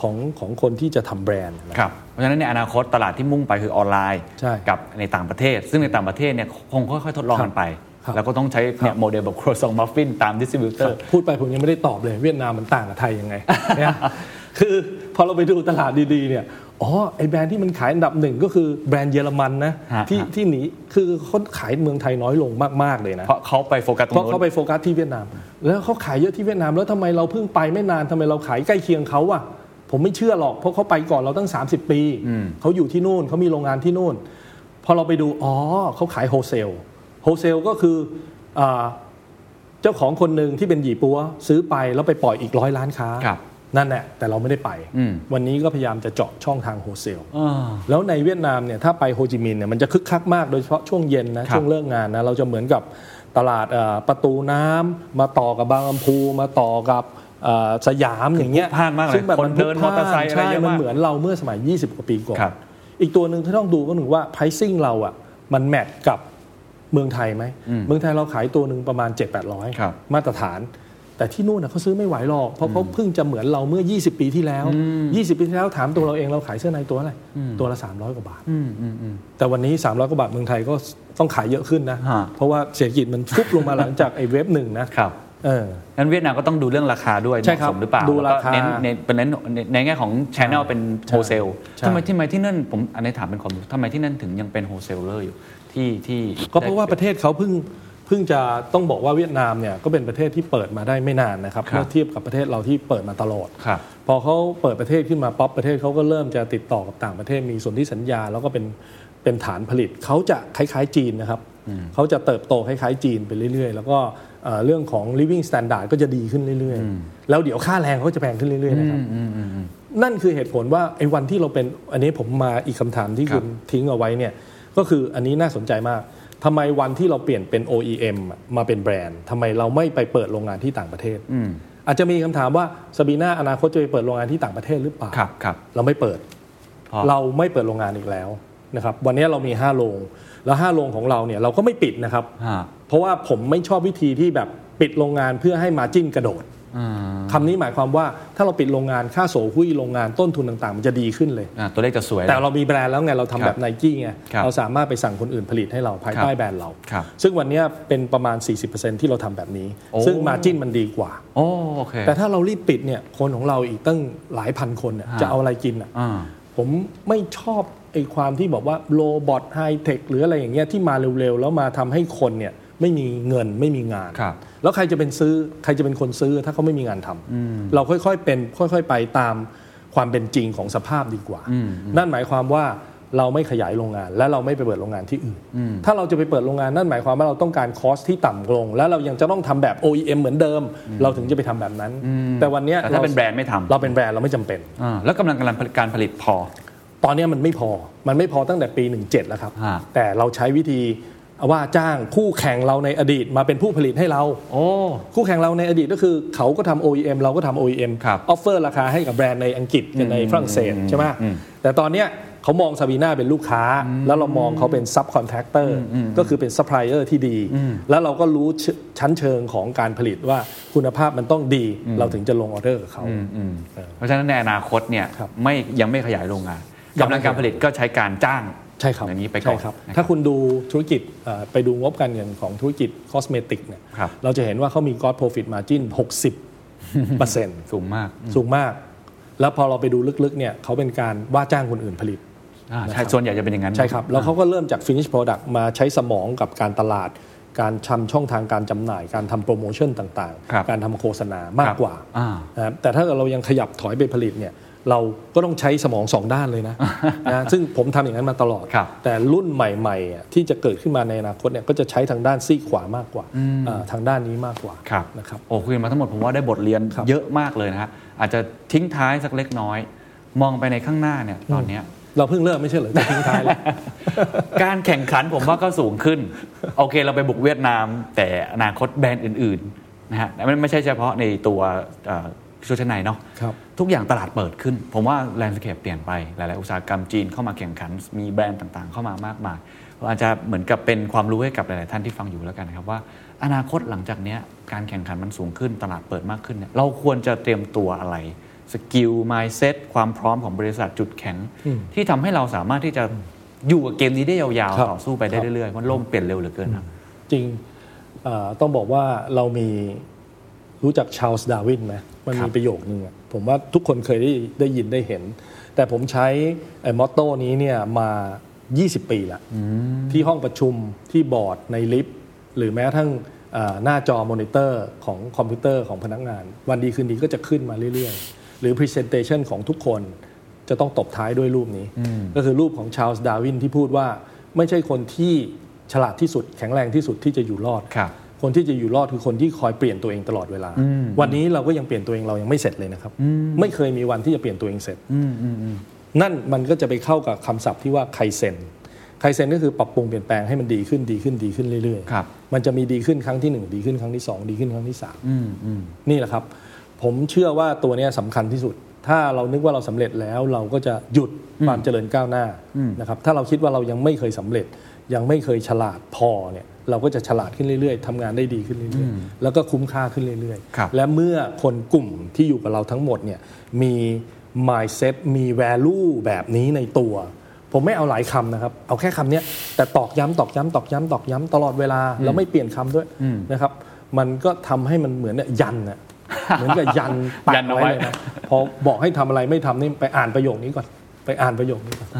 S5: ของของคนที่จะทำแบรนด์
S4: ครับเพราะฉะนั้นในอนาคตตลาดที่มุ่งไปคือออนไลน์
S5: ใช่
S4: กับในต่างประเทศ ซึ่งในต่างประเทศเนี่ยคงค่อยๆทดลองกันไป
S5: ครับ
S4: แล้วก็ต้องใช้เนี่ยโมเดลแบบครัวซองมัฟฟินตามดิสติบิวเตอร์
S5: พูดไปผมยังไม่ได้ตอบเลย เวียดนามมันต่างกับไทย ยังไงเนี่ยคือพอเราไปดูตลาดดีๆเนี่ยอ๋อไอแบรนด์ที่มันขายอันดับหนึ่งก็คือแบรนด์เยอรมันนะ
S4: ฮะ
S5: ที่ที่หนีคือเขาขายเมืองไทยน้อยลงมากๆเลยนะ
S4: เพราะเขาไปโฟกัสตรง
S5: เพราะ
S4: นู้
S5: เขาไป
S4: น
S5: โฟกัสที่เวียดนาม แล้วเขาขายเยอะที่เวียดนาม แล้วทำไมเราเพิ่งไปไม่นานทำไมเราขายใกล้เคียงเขาอะผมไม่เชื่อหรอกเพราะเขาไปก่อนเราตั้ง 30 ปีเขาอยู่ที่นู่นเขามีโรงงานที่นู่น พอเราไปดูอ๋อเขาขายโฮเซลโฮเซลก็คืออาเจ้าของคนหนึ่งที่เป็นหยีปัวซื้อไปแล้วไปปล่อยอีกร้อยล้านค้า
S4: ครับ
S5: นั่นแหละแต่เราไม่ได้ไป
S4: อืม
S5: วันนี้ก็พยายามจะเจาะช่องทางโฮเซล
S4: อ่า
S5: แล้วในเวียดนามเนี่ยถ้าไปโฮจิมินห์เนี่ยมันจะคึกคักมากโดยเฉพาะช่วงเย็นนะครับช่วงเลิกงานนะเราจะเหมือนกับตลาดเอ่อประตูน้ำมาต่อกับบางลำพูมาต่อกับเอ่อสยามอย่างเงี้ย
S4: พลุกพล่านมากเลย
S5: ซึ่งแบบ
S4: คนเดิน
S5: พลุก
S4: อ
S5: พล่าม
S4: เตอร์ไซค์อะไร
S5: ใช่
S4: เยอะมาก
S5: มันเหมือนเราเมื่อสมัย 20 กว่าปีก่อน
S4: ครับ
S5: อีกตัวหนึ่งที่ต้องดูก็หนึ่งว่า pricing เราอ่ะมันแมทกับเมืองไทยไหมเมืองไทยเราขายตัวหนึ่งประมาณ 7 8 0 0
S4: ครับ
S5: มาตรฐาน แต่ที่นู่นนะเขาซื้อไม่ไหวหรอก เพราะเขาเพิ่งจะเหมือนเราเมื่อ 20 ปีที่แล้ว 20 ปีที่แล้วถามตัวเราเองเราขายเสื้อในตัวอะไร ตัวละ 300 กว่าบาท แต่วันนี้ 300 กว่าบาทเมืองไทยก็ต้องขายเยอะขึ้นนะ
S4: ฮะ
S5: เพราะว่าเศรษฐกิจมันฟุบลงมาหลังจากไอ้เว็บหนึ่งนะครับเออ
S4: งั้นเวียดนามก็ต้องดูเรื่องราคาด้วยเห
S5: ใช่
S4: มาะ
S5: ครับ
S4: สมหรือเปล่า
S5: ดูราคา
S4: แล้วก็เน้นเน้นเป็นเน้นในในแง่ของชแนลเป็นโฮเซล
S5: ใช่
S4: ทำไมที่ไมที่นั่นผมอันนี้ถามเป็นความรู้ทำไมที่นั่นถึงยังเป็นโฮเซลเลอร์อยู่ที่ที่
S5: ก็เพราะว่า
S4: ได้
S5: ประเทศเขาเพิ่งเพิ่งจะต้องบอกว่าเวียดนามเนี่ยก็เป็นประเทศที่เปิดมาได้ไม่นานนะครับ
S4: ครับ
S5: เมื่อเทียบกับประเทศเราที่เปิดมาตลอด
S4: ครับ
S5: พอเขาเปิดประเทศขึ้นมาป๊อปประเทศเขาก็เริ่มจะติดต่อกับต่างประเทศมีส่วนที่สัญญา แล้วก็เป็นเป็นฐานผลิตเขาจะคล้ายๆจีนนะครับเขาจะเติบโตคล้ายๆจีนไปเรื่อย ๆ แล้วก็เอ่อเรื่องของ living standard ก็จะดีขึ้นเรื่อย ๆ แล้วเดี๋ยวค่าแรงเขาจะแพงขึ้นเรื่อยๆนะครับนั่นคือเหตุผลว่าไอ้วันที่เราเป็นอันนี้ผมมาอีกคำถามที่
S4: ครับ
S5: คุณทิ้งเอาไว้เนี่ยก็คืออันนี้น่าสนใจมากทำไมวันที่เราเปลี่ยนเป็น OEM อะมาเป็นแบรนด์ทำไมเราไม่ไปเปิดโรงงานที่ต่างประเทศ
S4: อืม
S5: อาจจะมีคำถามว่าสบีนาอนาคตจะไปเปิดโรงงานที่ต่างประเทศหรือเปล่า
S4: ครับครับ
S5: เราไม่เปิด
S4: เพราะ
S5: เราไม่เปิดโรงงานอีกแล้วนะครับวันนี้เรามี 5 โรง แล้ว 5 โรงของเราเนี่ยเราก็ไม่ปิดนะครับ
S4: ฮะ
S5: เพราะว่าผมไม่ชอบวิธีที่แบบปิดโรงงานเพื่อให้มาจิ้นกระโดด
S4: อ่า
S5: คำนี้หมายความว่าถ้าเราปิดโรงงานค่าโสหุ้ยโรงงานต้นทุนต่างๆ มันจะดีขึ้นเลย
S4: อ่าตัวเลขจะสวย
S5: แต่เรามีแบรนด์แล้วไงเราทำแบบไนกี้ไง
S4: ครับ
S5: เราสามารถไปสั่งคนอื่นผลิตให้เราภายใต้
S4: ครับ
S5: แบรนด์เรา
S4: ครับ
S5: ซึ่งวันนี้เป็นประมาณ 40%ที่เราทำแบบนี้
S4: โอ้
S5: ซึ่งมาจิ้นมันดีกว่า
S4: โอ้โอเค
S5: แต่ถ้าเรารีบปิดเนี่ยคนของเราอีกตั้งหลายพันคนเนี่ย
S4: ฮะ
S5: จะเอาอะไรกินอ่ะ
S4: อ่า
S5: ผมไม่ชอบไอ้ความที่บอกว่าโรบอทไฮเทคหรืออะไรอย่างเงี้ยที่มาเร็วๆ แล้วมาทำให้คนเนี่ยไม่มีเงินไม่มีงาน
S4: ครับ
S5: แล้วใครจะเป็นซื้อใครจะเป็นคนซื้อถ้าเขาไม่มีงานทำเราค่อยๆเป็นค่อยๆไปตามความเป็นจริงของสภาพดีกว่า นั่นหมายความว่าเราไม่ขยายโรงงาน และเราไม่ไปเปิดโรงงานที่อื่น ถ้าเราจะไปเปิดโรงงานนั่นหมายความว่าเราต้องการคอสที่ต่ำลง และเรายังจะต้องทำแบบ OEM เหมือนเดิม เราถึงจะไปทำแบบนั้น แต่วันเนี้ย
S4: แต่ถ้าเป็นแบรนด์ไม่ทำ
S5: เราเป็นแบรนด์เราไม่จำเป็น
S4: อ่าแล้วกำลังการผลิตการผลิตพอ
S5: ตอนเนี้ยมันไม่พอ มันไม่พอตั้งแต่ปี 17 แล้วครับ
S4: ฮะ
S5: แต่เราใช้วิธีว่าจ้างคู่แข่งเราในอดีตมาเป็นผู้ผลิตให้เรา
S4: โอ้
S5: คู่แข่งเราในอดีตก็คือเขาก็ทำ OEM เราก็ทำ OEM
S4: ครับ
S5: ออฟเฟอร์ราคาให้กับแบรนด์ในอังกฤษกับในฝรั่งเศสใช่ไหมแต่ตอนเนี้ย เขามองซาบีนาเป็นลูกค้า แล้วเรามองเขาเป็นซับคอนแทคเตอร์ก็คือเป็นซัพพลายเออร์ที่ดี แล้วเราก็รู้ชชั้นเชิงของการผลิตว่าคุณภาพมันต้องดี เราถึงจะลงออเดอร์กับเขา
S4: เพราะฉะนั้นในอนาคตเนี่ย
S5: ครับ
S4: ไม่ยังไม่ขยายโรงงาน
S5: ยั
S4: กำ
S5: งไม่
S4: ลังการผลิตก็ใช้การจ้าง
S5: ใช่ครับ
S4: อย่างนี้ไปก่อ
S5: ใช่
S4: น
S5: ครับ
S4: นะ
S5: ถ้าคุณดูธุรกิจเอ่อไปดูงบการเงินของธุรกิจคอสเมติกเนี่ย
S4: ครับ
S5: เราจะเห็นว่าเขามี gross profit margin 60เปอร์เซ็นต์
S4: สูงมาก
S5: สูงมาก แล้วพอเราไปดูลึกๆเนี่ยเขาเป็นการว่าจ้างคนอื่นผลิต
S4: อ่าใช่ส่วนใหญ่จะเป็นอย่างนั้น
S5: ใช่ครับ แล้วเขาก็เริ่มจาก finish product มาใช้สมองกับการตลาด การทำช่องทางการจำหน่าย การทำโปรโมชั่นต่าง
S4: ครับ
S5: ๆ การทำโฆษณามากกว่า
S4: อ่า
S5: นะครับแต่ถ้าเรายังขยับถอยไปผลิตเนี่ยเราก็ต้องใช้สมองสองด้านเลย นะ นะซึ่งผมทำอย่างนั้นมาตลอด
S4: ครับ
S5: แต่รุ่นใหม่ๆอ่ะที่จะเกิดขึ้นมาในอนาคตเนี่ยก็จะใช้ทางด้านซีกขวามากกว่าอ่าทางด้านนี้มากกว่า
S4: ครับ
S5: นะครับ
S4: โอ้คุยมาทั้งหมดผมว่าได้บทเรียน
S5: ครับ
S4: เยอะมากเลยนะฮะอาจจะทิ้งท้ายสักเล็กน้อย มองไปในข้างหน้าเนี่ยตอนเนี้ย
S5: เราเพิ่งเริ่มไม่ใช่เหรอจะทิ้งท้ายแล้ว
S4: การแข่งขันผมว่าก็สูงขึ้น โอเคเราไปบุกเวียดนาม แต่อนาคตแบรนด์อื่นๆนะฮะไม่ไม่ใช่เฉพาะในตัวเอ่อชุดชั้นในเนาะ
S5: ครับ
S4: ทุกอย่างตลาดเปิดขึ้น ผมว่าแลนด์สเคปเปลี่ยนไป หลายๆ อุตสาหกรรมจีนเข้ามาแข่งขัน มีแบรนด์ต่างๆ เข้ามามากมายอาจจะเหมือนกับเป็นความรู้ให้กับหลายๆ ท่านที่ฟังอยู่แล้วกันนะครับว่า อนาคตหลังจากเนี้ยการแข่งขันมันสูงขึ้นตลาดเปิดมากขึ้นเนี่ยเราควรจะเตรียมตัวอะไร สกิล mindset ความพร้อมของบริษัทจุดแข็ง ที่ทำให้เราสามารถที่จะอยู่กับเกมนี้ได้ยาว
S5: ครับ
S4: ๆ ต่อสู้ไปได้
S5: ครับ
S4: เรื่อยๆเพราะโลกมันเปลี่ยนเร็วเหลือเกินนะ
S5: จริงเอ่อต้องบอกว่าเรามีรู้จักชาลส์ดาร์วินไหมมัน
S4: ครั
S5: มี
S4: บ
S5: ประโยคนึงอะผมว่าทุกคนเคยได้ได้ยินได้เห็น แต่ผมใช้ไอ้มอตโต้นี้เนี่ยมา 20 ปีละที่ห้องประชุมที่บอร์ดในลิฟต์หรือแม้กระทั่งเอ่อหน้าจอมอนิเตอร์ของคอมพิวเตอร์ของพนักงาน วันดีคืนดีก็จะขึ้นมาเรื่อยๆ หรือ Presentation ของทุกคนจะต้องตบท้ายด้วยรูปนี้ ก็คือรูปของชาลส์ดาร์วินที่พูดว่าไม่ใช่คนที่ฉลาดที่สุดแข็งแรงที่สุดที่จะอยู่รอด
S4: ครับ
S5: คนที่จะอยู่รอดคือคนที่คอยเปลี่ยนตัวเองตลอดเวลา วันนี้เราก็ยังเปลี่ยนตัวเองเรายังไม่เสร็จเลยนะครับ ไม่เคยมีวันที่จะเปลี่ยนตัวเองเสร็จ นั่นมันก็จะไปเข้ากับคำศัพท์ที่ว่าไคเซนไคเซนก็คือปรับปรุงเปลี่ยนแปลงให้มันดีขึ้นดีขึ้นดีขึ้นเรื่อย
S4: ครับ
S5: มันจะมีดีขึ้นครั้งที่หนึ่งดีขึ้นครั้งที่สองดีขึ้นครั้งที่สามนี่แหละครับ ผมเชื่อว่าตัวเนี้ยสำคัญที่สุด ถ้าเรานึกว่าเราสำเร็จแล้วเราก็จะหยุดความเจริญก้าวหน้านะครับถ้าเราคิดว่าเรายังไม่เคยสำเร็จ ยังไม่เคยฉลาดพอเนี่ยเราก็จะฉลาดขึ้นเรื่อยๆทำงานได้ดีขึ้นเรื่อยๆแล้วก็คุ้มค่าขึ้นเรื่อย
S4: ครับ
S5: ๆ และเมื่อคนกลุ่มที่อยู่กับเราทั้งหมดเนี่ยมี mindset มี value แบบนี้ในตัว ผมไม่เอาหลายคำนะครับ เอาแค่คำเนี้ยแต่ตอกย้ำตอกย้ำตอกย้ำตอกย้ำตลอดเวลาเราไม่เปลี่ยนคำด้วยนะครับ มันก็ทำให้มันเหมือนเนี่ยยันน่ะ เหมือนกับยันปัก
S4: ยันเอาไว้
S5: ไว้เลยนะพอบอกให้ทำอะไรไม่ทำนี่ไปอ่านประโยคนี้ก่อนไปอ่านประโยคนี้ก่อน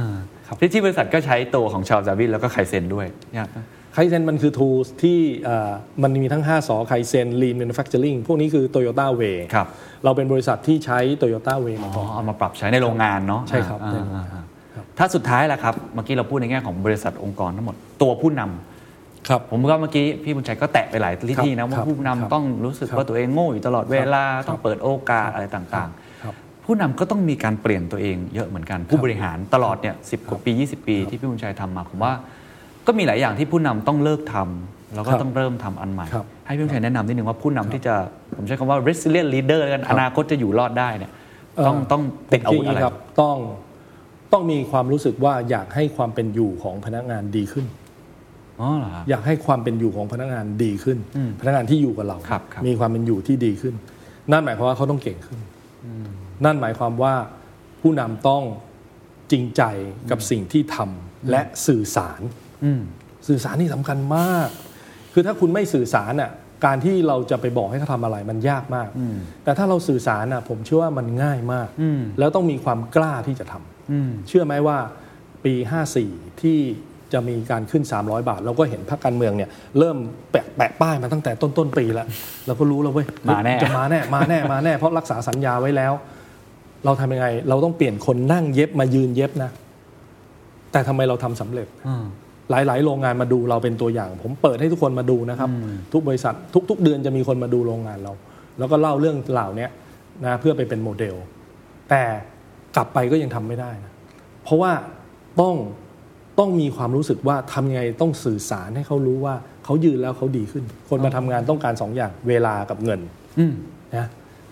S4: ที่ที่บริษัทก็ใช้ตัวของชาวซาวินแล้วก็ไคเซนด้วยเนี่ย
S5: ไคเซนมันคือ tools ที่เอ่อมันมีทั้ง 5สอไคเซน lean manufacturing พวกนี้คือ Toyota Way
S4: ครับ
S5: เราเป็นบริษัทที่ใช้ Toyota Way มา
S4: อ๋
S5: ก่
S4: อ
S5: อน
S4: เอามาปรับใช้ในโรงงานเนาะ
S5: ใช่ครับ
S4: อ่า
S5: ในโรงงาน
S4: อ่าอ่าถ้าสุดท้ายล่ะครับเมื่อกี้เราพูดในแง่ของบริษัทองค์กรทั้งหมดตัวผู้นำ
S5: ครับ
S4: ผมก็เมื่อกี้พี่บุญชัยก็แตะไปหลายที่
S5: ครับ
S4: ที่นะว่า
S5: ครับ
S4: ผู้นำ
S5: ครับ
S4: ต้องรู้สึก
S5: ครับ
S4: ว่าตัวเองโง่อยู่ตลอดเวลา
S5: ครับ
S4: ต้องเปิดโอกาสอะไรต่าง
S5: ครับ
S4: ๆ ผู้นำก็ต้องมีการเปลี่ยนตัวเองเยอะเหมือนกัน ผู้บริหารตลอดเนี่ยสิกว่าปี 20 ปี ที่พี่บุญชัยทำมาผมว่า ก็มีหลายอย่างที่ผู้นำต้องเลิกทำแล้วก็
S5: ครับ
S4: ต้องเริ่มทำอันใหม่
S5: ครับ
S4: ให้พี่บุญชัยแนะนำนิดนึงว่าผู้นำที่จะผมใช้คำว่า resilient leader แล้วกันอนาคตจะอยู่รอดได้เนี่ย
S5: เอ่อ
S4: ต้องต้องติดอาวุธอะไร
S5: ครับต้องต้องมีความรู้สึกว่าอยากให้ความเป็นอยู่ของพนักงานดีขึ้น
S4: อ๋อเหรอครับ
S5: อยากให้ความเป็นอยู่ของพนักงานดีขึ้น พนักงานที่อยู่กับเรา
S4: ครับครับ
S5: มีความเป็นอยู่ที่ดีขึ้น นั่นหมายความว่าเขาต้องเก่งขึ้น นั่นหมายความว่าผู้นำต้องจริงใจกับสิ่งที่ทำและสื่อสาร
S4: อืม
S5: สื่อสารนี่สำคัญมาก คือถ้าคุณไม่สื่อสารอ่ะ การที่เราจะไปบอกให้เขาทำอะไรมันยากมาก แต่ถ้าเราสื่อสารอ่ะ ผมเชื่อว่ามันง่ายมาก
S4: อืม
S5: แล้วต้องมีความกล้าที่จะทำ
S4: อืม
S5: เชื่อไหมว่าปี 54 ที่จะมีการขึ้น 300 บาท เราก็เห็นพรรคการเมืองเนี่ยเริ่มแปะแปะป้ายมาตั้งแต่ต้นต้นๆปีแล้ว เราก็รู้แล้วเว้ย
S4: มาแน่
S5: จะมาแน่ มาแน่ มาแน่ เพราะรักษาสัญญาไว้แล้ว เราทำยังไง เราต้องเปลี่ยนคนนั่งเย็บมายืนเย็บนะ แต่ทำไมเราทำสำเร็จ
S4: อืม
S5: หลาย ๆ โรงงานมาดูเราเป็นตัวอย่าง ผมเปิดให้ทุกคนมาดูนะครับ ทุกบริษัททุก ๆ เดือนจะมีคนมาดูโรงงานเรา แล้วก็เล่าเรื่องเหล่าเนี้ยนะเพื่อไปเป็นโมเดล แต่กลับไปก็ยังทำไม่ได้นะ เพราะว่าต้องต้องมีความรู้สึกว่าทำยังไงต้องสื่อสารให้เขารู้ว่าเขายืนแล้วเขาดีขึ้น คนมาทำงานต้องการสองอย่างเวลากับเงิน
S4: อืม
S5: นะ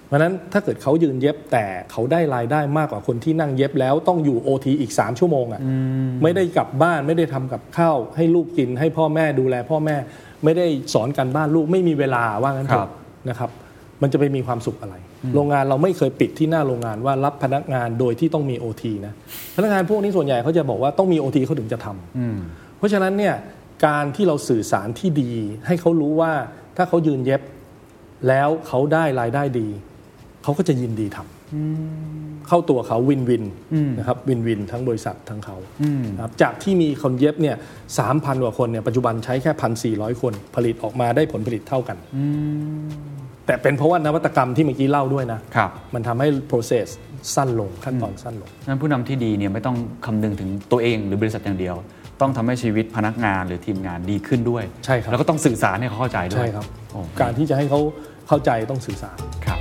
S5: เพราะฉะนั้นถ้าเกิดเขายืนเย็บแต่เขาได้รายได้มากกว่าคนที่นั่งเย็บแล้วต้องอยู่ OT อีก 3 ชั่วโมงอะ่ะไม่ได้กลับบ้านไม่ได้ทำกับข้าวให้ลูกกินให้พ่อแม่ดูแล พ่อแม่ไม่ได้สอนการบ้านลูกไม่มีเวลาว่างั้นเถ
S4: ครั
S5: อะ
S4: บ
S5: นะครับ มันจะไปมีความสุขอะไร โรงงานเราไม่เคยปิดที่หน้าโรงงานว่ารับพนักงานโดยที่ต้องมี OT นะพนักงานพวกนี้ส่วนใหญ่เขาจะบอกว่าต้องมี OT เขาถึงจะทำ เพราะฉะนั้นเนี่ยการที่เราสื่อสารที่ดี ให้เขารู้ว่าถ้าเขายืนเย็บแล้วเขาได้รายได้ดี เขาก็จะยินดีทำเข้าตัวเขาวินวินนะครับวินวินทั้งบริษัททั้งเขานะครับจากที่มีคนเย็บเนี่ยสามพันกว่าคนเนี่ยปัจจุบันใช้แค่พันสี่ร้อยคนผลิตออกมาได้ผลผลิตเท่ากัน แต่เป็นเพราะว่านวัตกรรมที่เมื่อกี้เล่าด้วยนะครับ มันทำให้ process สั้นลงขั้นตอนสั้นลง
S4: นั้นผู้นำที่ดีเนี่ยไม่ต้องคำนึงถึงตัวเองหรือบริษัทอย่างเดียว ต้องทำให้ชีวิตพนักงานหรือทีมงานดีขึ้นด้วย
S5: ใช่ครับ
S4: แล้วก็ต้องสื่อสารให้เขาเข้าใจด้วย
S5: ใช่ครับ
S4: โอ้
S5: การที่จะให้เขาเข้าใจต้องสื่อสาร
S4: ครับ